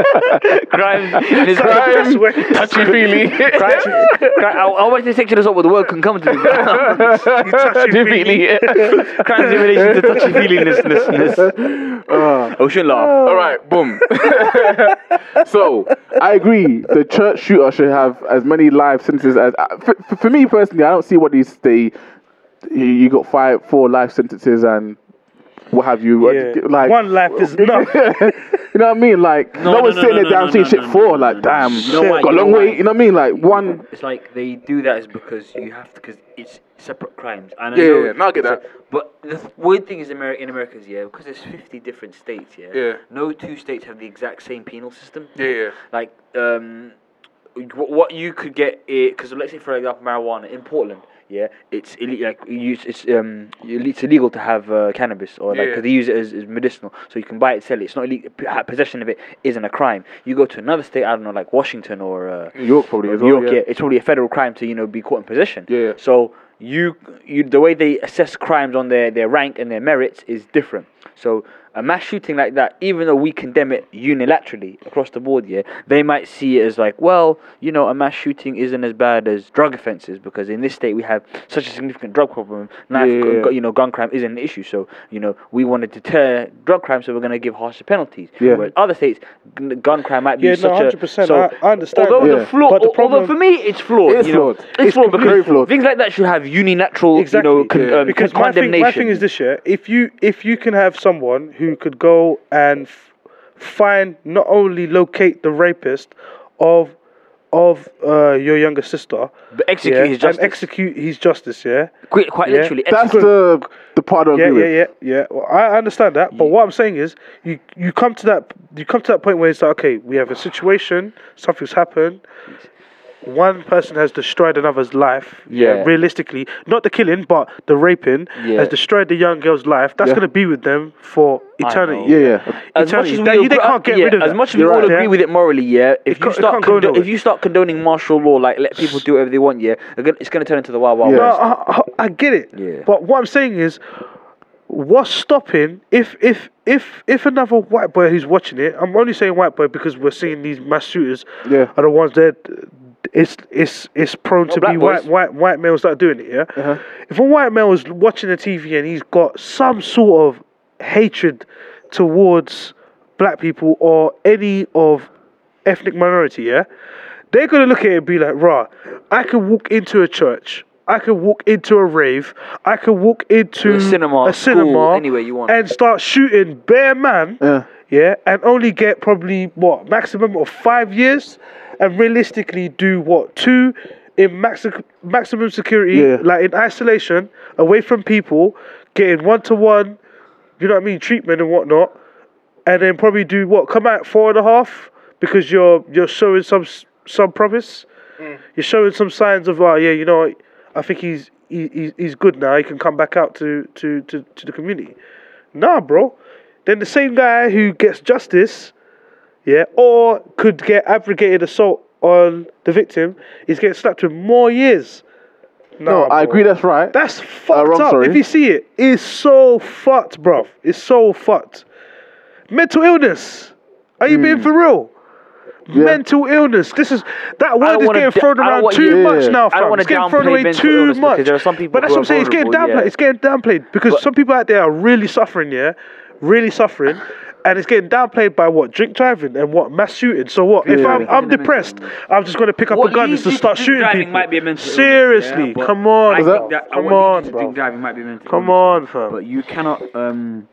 Speaker 2: Grimes. and his-
Speaker 1: That's where-
Speaker 3: touchy feely.
Speaker 2: Grimes. Gri- I, I watched this section as what the word can come to. me. Crimes in relation to touchy feelylessness. Oh, should laugh.
Speaker 3: All right, boom. so I agree. The church shooter should have as many life sentences as. uh, For, for- for me personally, I don't see what these they. You you got five, four life sentences and what have you.
Speaker 1: Yeah.
Speaker 3: Like
Speaker 1: One life is enough.
Speaker 3: you know what I mean? Like no,
Speaker 2: no,
Speaker 3: one's
Speaker 2: no,
Speaker 3: sitting
Speaker 2: no, no,
Speaker 3: there down
Speaker 2: no,
Speaker 3: saying
Speaker 2: no,
Speaker 3: shit
Speaker 2: no,
Speaker 3: four.
Speaker 2: no,
Speaker 3: like
Speaker 2: no, no.
Speaker 3: damn,
Speaker 2: You know why-
Speaker 3: got a
Speaker 2: you
Speaker 3: long
Speaker 2: know
Speaker 3: way.
Speaker 2: why?
Speaker 3: You know what I mean? Like one.
Speaker 2: It's like they do that is because you have to, because it's separate crimes. And I
Speaker 3: Yeah,
Speaker 2: know
Speaker 3: yeah, no, I get that.
Speaker 2: But the th- weird thing is Ameri- in Americans, yeah, because there's 50 different states, yeah,
Speaker 3: Yeah.
Speaker 2: no two states have the exact same penal system.
Speaker 3: Yeah, yeah.
Speaker 2: Like, um, wh- what you could get, because let's say, for example, marijuana in Portland, yeah, it's ille- like you use, it's um it's illegal to have uh, cannabis or like
Speaker 3: Yeah.
Speaker 2: 'cause they use it as, as medicinal, so you can buy it, sell it. It's not illegal. Possession of it isn't a crime. You go to another state, I don't know, like Washington or uh,
Speaker 3: New York probably
Speaker 2: New
Speaker 3: as well,
Speaker 2: York,
Speaker 3: yeah.
Speaker 2: yeah, it's probably a federal crime to you know be caught in possession.
Speaker 3: Yeah, yeah.
Speaker 2: So you you the way they assess crimes on their their rank and their merits is different. So a mass shooting like that, even though we condemn it unilaterally across the board, yeah, they might see it as like, well, you know, a mass shooting isn't as bad as drug offences because in this state we have such a significant drug problem. Knife,
Speaker 3: Yeah, yeah, yeah.
Speaker 2: you know, gun crime isn't an issue. So you know, we want to deter drug crime, so we're going to give harsher penalties.
Speaker 3: Yeah.
Speaker 2: Whereas other states, g- gun crime might be
Speaker 1: Yeah, no,
Speaker 2: such a
Speaker 1: 100%,
Speaker 2: so.
Speaker 1: I- I understand
Speaker 2: Although
Speaker 1: that.
Speaker 2: the
Speaker 1: Yeah.
Speaker 2: flaw,
Speaker 1: But the
Speaker 2: although
Speaker 1: problem-
Speaker 2: for me it's flawed.
Speaker 3: It is
Speaker 2: you know.
Speaker 3: flawed.
Speaker 2: It's,
Speaker 3: It's
Speaker 2: flawed because
Speaker 3: completely flawed.
Speaker 2: things like that should have uninatural,
Speaker 1: Exactly.
Speaker 2: you know, con-
Speaker 3: Yeah.
Speaker 2: um,
Speaker 1: because my
Speaker 2: condemnation.
Speaker 1: thing, my thing is this year. If you if you can have someone who could go and f- find not only locate the rapist of of uh, your younger sister,
Speaker 2: But execute
Speaker 1: yeah,
Speaker 2: his justice.
Speaker 1: and execute his justice. Yeah,
Speaker 2: quite quite
Speaker 1: Yeah.
Speaker 2: literally.
Speaker 3: That's
Speaker 2: execute.
Speaker 3: the the part I
Speaker 1: yeah,
Speaker 3: agree
Speaker 1: yeah,
Speaker 3: with.
Speaker 1: yeah, yeah. Well, I I understand that, but what I'm saying is, you you come to that you come to that point where it's like, okay, we have a situation, something's happened. One person has destroyed another's life.
Speaker 2: Yeah.
Speaker 1: Realistically, not the killing, but the raping
Speaker 2: Yeah.
Speaker 1: has destroyed the young girl's life. That's
Speaker 3: Yeah.
Speaker 1: gonna be with them for
Speaker 2: I
Speaker 1: eternity.
Speaker 3: Yeah, yeah.
Speaker 2: As much
Speaker 1: Eternity.
Speaker 2: as we
Speaker 1: That- you- they
Speaker 2: agree-
Speaker 1: can't get
Speaker 2: yeah,
Speaker 1: rid of
Speaker 2: as
Speaker 1: that.
Speaker 2: much as we
Speaker 1: You're
Speaker 2: all
Speaker 1: right.
Speaker 2: agree
Speaker 1: Yeah.
Speaker 2: with it morally, yeah. If you
Speaker 1: can't- it
Speaker 2: start
Speaker 1: can't go
Speaker 2: condo-
Speaker 1: nowhere.
Speaker 2: if you start condoning martial law, like let people do whatever they want, yeah, they're gonna- it's going to turn into the wild wild
Speaker 3: Yeah.
Speaker 1: No,
Speaker 2: west.
Speaker 1: I, I, I get it.
Speaker 2: Yeah.
Speaker 1: But what I'm saying is, what's stopping if if if if another white boy who's watching it? I'm only saying white boy because we're seeing these mass shooters
Speaker 3: Yeah.
Speaker 1: are the ones that it's it's it's prone to
Speaker 2: Oh, black
Speaker 1: be white
Speaker 2: boys. Uh-huh.
Speaker 1: white white males that are doing it. Yeah. If a white male is watching the TV and he's got some sort of hatred towards black people or any of ethnic minority, yeah, they're gonna look at it and be like, "Rah, I could walk into a church, I could walk into a rave, I could walk into
Speaker 2: A cinema,
Speaker 1: a
Speaker 2: school,
Speaker 1: cinema,
Speaker 2: anywhere you want." Uh-huh.
Speaker 1: and start shooting bare man,
Speaker 3: Yeah.
Speaker 1: yeah, and only get probably what maximum of five years, and realistically do what two in maxi- maximum security,
Speaker 3: Yeah.
Speaker 1: like in isolation, away from people, getting one to one, you know what I mean, treatment and whatnot, and then probably do what come out four and a half because you're you're showing some s- some promise, you're showing some signs of oh yeah, you know, what, I think he's he, he's- he's good now. He can come back out to to to, to the community. Nah, bro. Then the same guy who gets justice, yeah, or could get abrogated assault on the victim is getting slapped with more years.
Speaker 3: No,
Speaker 1: Nah,
Speaker 3: I
Speaker 1: bro.
Speaker 3: agree. That's right.
Speaker 1: That's fucked
Speaker 3: wrong,
Speaker 1: up.
Speaker 3: sorry.
Speaker 1: If you see it, it's so fucked, bruv. It's so fucked. Mental illness. Are you being for real? Mental illness. This is that
Speaker 2: don't
Speaker 1: word is
Speaker 2: wanna
Speaker 1: getting
Speaker 2: da-
Speaker 1: thrown
Speaker 2: I don't
Speaker 1: around
Speaker 2: want-
Speaker 1: too
Speaker 2: yeah.
Speaker 1: much
Speaker 2: I
Speaker 1: now,
Speaker 2: don't
Speaker 1: fam.
Speaker 2: wanna
Speaker 1: It's getting thrown
Speaker 2: downplay
Speaker 1: away
Speaker 2: mental
Speaker 1: too
Speaker 2: illness because
Speaker 1: much.
Speaker 2: there are some people
Speaker 1: but that's
Speaker 2: who
Speaker 1: what
Speaker 2: are
Speaker 1: I'm saying. It's getting
Speaker 2: vulnerable,
Speaker 1: downplayed.
Speaker 2: yeah.
Speaker 1: It's getting downplayed because some people out there are really suffering. Yeah, really suffering. And it's getting downplayed by what drink driving and what mass shooting. So what? If I'm, I'm depressed, I'm just gonna pick up
Speaker 5: What
Speaker 1: a gun and
Speaker 5: leads
Speaker 1: just
Speaker 5: you to
Speaker 1: start
Speaker 5: drink
Speaker 1: shooting
Speaker 5: driving
Speaker 1: people.
Speaker 5: might be a mental illness,
Speaker 1: Seriously,
Speaker 5: yeah, but
Speaker 1: come on,
Speaker 5: I
Speaker 1: bro.
Speaker 5: think that, I
Speaker 1: come
Speaker 5: want
Speaker 1: on,
Speaker 5: you to
Speaker 1: bro.
Speaker 5: drink driving might be mental.
Speaker 1: Come
Speaker 5: illness,
Speaker 1: on, fam.
Speaker 5: But you cannot um,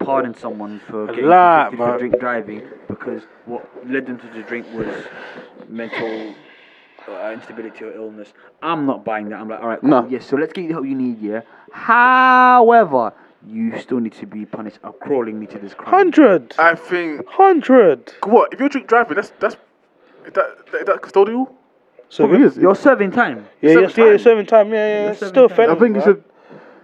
Speaker 5: pardon someone for getting
Speaker 1: lot,
Speaker 5: convicted
Speaker 1: man.
Speaker 5: for drink driving because what led them to the drink was mental uh, instability or illness. I'm not buying that. I'm like, all right, cool.
Speaker 3: No.
Speaker 5: yes. So let's get you the help you need, yeah. However, you still need to be punished of crawling me to this crime.
Speaker 1: Hundred.
Speaker 3: I think
Speaker 1: Hundred.
Speaker 3: what if you drink driving? That's that's is that that, that custodial.
Speaker 1: So
Speaker 3: Probably is.
Speaker 5: You're serving time.
Speaker 1: Yeah,
Speaker 3: Seven
Speaker 1: yeah, yeah,
Speaker 3: times.
Speaker 1: seven time. Yeah, yeah, yeah. Still
Speaker 3: I
Speaker 1: offending.
Speaker 3: think you should.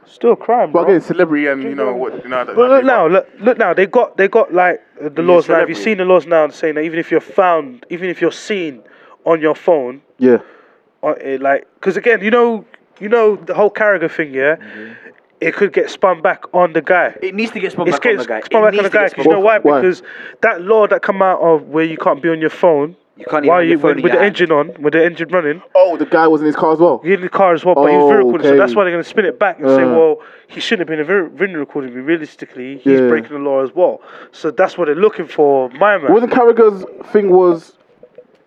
Speaker 1: Still a crime.
Speaker 3: Well,
Speaker 1: bro.
Speaker 3: again, celebrity and you know what you know. that-
Speaker 1: But
Speaker 3: that-
Speaker 1: look now, look, look now. They got they got like uh, the laws now. Have you
Speaker 3: celebrity.
Speaker 1: seen the laws now saying that even if you're found, even if you're seen on your phone,
Speaker 3: Yeah.
Speaker 1: on it, like because again, you know, you know the whole Carragher thing, yeah. It could get spun back on the guy.
Speaker 5: It needs to get spun
Speaker 1: It's
Speaker 5: back on the
Speaker 1: getting
Speaker 5: guy. It
Speaker 1: spun back on
Speaker 5: needs
Speaker 1: the
Speaker 5: to
Speaker 1: guy.
Speaker 5: get
Speaker 1: 'cause
Speaker 5: spun
Speaker 1: you know
Speaker 5: back
Speaker 1: why?
Speaker 5: on the guy.
Speaker 3: Why?
Speaker 1: Because that law that come out of where you can't be on your phone
Speaker 5: You can't even
Speaker 1: while
Speaker 5: have your
Speaker 1: you
Speaker 5: phone in
Speaker 1: with, with
Speaker 5: your
Speaker 1: the
Speaker 5: hand.
Speaker 1: engine on, with the engine running,
Speaker 3: Oh, the guy was in his car as well.
Speaker 1: You're in the car as well, but he's
Speaker 3: Oh,
Speaker 1: video recording, so
Speaker 3: okay.
Speaker 1: that's why they're going to spin it back and say,
Speaker 3: Uh.
Speaker 1: well, he shouldn't have been a video recording. But realistically, he's
Speaker 3: Yeah.
Speaker 1: breaking the law as well. So that's what they're looking for, my man.
Speaker 3: Wasn't Carragher's thing was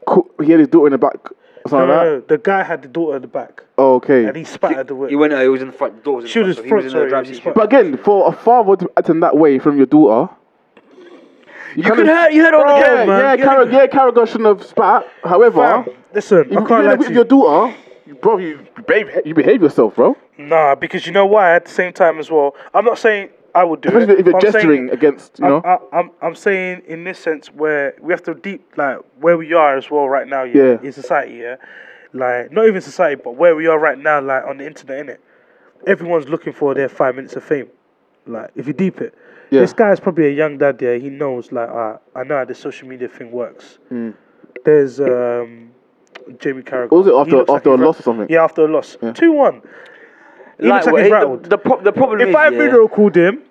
Speaker 3: co- he had his daughter in the back
Speaker 1: no,
Speaker 3: or something
Speaker 1: no,
Speaker 3: like that?
Speaker 1: no, the guy had the daughter at the back,
Speaker 3: Oh, okay.
Speaker 1: and he spat at the
Speaker 5: He
Speaker 1: way.
Speaker 5: went. Uh, he was in the front. The door was in
Speaker 1: She
Speaker 5: the
Speaker 1: was
Speaker 5: front, so he
Speaker 1: front,
Speaker 5: was in
Speaker 1: sorry,
Speaker 5: the
Speaker 1: he
Speaker 5: driver's
Speaker 1: was
Speaker 5: seat.
Speaker 3: But again, for a father to act in that way from your daughter, you,
Speaker 5: You heard. You heard all the
Speaker 1: Bro,
Speaker 3: Yeah,
Speaker 1: man.
Speaker 3: yeah,
Speaker 1: You
Speaker 3: Carragher, yeah, Carragher shouldn't have spat. However,
Speaker 1: Fam, listen,
Speaker 3: if
Speaker 1: I can't lie
Speaker 3: you're
Speaker 1: to
Speaker 3: with
Speaker 1: you.
Speaker 3: your daughter, you- bro, you behave, you behave yourself, bro.
Speaker 1: Nah, because you know why. At the same time as well, I'm not saying I would do
Speaker 3: Especially
Speaker 1: it.
Speaker 3: if you're
Speaker 1: but I'm saying-
Speaker 3: gesturing against, you
Speaker 1: I'm-
Speaker 3: know.
Speaker 1: I, I'm, I'm saying in this sense where we have to deep like where we are as well right now, yeah,
Speaker 3: Yeah.
Speaker 1: in society, yeah, like not even society, but where we are right now, like on the internet, innit? Everyone's looking for their five minutes of fame. Like if you deep it,
Speaker 3: Yeah.
Speaker 1: this guy's probably a young dad. Yeah, he knows. Like uh, I know how the social media thing works. There's um, Jamie Carragher.
Speaker 3: Hmm. What was it,
Speaker 1: He
Speaker 3: after-
Speaker 1: looks
Speaker 3: after
Speaker 1: he's
Speaker 3: a loss
Speaker 1: ra-
Speaker 3: or something?
Speaker 1: Yeah, after a loss, two one. He looks
Speaker 2: Like,
Speaker 1: like
Speaker 2: well,
Speaker 1: he's
Speaker 2: it-
Speaker 1: rattled.
Speaker 2: the, the, pro- the problem is,
Speaker 1: If I
Speaker 2: yeah,
Speaker 1: video called him,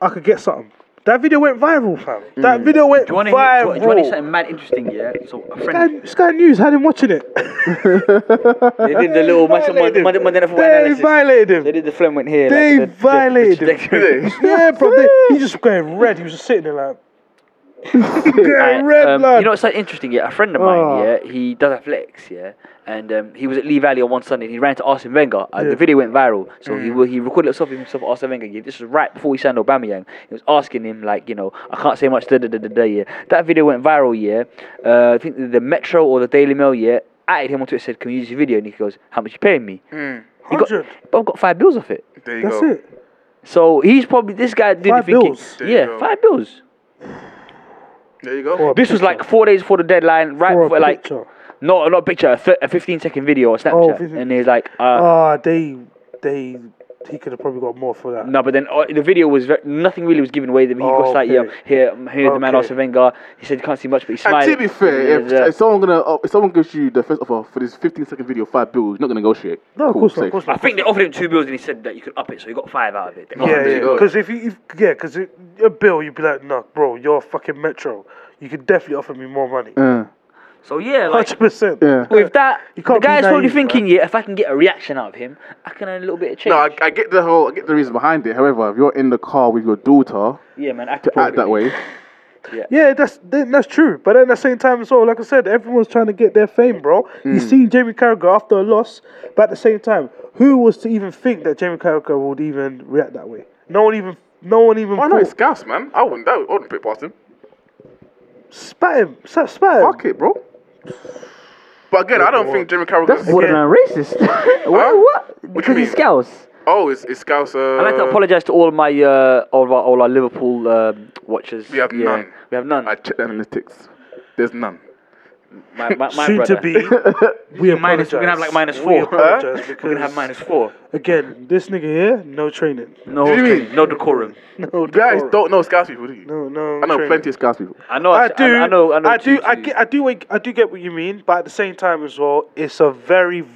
Speaker 1: I could get something. That video went viral, fam. That video went
Speaker 2: Mm. do you want to hear, do you-
Speaker 1: viral.
Speaker 2: do you wanna hear something mad interesting? Yeah. So a friend.
Speaker 1: Sky, Sky News had him watching it.
Speaker 2: They did the little Monday
Speaker 1: violated.
Speaker 2: Monday Monday Night Football
Speaker 1: They
Speaker 2: analysis.
Speaker 1: violated
Speaker 2: They
Speaker 1: him.
Speaker 2: did the phlegm went here.
Speaker 1: They
Speaker 2: like, the- the- the
Speaker 1: violated him.
Speaker 2: trajectory.
Speaker 1: Yeah, bro. They, he just going red. He was just sitting there like.
Speaker 2: Alright,
Speaker 1: getting red,
Speaker 2: um,
Speaker 1: blood. Oh.
Speaker 2: You know, it's like interesting. Yeah, a friend of mine. Yeah, he does athletics. Yeah, and um, he was at Lee Valley on one Sunday. and He ran to Arsene Wenger. Uh, The video went viral, so
Speaker 1: Mm.
Speaker 2: he wa- he recorded himself himself Arsene Wenger. Yeah, this was right before he signed Aubameyang. He was asking him like, you know, I can't say much. Da da da da da. Yeah, that video went viral. Yeah, uh, I think the- the Metro or the Daily Mail. Yeah, added him on Twitter said, "Can you use your video?" And he goes, "How much you paying me?"
Speaker 1: Mm,
Speaker 2: He got,
Speaker 1: 100.
Speaker 2: but I've got five bills off it.
Speaker 3: There you
Speaker 1: That's it.
Speaker 2: So he's probably this guy didn't
Speaker 1: Five
Speaker 2: think.
Speaker 1: bills?
Speaker 3: There you
Speaker 2: Yeah,
Speaker 3: go.
Speaker 2: five bills.
Speaker 3: There you go.
Speaker 2: This was like four days before the deadline, right?
Speaker 1: For a
Speaker 2: before, like
Speaker 1: picture.
Speaker 2: no, not a picture, a, th- a fifteen second video on
Speaker 1: Oh,
Speaker 2: Snapchat,
Speaker 1: 15
Speaker 2: and he's like, uh,
Speaker 1: Ah, they, they, he could have probably got more for
Speaker 3: Oh.
Speaker 1: that.
Speaker 2: no. But then uh, the video was very, nothing really was given away. That he
Speaker 1: Oh,
Speaker 2: was like, yeah,
Speaker 1: okay.
Speaker 2: here, here the man
Speaker 1: Okay.
Speaker 2: Arsene Wenger. He said you can't see much, but he
Speaker 3: And
Speaker 2: smiled.
Speaker 3: to be fair, if, if someone gonna uh, if someone gives you the first offer for this 15 second video, five bills, you're not gonna negotiate.
Speaker 1: No, of
Speaker 3: Cool,
Speaker 1: course not. Of
Speaker 3: safe.
Speaker 1: course
Speaker 2: I
Speaker 1: not.
Speaker 2: think they offered him two bills, and he said that you could up it, so he got five out of it.
Speaker 1: Yeah,
Speaker 3: there you
Speaker 1: yeah.
Speaker 3: go.
Speaker 1: Because if you, if, yeah, because a bill, you'd be like, no, bro, you're a fucking Metro. You could definitely offer me more money.
Speaker 3: Uh,
Speaker 2: So yeah,
Speaker 3: Oh,
Speaker 2: like,
Speaker 1: Hundred percent.
Speaker 3: yeah.
Speaker 2: with that,
Speaker 1: You
Speaker 2: the
Speaker 1: can't be
Speaker 2: guy's probably
Speaker 1: naive,
Speaker 2: thinking, yeah, if I can get a reaction out of him, I can earn a little bit of change.
Speaker 3: No, I, I get the whole, I get the reason behind it. However, if you're in the car with your daughter
Speaker 2: yeah, man, I could
Speaker 3: to act that
Speaker 2: probably-
Speaker 3: way,
Speaker 1: Yeah, that's then that's true. But at the same time as well, like I said, everyone's trying to get their fame, bro.
Speaker 3: Hmm.
Speaker 1: You've seen Jamie Carragher after a loss, but at the same time, who was to even think that Jamie Carragher would even react that way? No one even, no one even
Speaker 3: why not? It's
Speaker 1: thought,
Speaker 3: gas, man. I wouldn't, I wouldn't put it past him.
Speaker 1: spat him, spat, spat him.
Speaker 3: Fuck it, bro. But again, I don't think Jimmy Carragher.
Speaker 1: What
Speaker 8: Borderline racist.
Speaker 3: Huh?
Speaker 8: what? what?
Speaker 3: What do you
Speaker 8: Because he's
Speaker 3: mean?
Speaker 8: Scouse.
Speaker 3: Oh, it's it's Scouse. Uh,
Speaker 2: I'd like to apologise to all my uh, all of our all our Liverpool um, watchers.
Speaker 3: We have
Speaker 2: yeah,
Speaker 3: none.
Speaker 2: We have none.
Speaker 3: I checked the analytics. There's none.
Speaker 2: my my, my
Speaker 1: Soon to
Speaker 2: brother.
Speaker 1: be, we
Speaker 2: minus. We're gonna have like minus
Speaker 1: We
Speaker 2: four.
Speaker 1: apologize because
Speaker 2: We're gonna have minus four.
Speaker 1: again. This nigga here, no training,
Speaker 2: No,
Speaker 3: you
Speaker 2: training,
Speaker 3: mean?
Speaker 2: no decorum.
Speaker 1: no,
Speaker 3: You guys
Speaker 1: decorum.
Speaker 3: don't know Scouse people, do you?
Speaker 1: Oh, no, no.
Speaker 3: I know
Speaker 1: training.
Speaker 3: plenty of Scouse people.
Speaker 2: I know.
Speaker 1: I
Speaker 2: actually-
Speaker 1: do.
Speaker 2: I, know. I know. two,
Speaker 1: do. I
Speaker 2: two.
Speaker 1: get. I do. I do get what you mean, but at the same time as well, it's a very v-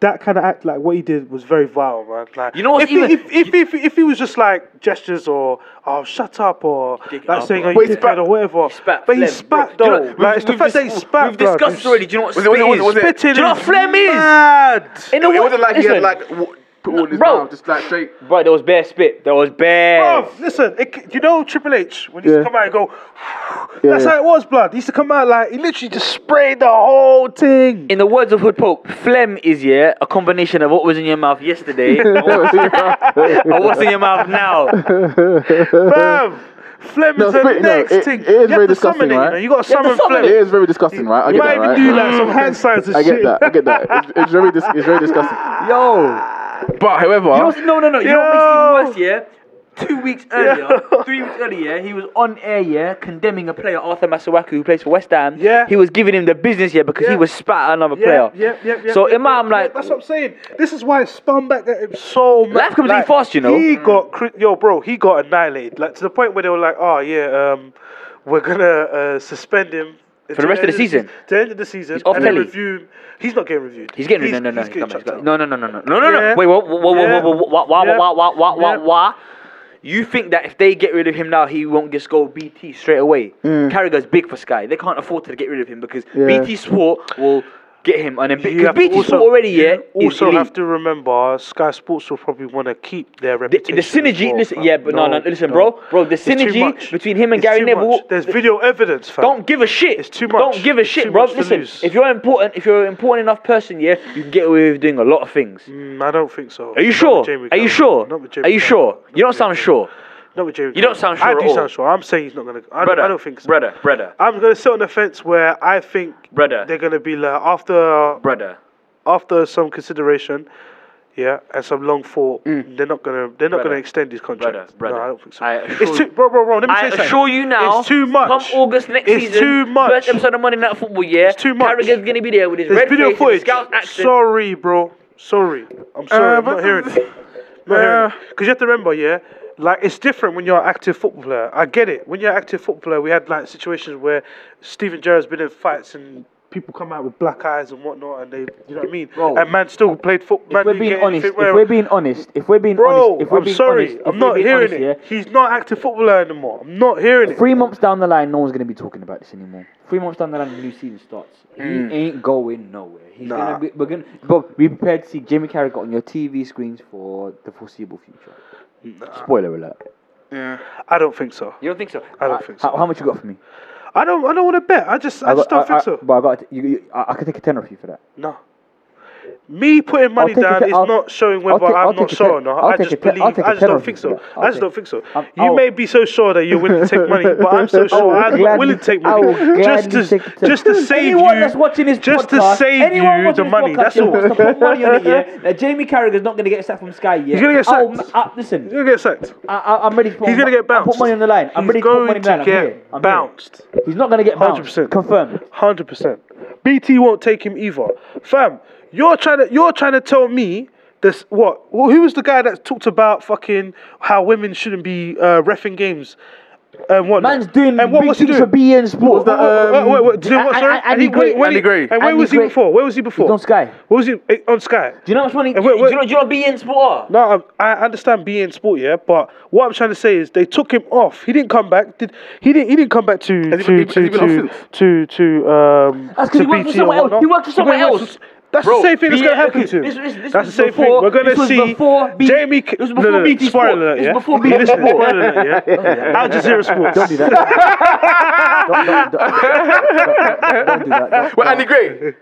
Speaker 1: that kind of act. Like what he did was very vile, man. Like
Speaker 2: You know what's
Speaker 1: if, he-
Speaker 2: even-
Speaker 1: if, if, if, if he was just like gestures or oh shut up or
Speaker 2: Dick
Speaker 1: like
Speaker 2: up,
Speaker 1: saying
Speaker 2: bro.
Speaker 1: oh you
Speaker 3: he
Speaker 1: dickhead
Speaker 3: spat-
Speaker 1: or whatever,
Speaker 2: Spat
Speaker 1: but he
Speaker 2: phlegm.
Speaker 1: spat
Speaker 2: Do you know-
Speaker 1: though. like
Speaker 2: we've-
Speaker 1: it's the
Speaker 2: we've
Speaker 1: fact that he
Speaker 2: dis-
Speaker 1: spat.
Speaker 2: We've
Speaker 1: bro.
Speaker 2: discussed
Speaker 1: It's-
Speaker 2: already. Do you know what
Speaker 3: Was it- was
Speaker 2: spit
Speaker 3: it- was it-
Speaker 2: is?
Speaker 3: was it-
Speaker 2: Do you know what phlegm is?
Speaker 1: Mad.
Speaker 2: In a
Speaker 3: It
Speaker 2: way-
Speaker 3: wasn't like he
Speaker 2: listen,
Speaker 3: had like w- put all this
Speaker 2: Bro.
Speaker 3: mouth, just like straight.
Speaker 2: Bro, there was bare spit. There was bare.
Speaker 1: Bruv, listen, it, c- you know Triple H when he used
Speaker 5: Yeah.
Speaker 1: to come out and go, that's
Speaker 5: yeah.
Speaker 1: how it was, blood. He used to come out like he literally just sprayed the whole thing.
Speaker 2: In the words of Hood Pope, phlegm is yeah a combination of what was in your mouth yesterday and what's in your mouth now.
Speaker 1: Bruv, phlegm
Speaker 3: No,
Speaker 1: is the
Speaker 3: spit, no,
Speaker 1: next
Speaker 3: it-
Speaker 1: thing.
Speaker 3: it is
Speaker 1: you
Speaker 3: very
Speaker 1: have to summon
Speaker 3: disgusting,
Speaker 1: it, you
Speaker 3: right?
Speaker 1: know. You got to
Speaker 2: You have to
Speaker 1: summon
Speaker 2: summon
Speaker 1: phlegem.
Speaker 3: It is very disgusting, right? I
Speaker 1: You
Speaker 3: get
Speaker 1: might
Speaker 3: that,
Speaker 1: even
Speaker 3: right?
Speaker 1: do like some hand signs and
Speaker 3: I
Speaker 1: shit.
Speaker 3: get that. I get that. It's, it's very, dis- it's very disgusting.
Speaker 5: Yo,
Speaker 3: But however,
Speaker 2: You know what's- no, no, no. You know what makes it even worse, yeah? Two weeks earlier,
Speaker 1: Yo.
Speaker 2: three weeks earlier, he was on air, yeah, condemning a player, Arthur Masawaku, who plays for West Ham.
Speaker 1: Yeah.
Speaker 2: He was giving him the business, yeah, because he
Speaker 1: Yeah.
Speaker 2: was spat at another
Speaker 1: Yeah,
Speaker 2: player.
Speaker 1: yeah, yeah, yeah.
Speaker 2: So
Speaker 1: yeah,
Speaker 2: in my, I'm
Speaker 1: yeah,
Speaker 2: like,
Speaker 1: that's what I'm saying. This is why it spun back at him so much.
Speaker 2: Life comes in fast, you know. Mm.
Speaker 1: He got cri- yo, bro. He got annihilated, like to the point where they were like, oh yeah, um, we're gonna uh, suspend him.
Speaker 2: For the rest of the season?
Speaker 1: To the end of the season.
Speaker 2: He's off
Speaker 1: and then
Speaker 2: telly.
Speaker 1: review him. He's not getting reviewed.
Speaker 2: He's getting no no no
Speaker 1: he's
Speaker 2: he's
Speaker 1: getting
Speaker 2: coming, he's
Speaker 1: chucked
Speaker 2: coming.
Speaker 1: out.
Speaker 2: no no no no no no no no
Speaker 1: Yeah.
Speaker 2: wait whoa whoa whoa whoa
Speaker 1: Yeah.
Speaker 2: whoa whoa whoa whoa
Speaker 1: Yeah.
Speaker 2: whoa whoa whoa whoa
Speaker 1: Yeah.
Speaker 2: whoa you think that if they get rid of him now he won't just go BT straight away
Speaker 1: Mm.
Speaker 2: Carragher's big for Sky they can't afford to get rid of him because BT Sport will get him and then
Speaker 1: You
Speaker 2: because
Speaker 1: have to
Speaker 2: BT
Speaker 1: also-
Speaker 2: Sport already
Speaker 1: you
Speaker 2: yeah is
Speaker 1: Also
Speaker 2: elite.
Speaker 1: have to remember, Sky Sports will probably want to keep their
Speaker 2: the,
Speaker 1: reputation.
Speaker 2: the synergy
Speaker 1: as well,
Speaker 2: listen
Speaker 1: fam.
Speaker 2: yeah but no no, listen bro bro the
Speaker 1: It's too
Speaker 2: synergy
Speaker 1: much.
Speaker 2: between him and
Speaker 1: It's
Speaker 2: Gary
Speaker 1: too
Speaker 2: Neville
Speaker 1: much. There's video evidence, fam.
Speaker 2: Don't give a shit.
Speaker 1: It's too much.
Speaker 2: Don't give a
Speaker 1: It's
Speaker 2: shit,
Speaker 1: too
Speaker 2: bro.
Speaker 1: much to
Speaker 2: Listen,
Speaker 1: lose.
Speaker 2: if you're important, if you're an important enough person, yeah, you can get away with doing a lot of things.
Speaker 1: Mm, I don't think so.
Speaker 2: Are you
Speaker 1: Not
Speaker 2: sure?
Speaker 1: with Jamie
Speaker 2: Are
Speaker 1: Carragher.
Speaker 2: you sure?
Speaker 1: Not with Jamie
Speaker 2: Are you
Speaker 1: Carragher.
Speaker 2: sure?
Speaker 1: Not
Speaker 2: You don't
Speaker 1: with
Speaker 2: sound
Speaker 1: Jamie
Speaker 2: sure.
Speaker 1: Not with Jamie.
Speaker 2: You don't
Speaker 1: Carragher.
Speaker 2: sound sure
Speaker 1: I
Speaker 2: at
Speaker 1: do
Speaker 2: all.
Speaker 1: sound sure. I'm saying he's not gonna. I,
Speaker 2: Brother,
Speaker 1: I don't think so.
Speaker 2: brother, brother,
Speaker 1: I'm gonna sit on the fence where I think
Speaker 2: Brother.
Speaker 1: they're gonna be like after
Speaker 2: brother.
Speaker 1: after some consideration, yeah, and some long thought. They're not gonna they're not gonna extend his contract.
Speaker 2: Brother, brother.
Speaker 1: No, I don't think so.
Speaker 2: I
Speaker 1: it's
Speaker 2: assure
Speaker 1: too,
Speaker 2: you-
Speaker 1: bro, bro, bro. Let me
Speaker 2: I
Speaker 1: tell you something.
Speaker 2: assure you now.
Speaker 1: It's too much.
Speaker 2: Come August next
Speaker 1: it's
Speaker 2: season,
Speaker 1: too much.
Speaker 2: first episode of Monday Night Football, yeah.
Speaker 1: It's too much.
Speaker 2: Carragher's gonna be there with his
Speaker 1: There's
Speaker 2: red
Speaker 1: video
Speaker 2: face
Speaker 1: footage.
Speaker 2: and his scout accent.
Speaker 1: Sorry, bro. Sorry. I'm sorry.
Speaker 3: Uh,
Speaker 1: I'm not
Speaker 3: but-
Speaker 1: hearing it. Not hearing Because you have to remember, yeah, like it's different when you're an active football player. I get it. When you're an active football player, we had like situations where Steven Gerrard's been in fights and people come out with black eyes and whatnot, and they, you know what I mean?
Speaker 5: Bro.
Speaker 1: and man still played football.
Speaker 5: if we're being honest, if we're being honest, if we're being
Speaker 1: Bro,
Speaker 5: honest, if we're
Speaker 1: I'm
Speaker 5: being
Speaker 1: sorry.
Speaker 5: honest, if
Speaker 1: I'm
Speaker 5: we're
Speaker 1: not
Speaker 5: being
Speaker 1: hearing
Speaker 5: honest,
Speaker 1: it.
Speaker 5: yeah,
Speaker 1: He's not active footballer anymore. I'm not hearing it.
Speaker 5: Three months down the line, no one's going to be talking about this anymore. Three months down the line, the new season starts.
Speaker 2: Hmm.
Speaker 5: He ain't going nowhere. He's
Speaker 1: Nah.
Speaker 5: gonna be. We're gonna. But be prepared to see Jimmy Carragher on your TV screens for the foreseeable future. Spoiler alert. Uh,
Speaker 1: I don't think so.
Speaker 2: You don't think so?
Speaker 1: I don't think so.
Speaker 5: How, how much you got for me?
Speaker 1: I don't. I don't want to bet. I just. I, just
Speaker 5: got-
Speaker 1: don't think so.
Speaker 5: But I got. You, you, I, I could take a tenner off you for that.
Speaker 1: No. Me putting money
Speaker 5: take a
Speaker 1: down
Speaker 5: te-
Speaker 1: is
Speaker 5: I'll-
Speaker 1: not showing
Speaker 5: I'll
Speaker 1: whether
Speaker 5: take- I'll
Speaker 1: I'm not
Speaker 5: take a
Speaker 1: sure
Speaker 5: te-
Speaker 1: or not.
Speaker 5: I'll
Speaker 1: I
Speaker 5: take a
Speaker 1: just
Speaker 5: te- I'll
Speaker 1: believe. I
Speaker 5: take a
Speaker 1: just
Speaker 5: tenner
Speaker 1: don't
Speaker 5: off
Speaker 1: think
Speaker 5: you
Speaker 1: so.
Speaker 5: for that.
Speaker 1: I
Speaker 5: I'll
Speaker 1: just don't think so.
Speaker 5: I'll-
Speaker 1: You may be so sure that you're willing to take money, but I'm so sure
Speaker 5: I'll
Speaker 1: I'm not willing
Speaker 5: gladly-
Speaker 1: to take
Speaker 5: I
Speaker 1: money
Speaker 5: will
Speaker 1: just
Speaker 5: gladly
Speaker 1: to
Speaker 5: take a tenner.
Speaker 1: just to save
Speaker 2: Anyone
Speaker 1: you.
Speaker 2: that's watching this
Speaker 1: just to
Speaker 2: podcast-
Speaker 1: save
Speaker 2: anyone
Speaker 1: you
Speaker 2: watching
Speaker 1: the
Speaker 2: this
Speaker 1: money.
Speaker 2: podcast,
Speaker 1: That's
Speaker 2: yeah,
Speaker 1: all.
Speaker 2: wants to put money on it, yeah. Now, Jamie Carragher's not gonna get sacked from Sky. Yeah.
Speaker 1: He's gonna get
Speaker 5: Oh,
Speaker 2: I'll-
Speaker 1: sacked.
Speaker 5: uh,
Speaker 2: I- listen,
Speaker 1: You're gonna get sacked.
Speaker 5: I, I, I'm ready. To put
Speaker 1: He's gonna get
Speaker 5: I'll
Speaker 1: bounced.
Speaker 5: Put money on the line. I'm
Speaker 1: He's
Speaker 5: ready to put
Speaker 1: going
Speaker 5: money on the
Speaker 1: to
Speaker 5: line.
Speaker 1: get
Speaker 5: I'm here. I'm
Speaker 1: bounced.
Speaker 5: Here. He's not gonna get bounced.
Speaker 1: 100%.
Speaker 5: Confirmed.
Speaker 1: Hundred percent. BT won't take him either. Fam, you're trying to you're trying to tell me this what? Well, who was the guy that talked about fucking how women shouldn't be uh, refing games and what?
Speaker 5: Man's doing
Speaker 1: and what
Speaker 5: big
Speaker 1: was he
Speaker 5: things
Speaker 1: doing?
Speaker 5: for BN Sport.
Speaker 1: Wait, wait, wait, wait, doing what,
Speaker 5: I- I-
Speaker 1: sorry?
Speaker 5: I- Andy
Speaker 1: And he-
Speaker 5: Gray-
Speaker 1: when he-
Speaker 3: Andy Gray.
Speaker 1: And where
Speaker 5: Andy
Speaker 1: was he
Speaker 5: Gray.
Speaker 1: before? Where was he before?
Speaker 5: on Sky.
Speaker 1: What was he eh, on Sky?
Speaker 2: do you know how much money?
Speaker 1: Hey, wait,
Speaker 2: Do you
Speaker 1: wait.
Speaker 2: know? Do you know BN Sport?
Speaker 1: No, I'm- I, I understand being sport, yeah, but what I'm trying to say is they took him off. He didn't come back. Did he? Didn't he didn't come back to
Speaker 3: he
Speaker 1: to
Speaker 3: been- has he
Speaker 1: to,
Speaker 3: been off
Speaker 1: to,
Speaker 3: since?
Speaker 1: to to um.
Speaker 2: That's 'cause
Speaker 1: to
Speaker 2: he worked for
Speaker 1: BT or
Speaker 2: someone else.
Speaker 1: whatnot.
Speaker 2: He worked for someone
Speaker 1: went-
Speaker 2: else.
Speaker 1: That's
Speaker 2: Bro,
Speaker 1: the same thing that's
Speaker 2: BN
Speaker 1: gonna happen
Speaker 2: okay,
Speaker 1: to him.
Speaker 2: this- this-
Speaker 1: that's
Speaker 2: this
Speaker 1: the
Speaker 2: was
Speaker 1: same
Speaker 2: before-
Speaker 1: thing. We're gonna
Speaker 2: this was
Speaker 1: see
Speaker 2: before B-
Speaker 1: Jamie. K-
Speaker 2: this was
Speaker 1: no,
Speaker 2: before
Speaker 1: no,
Speaker 2: BT
Speaker 1: spoiler
Speaker 2: Sport.
Speaker 1: alert,
Speaker 2: This
Speaker 1: yeah?
Speaker 2: was before
Speaker 1: You
Speaker 2: BT
Speaker 1: listening,
Speaker 2: Sport.
Speaker 1: Spoiler alert, yeah. Al Jazeera Sports.
Speaker 5: Don't do that. don't, don't, don't- don't do that. Don't-
Speaker 3: Well, Andy Gray.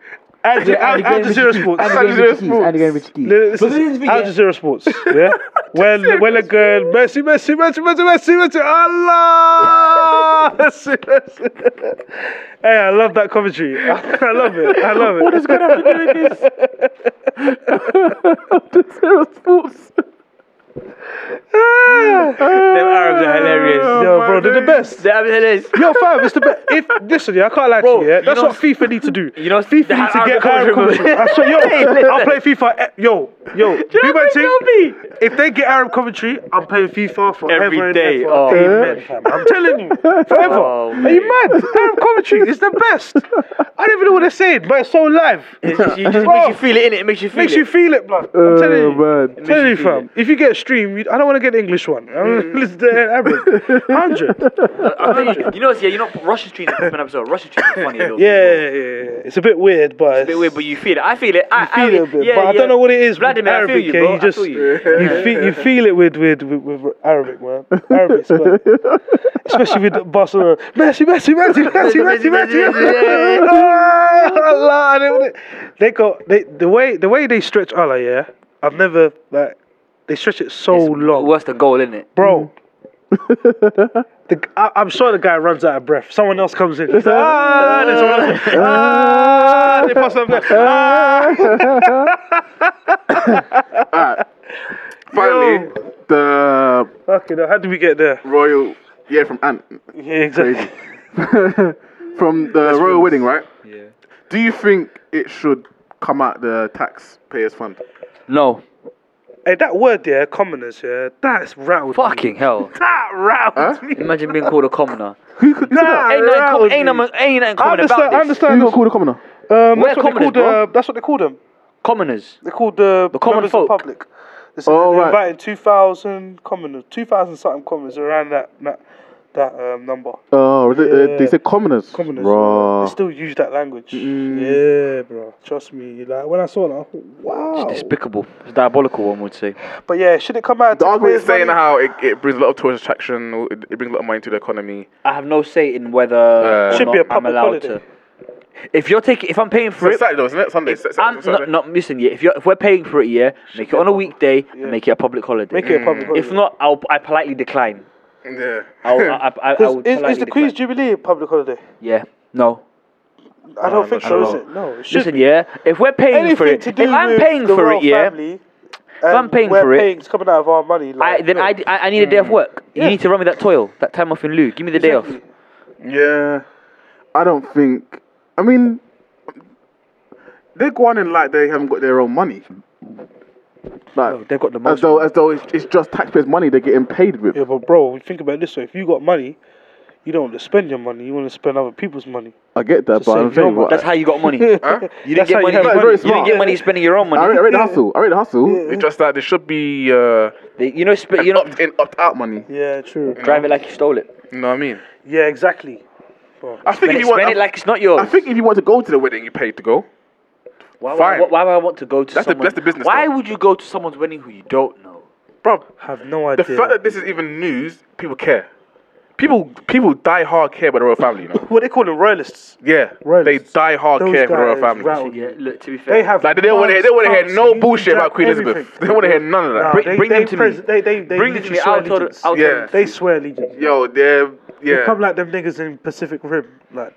Speaker 1: Al Al-
Speaker 5: Yeah, Andy
Speaker 1: Al
Speaker 5: Gray and
Speaker 1: Jazeera
Speaker 5: Richie Keys.
Speaker 1: Sports.
Speaker 5: Andy Gray and Richie Keys. Andy Gray and Richie Keys.
Speaker 1: No, no, this
Speaker 2: Mm. But
Speaker 1: is
Speaker 2: this is the
Speaker 1: Al
Speaker 2: thing,
Speaker 1: Jazeera Sports. Yeah. well, well, a girl. Mercy, mercy, mercy, mercy, mercy, mercy. Allah. Mercy, mercy. Hey, I love that commentary. I love it. I love it. What is going to happen doing this?
Speaker 2: Them Arabs are Ah, hilarious.
Speaker 1: Yo, bro, they're the best.
Speaker 2: Them Arabs are hilarious.
Speaker 1: Yo, fam, it's the best. If listen, yeah, I can't lie
Speaker 2: Bro,
Speaker 1: to you. Yeah,
Speaker 2: you
Speaker 1: that's
Speaker 2: know-
Speaker 1: what FIFA need to do.
Speaker 2: you know,
Speaker 1: FIFA need
Speaker 2: the-
Speaker 1: to
Speaker 2: our
Speaker 1: get
Speaker 2: commentary
Speaker 1: Arab commentary.
Speaker 2: movie.
Speaker 1: I swear,
Speaker 2: Hey,
Speaker 1: yo,
Speaker 2: listen.
Speaker 1: I'll play FIFA. eh, Yo, yo, do
Speaker 2: know what they know me?
Speaker 1: If they get Arab commentary, I'm playing FIFA forever
Speaker 2: Every
Speaker 1: and
Speaker 2: day,
Speaker 1: ever.
Speaker 2: oh.
Speaker 1: Amen. fam. I'm telling you, forever.
Speaker 2: Oh,
Speaker 1: Are you mad? Arab commentary is the best. I don't even know what they're saying, but it's so live.
Speaker 2: It just, it just
Speaker 1: Bro.
Speaker 2: makes you feel it, innit? It makes you
Speaker 1: Oh.
Speaker 2: feel
Speaker 1: Makes
Speaker 2: it.
Speaker 1: you feel it, blood. I'm telling you.
Speaker 3: man.
Speaker 1: I'm telling you,
Speaker 2: feel
Speaker 1: fam. If you get a stream, you, I don't want to get the English one. I don't wanna listen to Glen Arab. Hundred.
Speaker 2: I think- you know, yeah, you know, Russian Street is an episode. Russian Street is funny. Though.
Speaker 1: Yeah, yeah, yeah. It's a bit weird, but
Speaker 2: It's a bit weird, but you feel it. I feel it. I,
Speaker 1: feel
Speaker 2: I,
Speaker 1: it a bit,
Speaker 2: yeah,
Speaker 1: but I
Speaker 2: yeah.
Speaker 1: don't know what it is.
Speaker 2: Vladimir,
Speaker 1: with
Speaker 2: I feel
Speaker 1: Arabic,
Speaker 2: you,
Speaker 1: yeah,
Speaker 2: bro.
Speaker 1: you just
Speaker 2: I feel you.
Speaker 1: you feel you feel it with with with, with Arabic man, Arabic man. especially with Barcelona. Messi, Messi, Messi, Messi, Messi, Messi. Messi. Allah, they- they got they the way the way they stretch Allah. Yeah, I've never like they stretch it so long,
Speaker 2: Worse than goal, isn't it?
Speaker 1: bro. the, g- I, am sure the guy runs out of breath. Someone else comes in. He's like, ah, then someone else, ah, they pass them. Ah.
Speaker 3: Finally, the
Speaker 1: Okay, now how did we get there?
Speaker 3: royal yeah from Ant
Speaker 1: Yeah, exactly.
Speaker 3: from the royal wedding, right? Yeah. Do you think it should come out the taxpayers' fund?
Speaker 2: No.
Speaker 1: Hey, that word there, commoners, yeah, that's rattled. me.
Speaker 2: Fucking hell.
Speaker 1: That rattled
Speaker 3: Huh?
Speaker 1: me.
Speaker 2: Imagine being called a commoner.
Speaker 1: That
Speaker 2: Ain't nothing, com-
Speaker 1: rattled
Speaker 2: ain't,
Speaker 1: me.
Speaker 2: nothing, ain't nothing
Speaker 1: I
Speaker 2: common
Speaker 1: understand. I
Speaker 2: about this.
Speaker 1: understand.
Speaker 3: You got
Speaker 1: that's-
Speaker 3: called a commoner.
Speaker 1: Um,
Speaker 2: We're
Speaker 1: that's what they
Speaker 2: commoners,
Speaker 1: called.
Speaker 2: bro.
Speaker 1: Uh, that's what they called them.
Speaker 2: Commoners.
Speaker 1: They called the
Speaker 2: The common
Speaker 1: members of
Speaker 2: folk.
Speaker 1: public. They said
Speaker 3: Oh,
Speaker 1: they
Speaker 3: right.
Speaker 1: invited two thousand commoners, two thousand something commoners around that that, that um, number.
Speaker 3: Oh, they, uh, they
Speaker 1: Yeah.
Speaker 3: said commoners.
Speaker 1: Commoners.
Speaker 3: Raw.
Speaker 1: They still use that language. Yeah, bro. Trust me. Like when I saw that, I thought, wow.
Speaker 2: Despicable. It's diabolical, one would say.
Speaker 1: But yeah, should it come out?
Speaker 3: The
Speaker 1: to
Speaker 3: argument is
Speaker 1: raise
Speaker 3: saying
Speaker 1: money?
Speaker 3: how it, it brings a lot of tourist attraction, it, it brings a lot of money to the economy.
Speaker 2: I have no say in whether or
Speaker 1: Should
Speaker 2: not
Speaker 1: be a
Speaker 2: I'm
Speaker 1: public
Speaker 2: allowed
Speaker 1: holiday.
Speaker 2: to. If you're taking, if I'm paying for
Speaker 3: It's
Speaker 2: it,
Speaker 3: Saturday though, isn't it? Sunday. Sa- Saturday,
Speaker 2: I'm not,
Speaker 3: Saturday.
Speaker 2: not missing you. If you're, if we're paying for it, yeah, make it on a weekday and make it a public holiday.
Speaker 1: Make it a public holiday.
Speaker 2: Mm. If not, I'll I politely decline.
Speaker 3: Yeah.
Speaker 2: I'll, I, I, I, I
Speaker 1: Is-
Speaker 2: would
Speaker 1: is,
Speaker 2: politely
Speaker 1: is the Queen's
Speaker 2: decline.
Speaker 1: Jubilee a public holiday?
Speaker 2: Yeah. No.
Speaker 1: I don't think so,
Speaker 3: sure.
Speaker 1: is it? No, it should
Speaker 2: Um, Listen,
Speaker 1: be.
Speaker 2: yeah. If we're paying
Speaker 1: Anything
Speaker 2: for it,
Speaker 1: to
Speaker 2: if
Speaker 1: do
Speaker 2: I'm
Speaker 1: with
Speaker 2: paying
Speaker 1: the
Speaker 2: for
Speaker 1: royal
Speaker 2: it, yeah.
Speaker 1: family, and
Speaker 2: I'm paying
Speaker 1: we're
Speaker 2: for it-
Speaker 1: paying, it's coming out of our money. Like,
Speaker 2: I, then I, I, I need a day off work. You need to run me that toil, that time off in lieu. Give me the day off.
Speaker 3: Yeah. I don't think. I mean, they go on in like they haven't got their own money. Like,
Speaker 2: Oh, They've got the
Speaker 3: as
Speaker 2: most.
Speaker 3: though, as though it's, it's just taxpayers' money they're getting paid with.
Speaker 1: yeah, but bro, think about it this way: if you got money, you don't want to spend your money. You want to spend other people's money.
Speaker 3: I get that, but
Speaker 1: save
Speaker 3: I'm
Speaker 1: your
Speaker 3: saying
Speaker 1: money.
Speaker 3: what-
Speaker 2: That's how you got money. you
Speaker 3: Huh?
Speaker 2: didn't get
Speaker 1: how you
Speaker 2: money.
Speaker 1: have
Speaker 3: money.
Speaker 2: You
Speaker 3: Very
Speaker 2: didn't get
Speaker 3: smart.
Speaker 2: money spending your own
Speaker 3: I
Speaker 2: money.
Speaker 3: read, I read the hustle. I read the hustle. It's just that there should be uh,
Speaker 2: They- You know, sp- you know,
Speaker 3: opt in, opt out money.
Speaker 1: Yeah, true.
Speaker 2: drive it like you stole it.
Speaker 3: You know what I mean?
Speaker 1: Yeah, exactly.
Speaker 3: I
Speaker 2: Spend,
Speaker 3: think if
Speaker 2: it,
Speaker 3: you want,
Speaker 2: spend it like it's not yours.
Speaker 3: I think if you want to go to the wedding, you pay to go.
Speaker 2: why,
Speaker 3: fine.
Speaker 2: Why, why would I want to go to
Speaker 3: That's the-
Speaker 2: someone?
Speaker 3: that's the business
Speaker 2: Why
Speaker 3: though.
Speaker 2: would you go to someone's wedding who you don't know?
Speaker 3: Bro,
Speaker 1: Have no
Speaker 3: the
Speaker 1: idea.
Speaker 3: fact that this is even news, people care. People, people die hard care about the royal family. You know?
Speaker 1: what they call them royalists.
Speaker 3: Yeah,
Speaker 1: Royalists.
Speaker 3: they die hard
Speaker 1: Those
Speaker 3: care for the royal
Speaker 1: guys
Speaker 3: family.
Speaker 1: rattle.
Speaker 2: Yeah, look, to be fair,
Speaker 1: They have.
Speaker 3: Like they don't want to, they
Speaker 1: guns,
Speaker 3: don't want to hear
Speaker 1: guns,
Speaker 3: no
Speaker 1: you
Speaker 3: bullshit about
Speaker 1: jack,
Speaker 3: Queen Elizabeth.
Speaker 1: everything.
Speaker 3: They don't want to hear none of that.
Speaker 1: Nah,
Speaker 2: Bring-
Speaker 1: they-
Speaker 2: bring them
Speaker 1: they
Speaker 2: to me.
Speaker 1: pres- They, they, they
Speaker 2: Bring them to me.
Speaker 1: literally
Speaker 2: I'll
Speaker 1: swear
Speaker 2: tell them.
Speaker 1: allegiance.
Speaker 2: I'll
Speaker 3: Yeah.
Speaker 2: tell them.
Speaker 1: They swear allegiance.
Speaker 3: Yo, they're yeah.
Speaker 1: They come like them niggas in Pacific Rim, like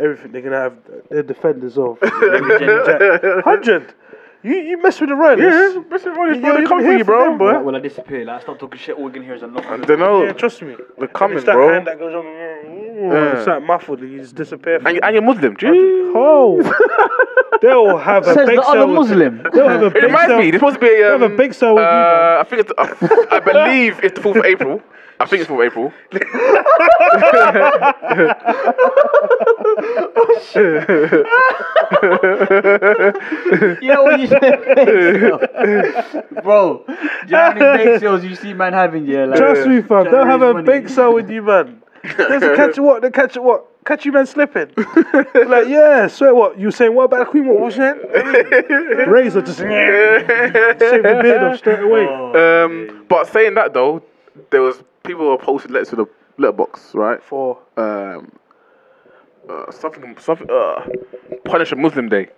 Speaker 1: everything they're gonna have. They're defenders of hundred. You you mess with the royalists.
Speaker 3: yeah, Richard Rodgers,
Speaker 1: You-
Speaker 3: bro,
Speaker 1: you
Speaker 3: they come
Speaker 1: hear
Speaker 3: for you,
Speaker 1: from them,
Speaker 3: bro.
Speaker 1: boy.
Speaker 2: Will I disappear? Like, I stop talking shit. All we can hear is a knock.
Speaker 3: I
Speaker 2: on the-
Speaker 3: don't know.
Speaker 1: Yeah, trust me.
Speaker 3: They're
Speaker 1: it's
Speaker 3: coming,
Speaker 1: that
Speaker 3: bro.
Speaker 1: hand that goes on. Yeah. It's like muffled and you just disappear. From
Speaker 3: And, you- and you're Muslim, dude.
Speaker 1: oh, they'll have a
Speaker 5: Says
Speaker 1: big
Speaker 5: the other
Speaker 1: cell.
Speaker 5: Muslim.
Speaker 1: They'll have a
Speaker 3: It
Speaker 1: big
Speaker 3: reminds
Speaker 1: cell.
Speaker 3: me. This supposed to be. Um,
Speaker 1: have a big cell with you, man.
Speaker 3: uh, I think it's. I, I believe it's the fourth of April. I think it's fourth of April.
Speaker 5: You know what you said? Bro, Johnny Bake sales you see man having, yeah, like.
Speaker 1: Trust me, fam. They'll have a
Speaker 5: money.
Speaker 1: big cell with you, man. There's a catch what? They catch what? Catch you man slipping. like, yeah, swear what? You saying what about the Queen? What was that? Razor just shave the beard off straight away.
Speaker 3: Um, but saying that though, there was people were posting letters to the letterbox, right?
Speaker 1: For
Speaker 3: Um, uh, something, something. Uh, punish a Muslim day.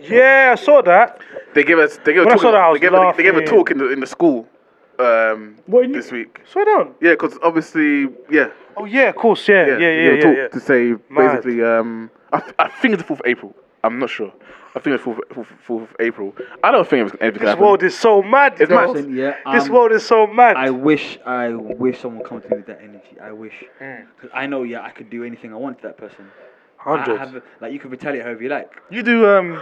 Speaker 1: yeah, I saw that.
Speaker 3: They give us. They give a
Speaker 1: When I
Speaker 3: talk.
Speaker 1: saw that, I was
Speaker 3: they, give a, they give a
Speaker 1: laughing.
Speaker 3: talk in the in the school. Um,
Speaker 1: What in-
Speaker 3: this week?
Speaker 1: Swear down.
Speaker 3: Yeah, because obviously, yeah,
Speaker 1: Oh yeah, of course, yeah, yeah, yeah,
Speaker 3: they
Speaker 1: yeah,
Speaker 3: give a
Speaker 1: yeah.
Speaker 3: talk to say
Speaker 1: Mad.
Speaker 3: basically. Um, I, th- I think it's the fourth of April. I'm not sure. I think it's fourth, fourth, fourth of April. I don't think anything can
Speaker 1: This
Speaker 3: happen.
Speaker 1: world is so mad.
Speaker 3: It's
Speaker 1: bro.
Speaker 3: mad.
Speaker 5: Yeah,
Speaker 1: This
Speaker 5: um,
Speaker 1: world is so mad.
Speaker 5: I wish, I wish someone come to me with that energy. I wish.
Speaker 6: Mm.
Speaker 5: 'Cause I know, yeah, I could do anything I want to that person. I- I
Speaker 1: Hundred.
Speaker 5: have, like, you could retaliate however you like.
Speaker 3: you do um,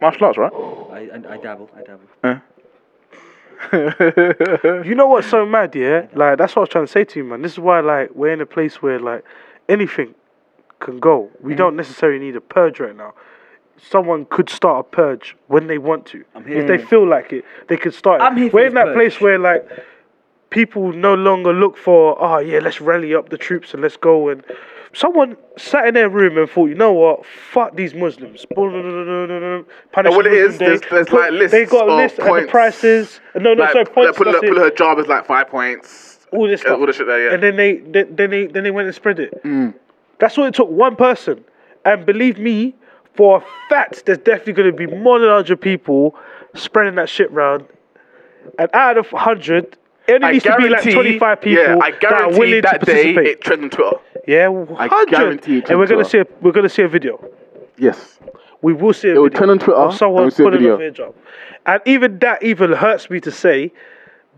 Speaker 3: martial arts, right?
Speaker 5: I, I, I dabble, I dabble.
Speaker 1: You know what's so mad, yeah? Like that's what I was trying to say to you, man. This is why like we're in a place where like anything can go.
Speaker 5: Mm.
Speaker 1: We don't necessarily need a purge right now. Someone could start a purge when they want to.
Speaker 5: here
Speaker 1: If they feel like it, they could start it.
Speaker 5: I'm here for
Speaker 1: we're
Speaker 5: this
Speaker 1: in that
Speaker 5: purge.
Speaker 1: place where like people no longer look for, oh, yeah, let's rally up the troops and let's go. And someone sat in their room and thought, you know what, fuck these Muslims. And
Speaker 3: And what it is, there's, there's like lists.
Speaker 1: They got
Speaker 3: of
Speaker 1: lists
Speaker 3: points.
Speaker 1: and the prices. No, no,
Speaker 3: like,
Speaker 1: sorry, points.
Speaker 3: Like, put, her,
Speaker 1: that's it
Speaker 3: put her job as like five points.
Speaker 1: all this
Speaker 3: Yeah,
Speaker 1: stuff.
Speaker 3: all the shit there, yeah. Mm.
Speaker 1: And then they, they then they then they went and spread it. That's what it took one person. And believe me, for a fact, there's definitely going to be more than hundred people spreading that shit round. And out of hundred, it only
Speaker 3: I
Speaker 1: needs to be like
Speaker 3: guarantee-
Speaker 1: twenty-five people
Speaker 3: Yeah, I
Speaker 1: that are
Speaker 3: guarantee
Speaker 1: willing
Speaker 3: that
Speaker 1: to
Speaker 3: day
Speaker 1: participate.
Speaker 3: it trends on Twitter.
Speaker 1: yeah,
Speaker 3: I
Speaker 1: hundred.
Speaker 3: guarantee it
Speaker 1: And we're gonna
Speaker 3: turns
Speaker 1: see a, we're gonna see a video.
Speaker 3: Yes.
Speaker 1: We will see a
Speaker 3: It will
Speaker 1: video
Speaker 3: turn on Twitter,
Speaker 1: of someone
Speaker 3: and we'll see a
Speaker 1: pulling
Speaker 3: video.
Speaker 1: off their job. And even that even hurts me to say,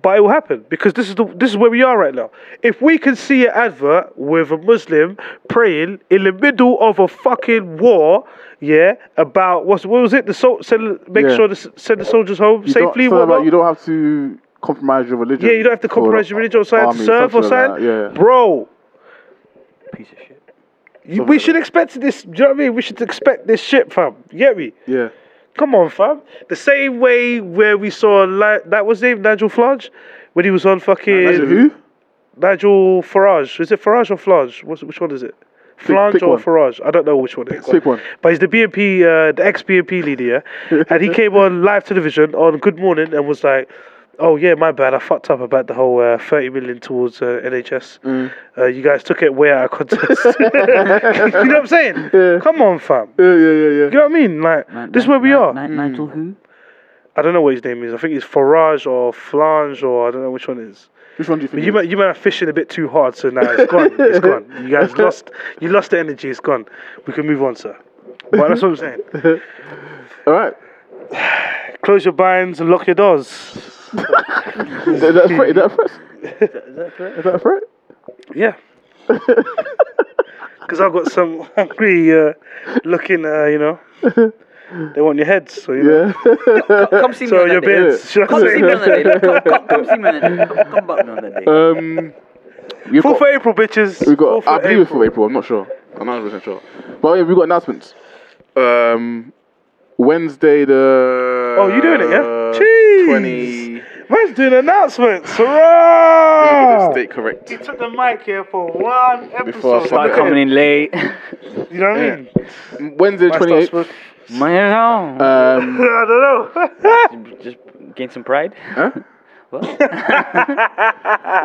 Speaker 1: but it will happen because this is the this is where we are right now. If we can see an advert with a Muslim praying in the middle of a fucking war, yeah, about what's what was it? The sol- send, make
Speaker 3: Yeah.
Speaker 1: sure to s- send the soldiers home
Speaker 3: You
Speaker 1: safely.
Speaker 3: Don't,
Speaker 1: what
Speaker 3: so like,
Speaker 1: not?
Speaker 3: you don't have to compromise your religion.
Speaker 1: yeah, you don't have to
Speaker 3: for
Speaker 1: compromise
Speaker 3: the
Speaker 1: your religion or something to
Speaker 3: army,
Speaker 1: serve or
Speaker 3: something like
Speaker 1: something,
Speaker 3: that, Yeah.
Speaker 1: bro.
Speaker 6: Piece of shit.
Speaker 1: You, we should expect this. Do you know what I mean? We should expect this shit, fam. You get me?
Speaker 3: Yeah.
Speaker 1: Come on, fam. The same way where we saw Li- that was his name Nigel Farage when he was on fucking
Speaker 3: Imagine who?
Speaker 1: Nigel Farage. Is it Farage or Flange? What's, which one is it? Flange
Speaker 3: pick
Speaker 1: or
Speaker 3: one.
Speaker 1: Farage? I don't know which one. it is.
Speaker 3: Pick one.
Speaker 1: But he's the BNP, uh, the ex BNP leader, yeah? and he came on live television on Good Morning and was like, "Oh yeah, my bad. I fucked up about the whole uh, thirty million towards uh, NHS.
Speaker 3: Mm.
Speaker 1: Uh, you guys took it way out of context. you know what I'm saying? Come on, fam.
Speaker 3: Yeah, yeah, yeah, yeah.
Speaker 1: You know what I mean? Like this is where we are.
Speaker 6: Ni-
Speaker 3: Mm.
Speaker 6: Nigel who?
Speaker 1: I don't know what his name is. I think it's Farage or Flange or I don't know which one it is.
Speaker 3: Which one do you
Speaker 1: But
Speaker 3: think?
Speaker 1: you might you might have fishing a bit too hard, so now it's gone. It's gone. You guys lost you lost the energy, it's gone. We can move on, sir. But that's what I'm saying.
Speaker 3: All right.
Speaker 1: Close your blinds and lock your doors.
Speaker 3: Is that a threat? Is that a threat? Is that a threat?
Speaker 1: Yeah. Because I've got some hungry uh, looking, uh, you know. They want your heads, so you know.
Speaker 3: Yeah.
Speaker 6: Come see me
Speaker 1: So
Speaker 6: on
Speaker 1: your
Speaker 6: that day.
Speaker 1: beards. Should I
Speaker 6: Come see me
Speaker 1: say?
Speaker 6: on that day. Come- Come come see me on that day. Come- Come back on that day.
Speaker 3: Um, we've
Speaker 1: Full
Speaker 3: got,
Speaker 1: for April, bitches.
Speaker 3: we've
Speaker 1: Full
Speaker 3: got
Speaker 1: for
Speaker 3: I believe it's for April. I'm not sure. I'm not 100% sure. But yeah, we've got announcements. Um, Wednesday the. uh,
Speaker 1: Oh, you doing it, yeah? Jeez.
Speaker 3: 20.
Speaker 1: Man's doing announcements. Hurrah!
Speaker 3: State correct.
Speaker 1: He took the mic here for one episode.
Speaker 3: Before I
Speaker 2: Start
Speaker 3: Yeah.
Speaker 2: coming in late.
Speaker 1: You know what I
Speaker 3: Yeah.
Speaker 1: mean?
Speaker 3: Wednesday the 28th.
Speaker 2: Man, no.
Speaker 3: Um,
Speaker 1: I don't know.
Speaker 2: just gain some pride.
Speaker 3: huh?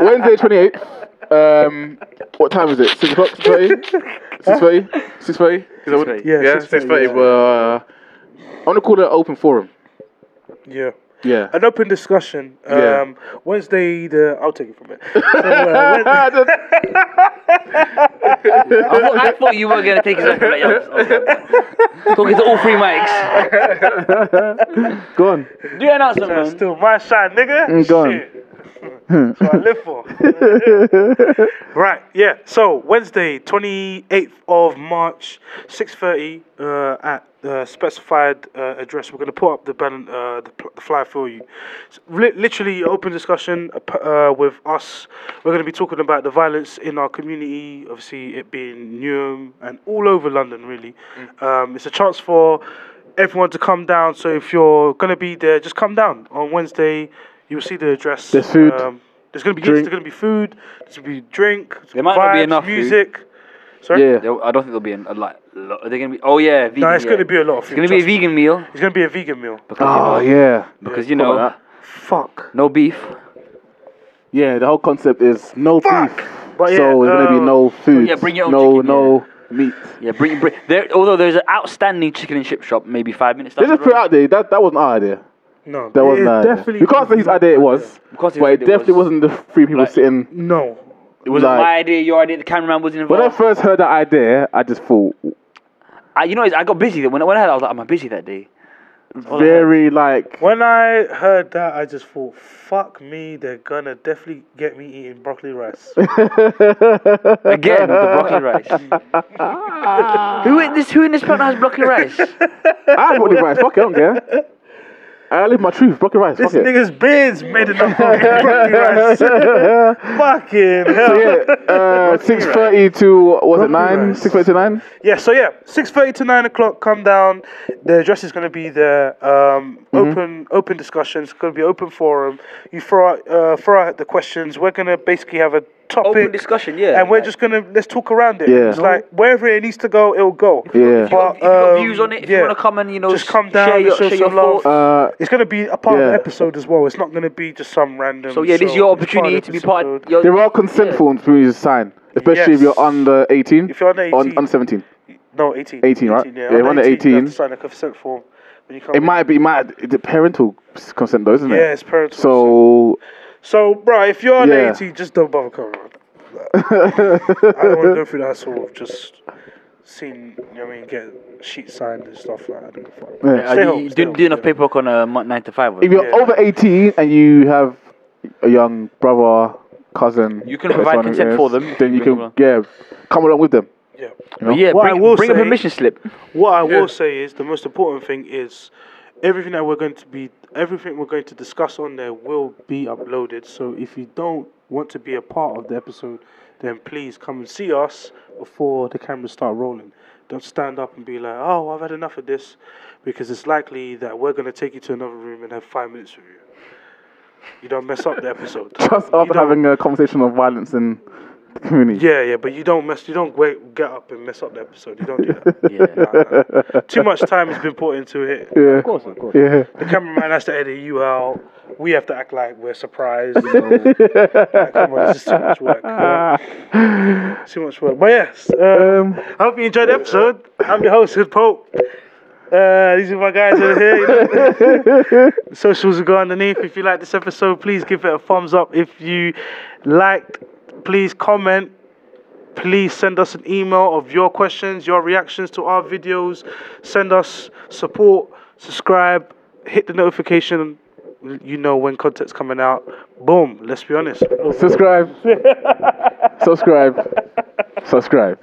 Speaker 3: Wednesday twenty eighth. Um, what time is it? Six o'clock. Six thirty. Six thirty. Six thirty.
Speaker 1: Yeah,
Speaker 3: Yeah,
Speaker 1: 6:30,
Speaker 3: six thirty. Uh, I want to call it an open forum.
Speaker 1: yeah.
Speaker 3: Yeah.
Speaker 1: An open discussion. Um,
Speaker 3: Yeah.
Speaker 1: Wednesday, the. I'll take it from it.
Speaker 2: I thought, I thought you were gonna take his own. Like, yeah, okay. Talking to all three mics.
Speaker 3: Go on. Mm,
Speaker 2: Do your announcement,
Speaker 1: That's
Speaker 2: man.
Speaker 1: still my shot, nigga.
Speaker 3: go on.
Speaker 1: Shit. That's what I live for. right, yeah. So, Wednesday, 28th of March, 6.30 uh, at the specified uh, address. We're going to put up the, ban- uh, the, pl- the flyer for you. It's li- literally open discussion uh, p- uh, with us. We're going to be talking about the violence in our community, obviously it being Newham and all over London, really. Um, it's a chance for everyone to come down. So if you're going to be there, just come down on Wednesday. You'll see the address.
Speaker 3: There's food.
Speaker 1: Um, there's gonna be there's gonna be food. There's gonna be drink. there's
Speaker 2: There might not be
Speaker 1: vibes,
Speaker 2: enough food.
Speaker 1: music. Sorry.
Speaker 3: Yeah.
Speaker 2: There- I don't think there'll be an- a lot. lot- Are they gonna be? Oh yeah, vegan.
Speaker 1: No, it's
Speaker 2: yeah.
Speaker 1: gonna be a lot of
Speaker 2: It's
Speaker 1: food.
Speaker 2: gonna be a
Speaker 1: trust me.
Speaker 2: vegan meal
Speaker 1: It's gonna be a vegan meal.
Speaker 3: Oh yeah.
Speaker 2: because you know
Speaker 1: Fuck.
Speaker 2: no beef.
Speaker 3: Yeah. The whole concept is no
Speaker 1: Fuck!
Speaker 3: beef.
Speaker 1: But yeah,
Speaker 3: so there's gonna
Speaker 1: uh,
Speaker 3: be no food.
Speaker 2: yeah, bring your own
Speaker 3: No,
Speaker 2: chicken,
Speaker 3: no meat.
Speaker 2: Yeah, bring, bring there. Although there's an outstanding chicken and chip shop, maybe five minutes.
Speaker 3: They
Speaker 2: down
Speaker 3: just
Speaker 2: the
Speaker 3: put it
Speaker 2: road.
Speaker 3: out there. That that wasn't our idea.
Speaker 1: No.
Speaker 3: That
Speaker 1: it
Speaker 3: wasn't
Speaker 1: is
Speaker 3: our idea.
Speaker 1: definitely.
Speaker 3: You can't say whose idea it was.
Speaker 2: You can't say whose
Speaker 3: But it
Speaker 2: idea it
Speaker 3: definitely
Speaker 2: was.
Speaker 3: wasn't the three people
Speaker 2: Like-
Speaker 3: sitting.
Speaker 1: No.
Speaker 2: It wasn't
Speaker 3: like-
Speaker 2: my idea, your idea. The cameraman wasn't
Speaker 3: When I
Speaker 2: involved.
Speaker 3: first heard that idea, I just thought
Speaker 2: I, you know, it's- I got busy. When, I- when I had, it, I was like, am I busy that day? All I had-
Speaker 3: very like
Speaker 1: When I heard that, I just thought, "Fuck me, they're gonna definitely get me eating broccoli rice."
Speaker 2: Again with the broccoli rice.
Speaker 1: Ah.
Speaker 2: who in this who in this panel has broccoli rice?
Speaker 3: I bought the rice. Fuck it, I don't care. I live my truth. Broken rice.
Speaker 1: This
Speaker 3: fuck it.
Speaker 1: nigga's beard's made enough for Fucking hell.
Speaker 3: So yeah, uh, six thirty to was it nine? Six thirty to nine.
Speaker 1: Yeah, so yeah, six thirty to nine o'clock. Come down. The address is going to be there. Um,
Speaker 3: Mm-hmm.
Speaker 1: Open, open discussion. It's going to be open forum. You throw out, uh, throw out the questions. We're going to basically have a topic
Speaker 2: Open discussion, yeah.
Speaker 1: and we're just going to let's talk around it.
Speaker 3: Yeah.
Speaker 1: It's like wherever it needs to go, it'll go.
Speaker 3: Yeah. If you
Speaker 1: But,
Speaker 2: if you got
Speaker 1: um,
Speaker 2: views on it, if
Speaker 1: yeah.
Speaker 2: you want to come and you know
Speaker 1: just
Speaker 2: s-
Speaker 1: come down
Speaker 2: share
Speaker 1: and
Speaker 2: your,
Speaker 1: show
Speaker 2: share
Speaker 1: some
Speaker 2: your
Speaker 1: love.
Speaker 2: thoughts.
Speaker 3: Uh,
Speaker 1: It's going to be a part of
Speaker 3: Yeah.
Speaker 1: the episode as well. It's not going to be just some random.
Speaker 2: so yeah, this is your
Speaker 1: it's part of the
Speaker 2: opportunity to be part.
Speaker 1: episode.
Speaker 2: Your,
Speaker 3: there are consent forms for you to sign, especially
Speaker 1: Yes.
Speaker 3: if you're under eighteen.
Speaker 1: If you're under
Speaker 3: on
Speaker 1: 18.
Speaker 3: under seventeen,
Speaker 1: No, 18.
Speaker 3: 18, right?
Speaker 1: Yeah,
Speaker 3: Yeah,
Speaker 1: under
Speaker 3: under
Speaker 1: 18. You have
Speaker 3: 18.
Speaker 1: to sign a consent form. When you come
Speaker 3: it might be it might the parental consent though, isn't it?
Speaker 1: Yeah, it's parental
Speaker 3: So
Speaker 1: So, bro, if you're under
Speaker 3: Yeah.
Speaker 1: 18, just don't bother coming around. I don't want to go through that sort of just seeing, you know what I mean, get sheet signed and stuff like that. I don't give a fuck.
Speaker 3: Yeah.
Speaker 2: Uh,
Speaker 1: Stay
Speaker 2: you-
Speaker 1: home,
Speaker 2: you
Speaker 1: stay
Speaker 2: do,
Speaker 1: home,
Speaker 2: do enough
Speaker 1: stay
Speaker 2: paperwork on a mon- nine to five.
Speaker 3: if you're
Speaker 1: Yeah.
Speaker 3: over eighteen and you have a young brother, cousin,
Speaker 2: You can provide
Speaker 3: someone who
Speaker 2: consent
Speaker 3: is,
Speaker 2: for them.
Speaker 3: Then you
Speaker 2: Bring
Speaker 3: can yeah come along with them.
Speaker 1: home. Yeah.
Speaker 2: But yeah,
Speaker 1: What I
Speaker 2: bring,
Speaker 1: will
Speaker 2: bring a
Speaker 1: say-
Speaker 2: permission slip.
Speaker 1: What I will say is the most important thing is everything that we're going to be everything we're going to discuss on there will be uploaded. So if you don't want to be a part of the episode, then please come and see us before the cameras start rolling. Don't stand up and be like, "Oh, I've had enough of this," because it's likely that we're going to take you to another room and have five minutes with you. You don't mess up the episode.
Speaker 3: Just
Speaker 1: You
Speaker 3: after
Speaker 1: don't-
Speaker 3: having a conversation of violence in the community.
Speaker 1: yeah, yeah, but you don't mess. You don't wait, get up and mess up the episode. You don't do that.
Speaker 2: Yeah.
Speaker 1: Nah, nah. Too much time has been put into it.
Speaker 3: Yeah. Yeah.
Speaker 1: The cameraman has to edit you out. We have to act like we're surprised. You know? Like, come on, this is too much work. you know? Too much work. But yes, uh,
Speaker 3: Um,
Speaker 1: I hope you enjoyed the episode. I'm your host, Hood Pope. Uh, these are my guys over here. you know. Socials will go underneath. If you like this episode, please give it a thumbs up. If you liked, please comment. Please send us an email of your questions, your reactions to our videos. Send us support, subscribe, hit the notification. You know when content's coming out. Boom. Let's be honest.
Speaker 3: subscribe. subscribe. Subscribe.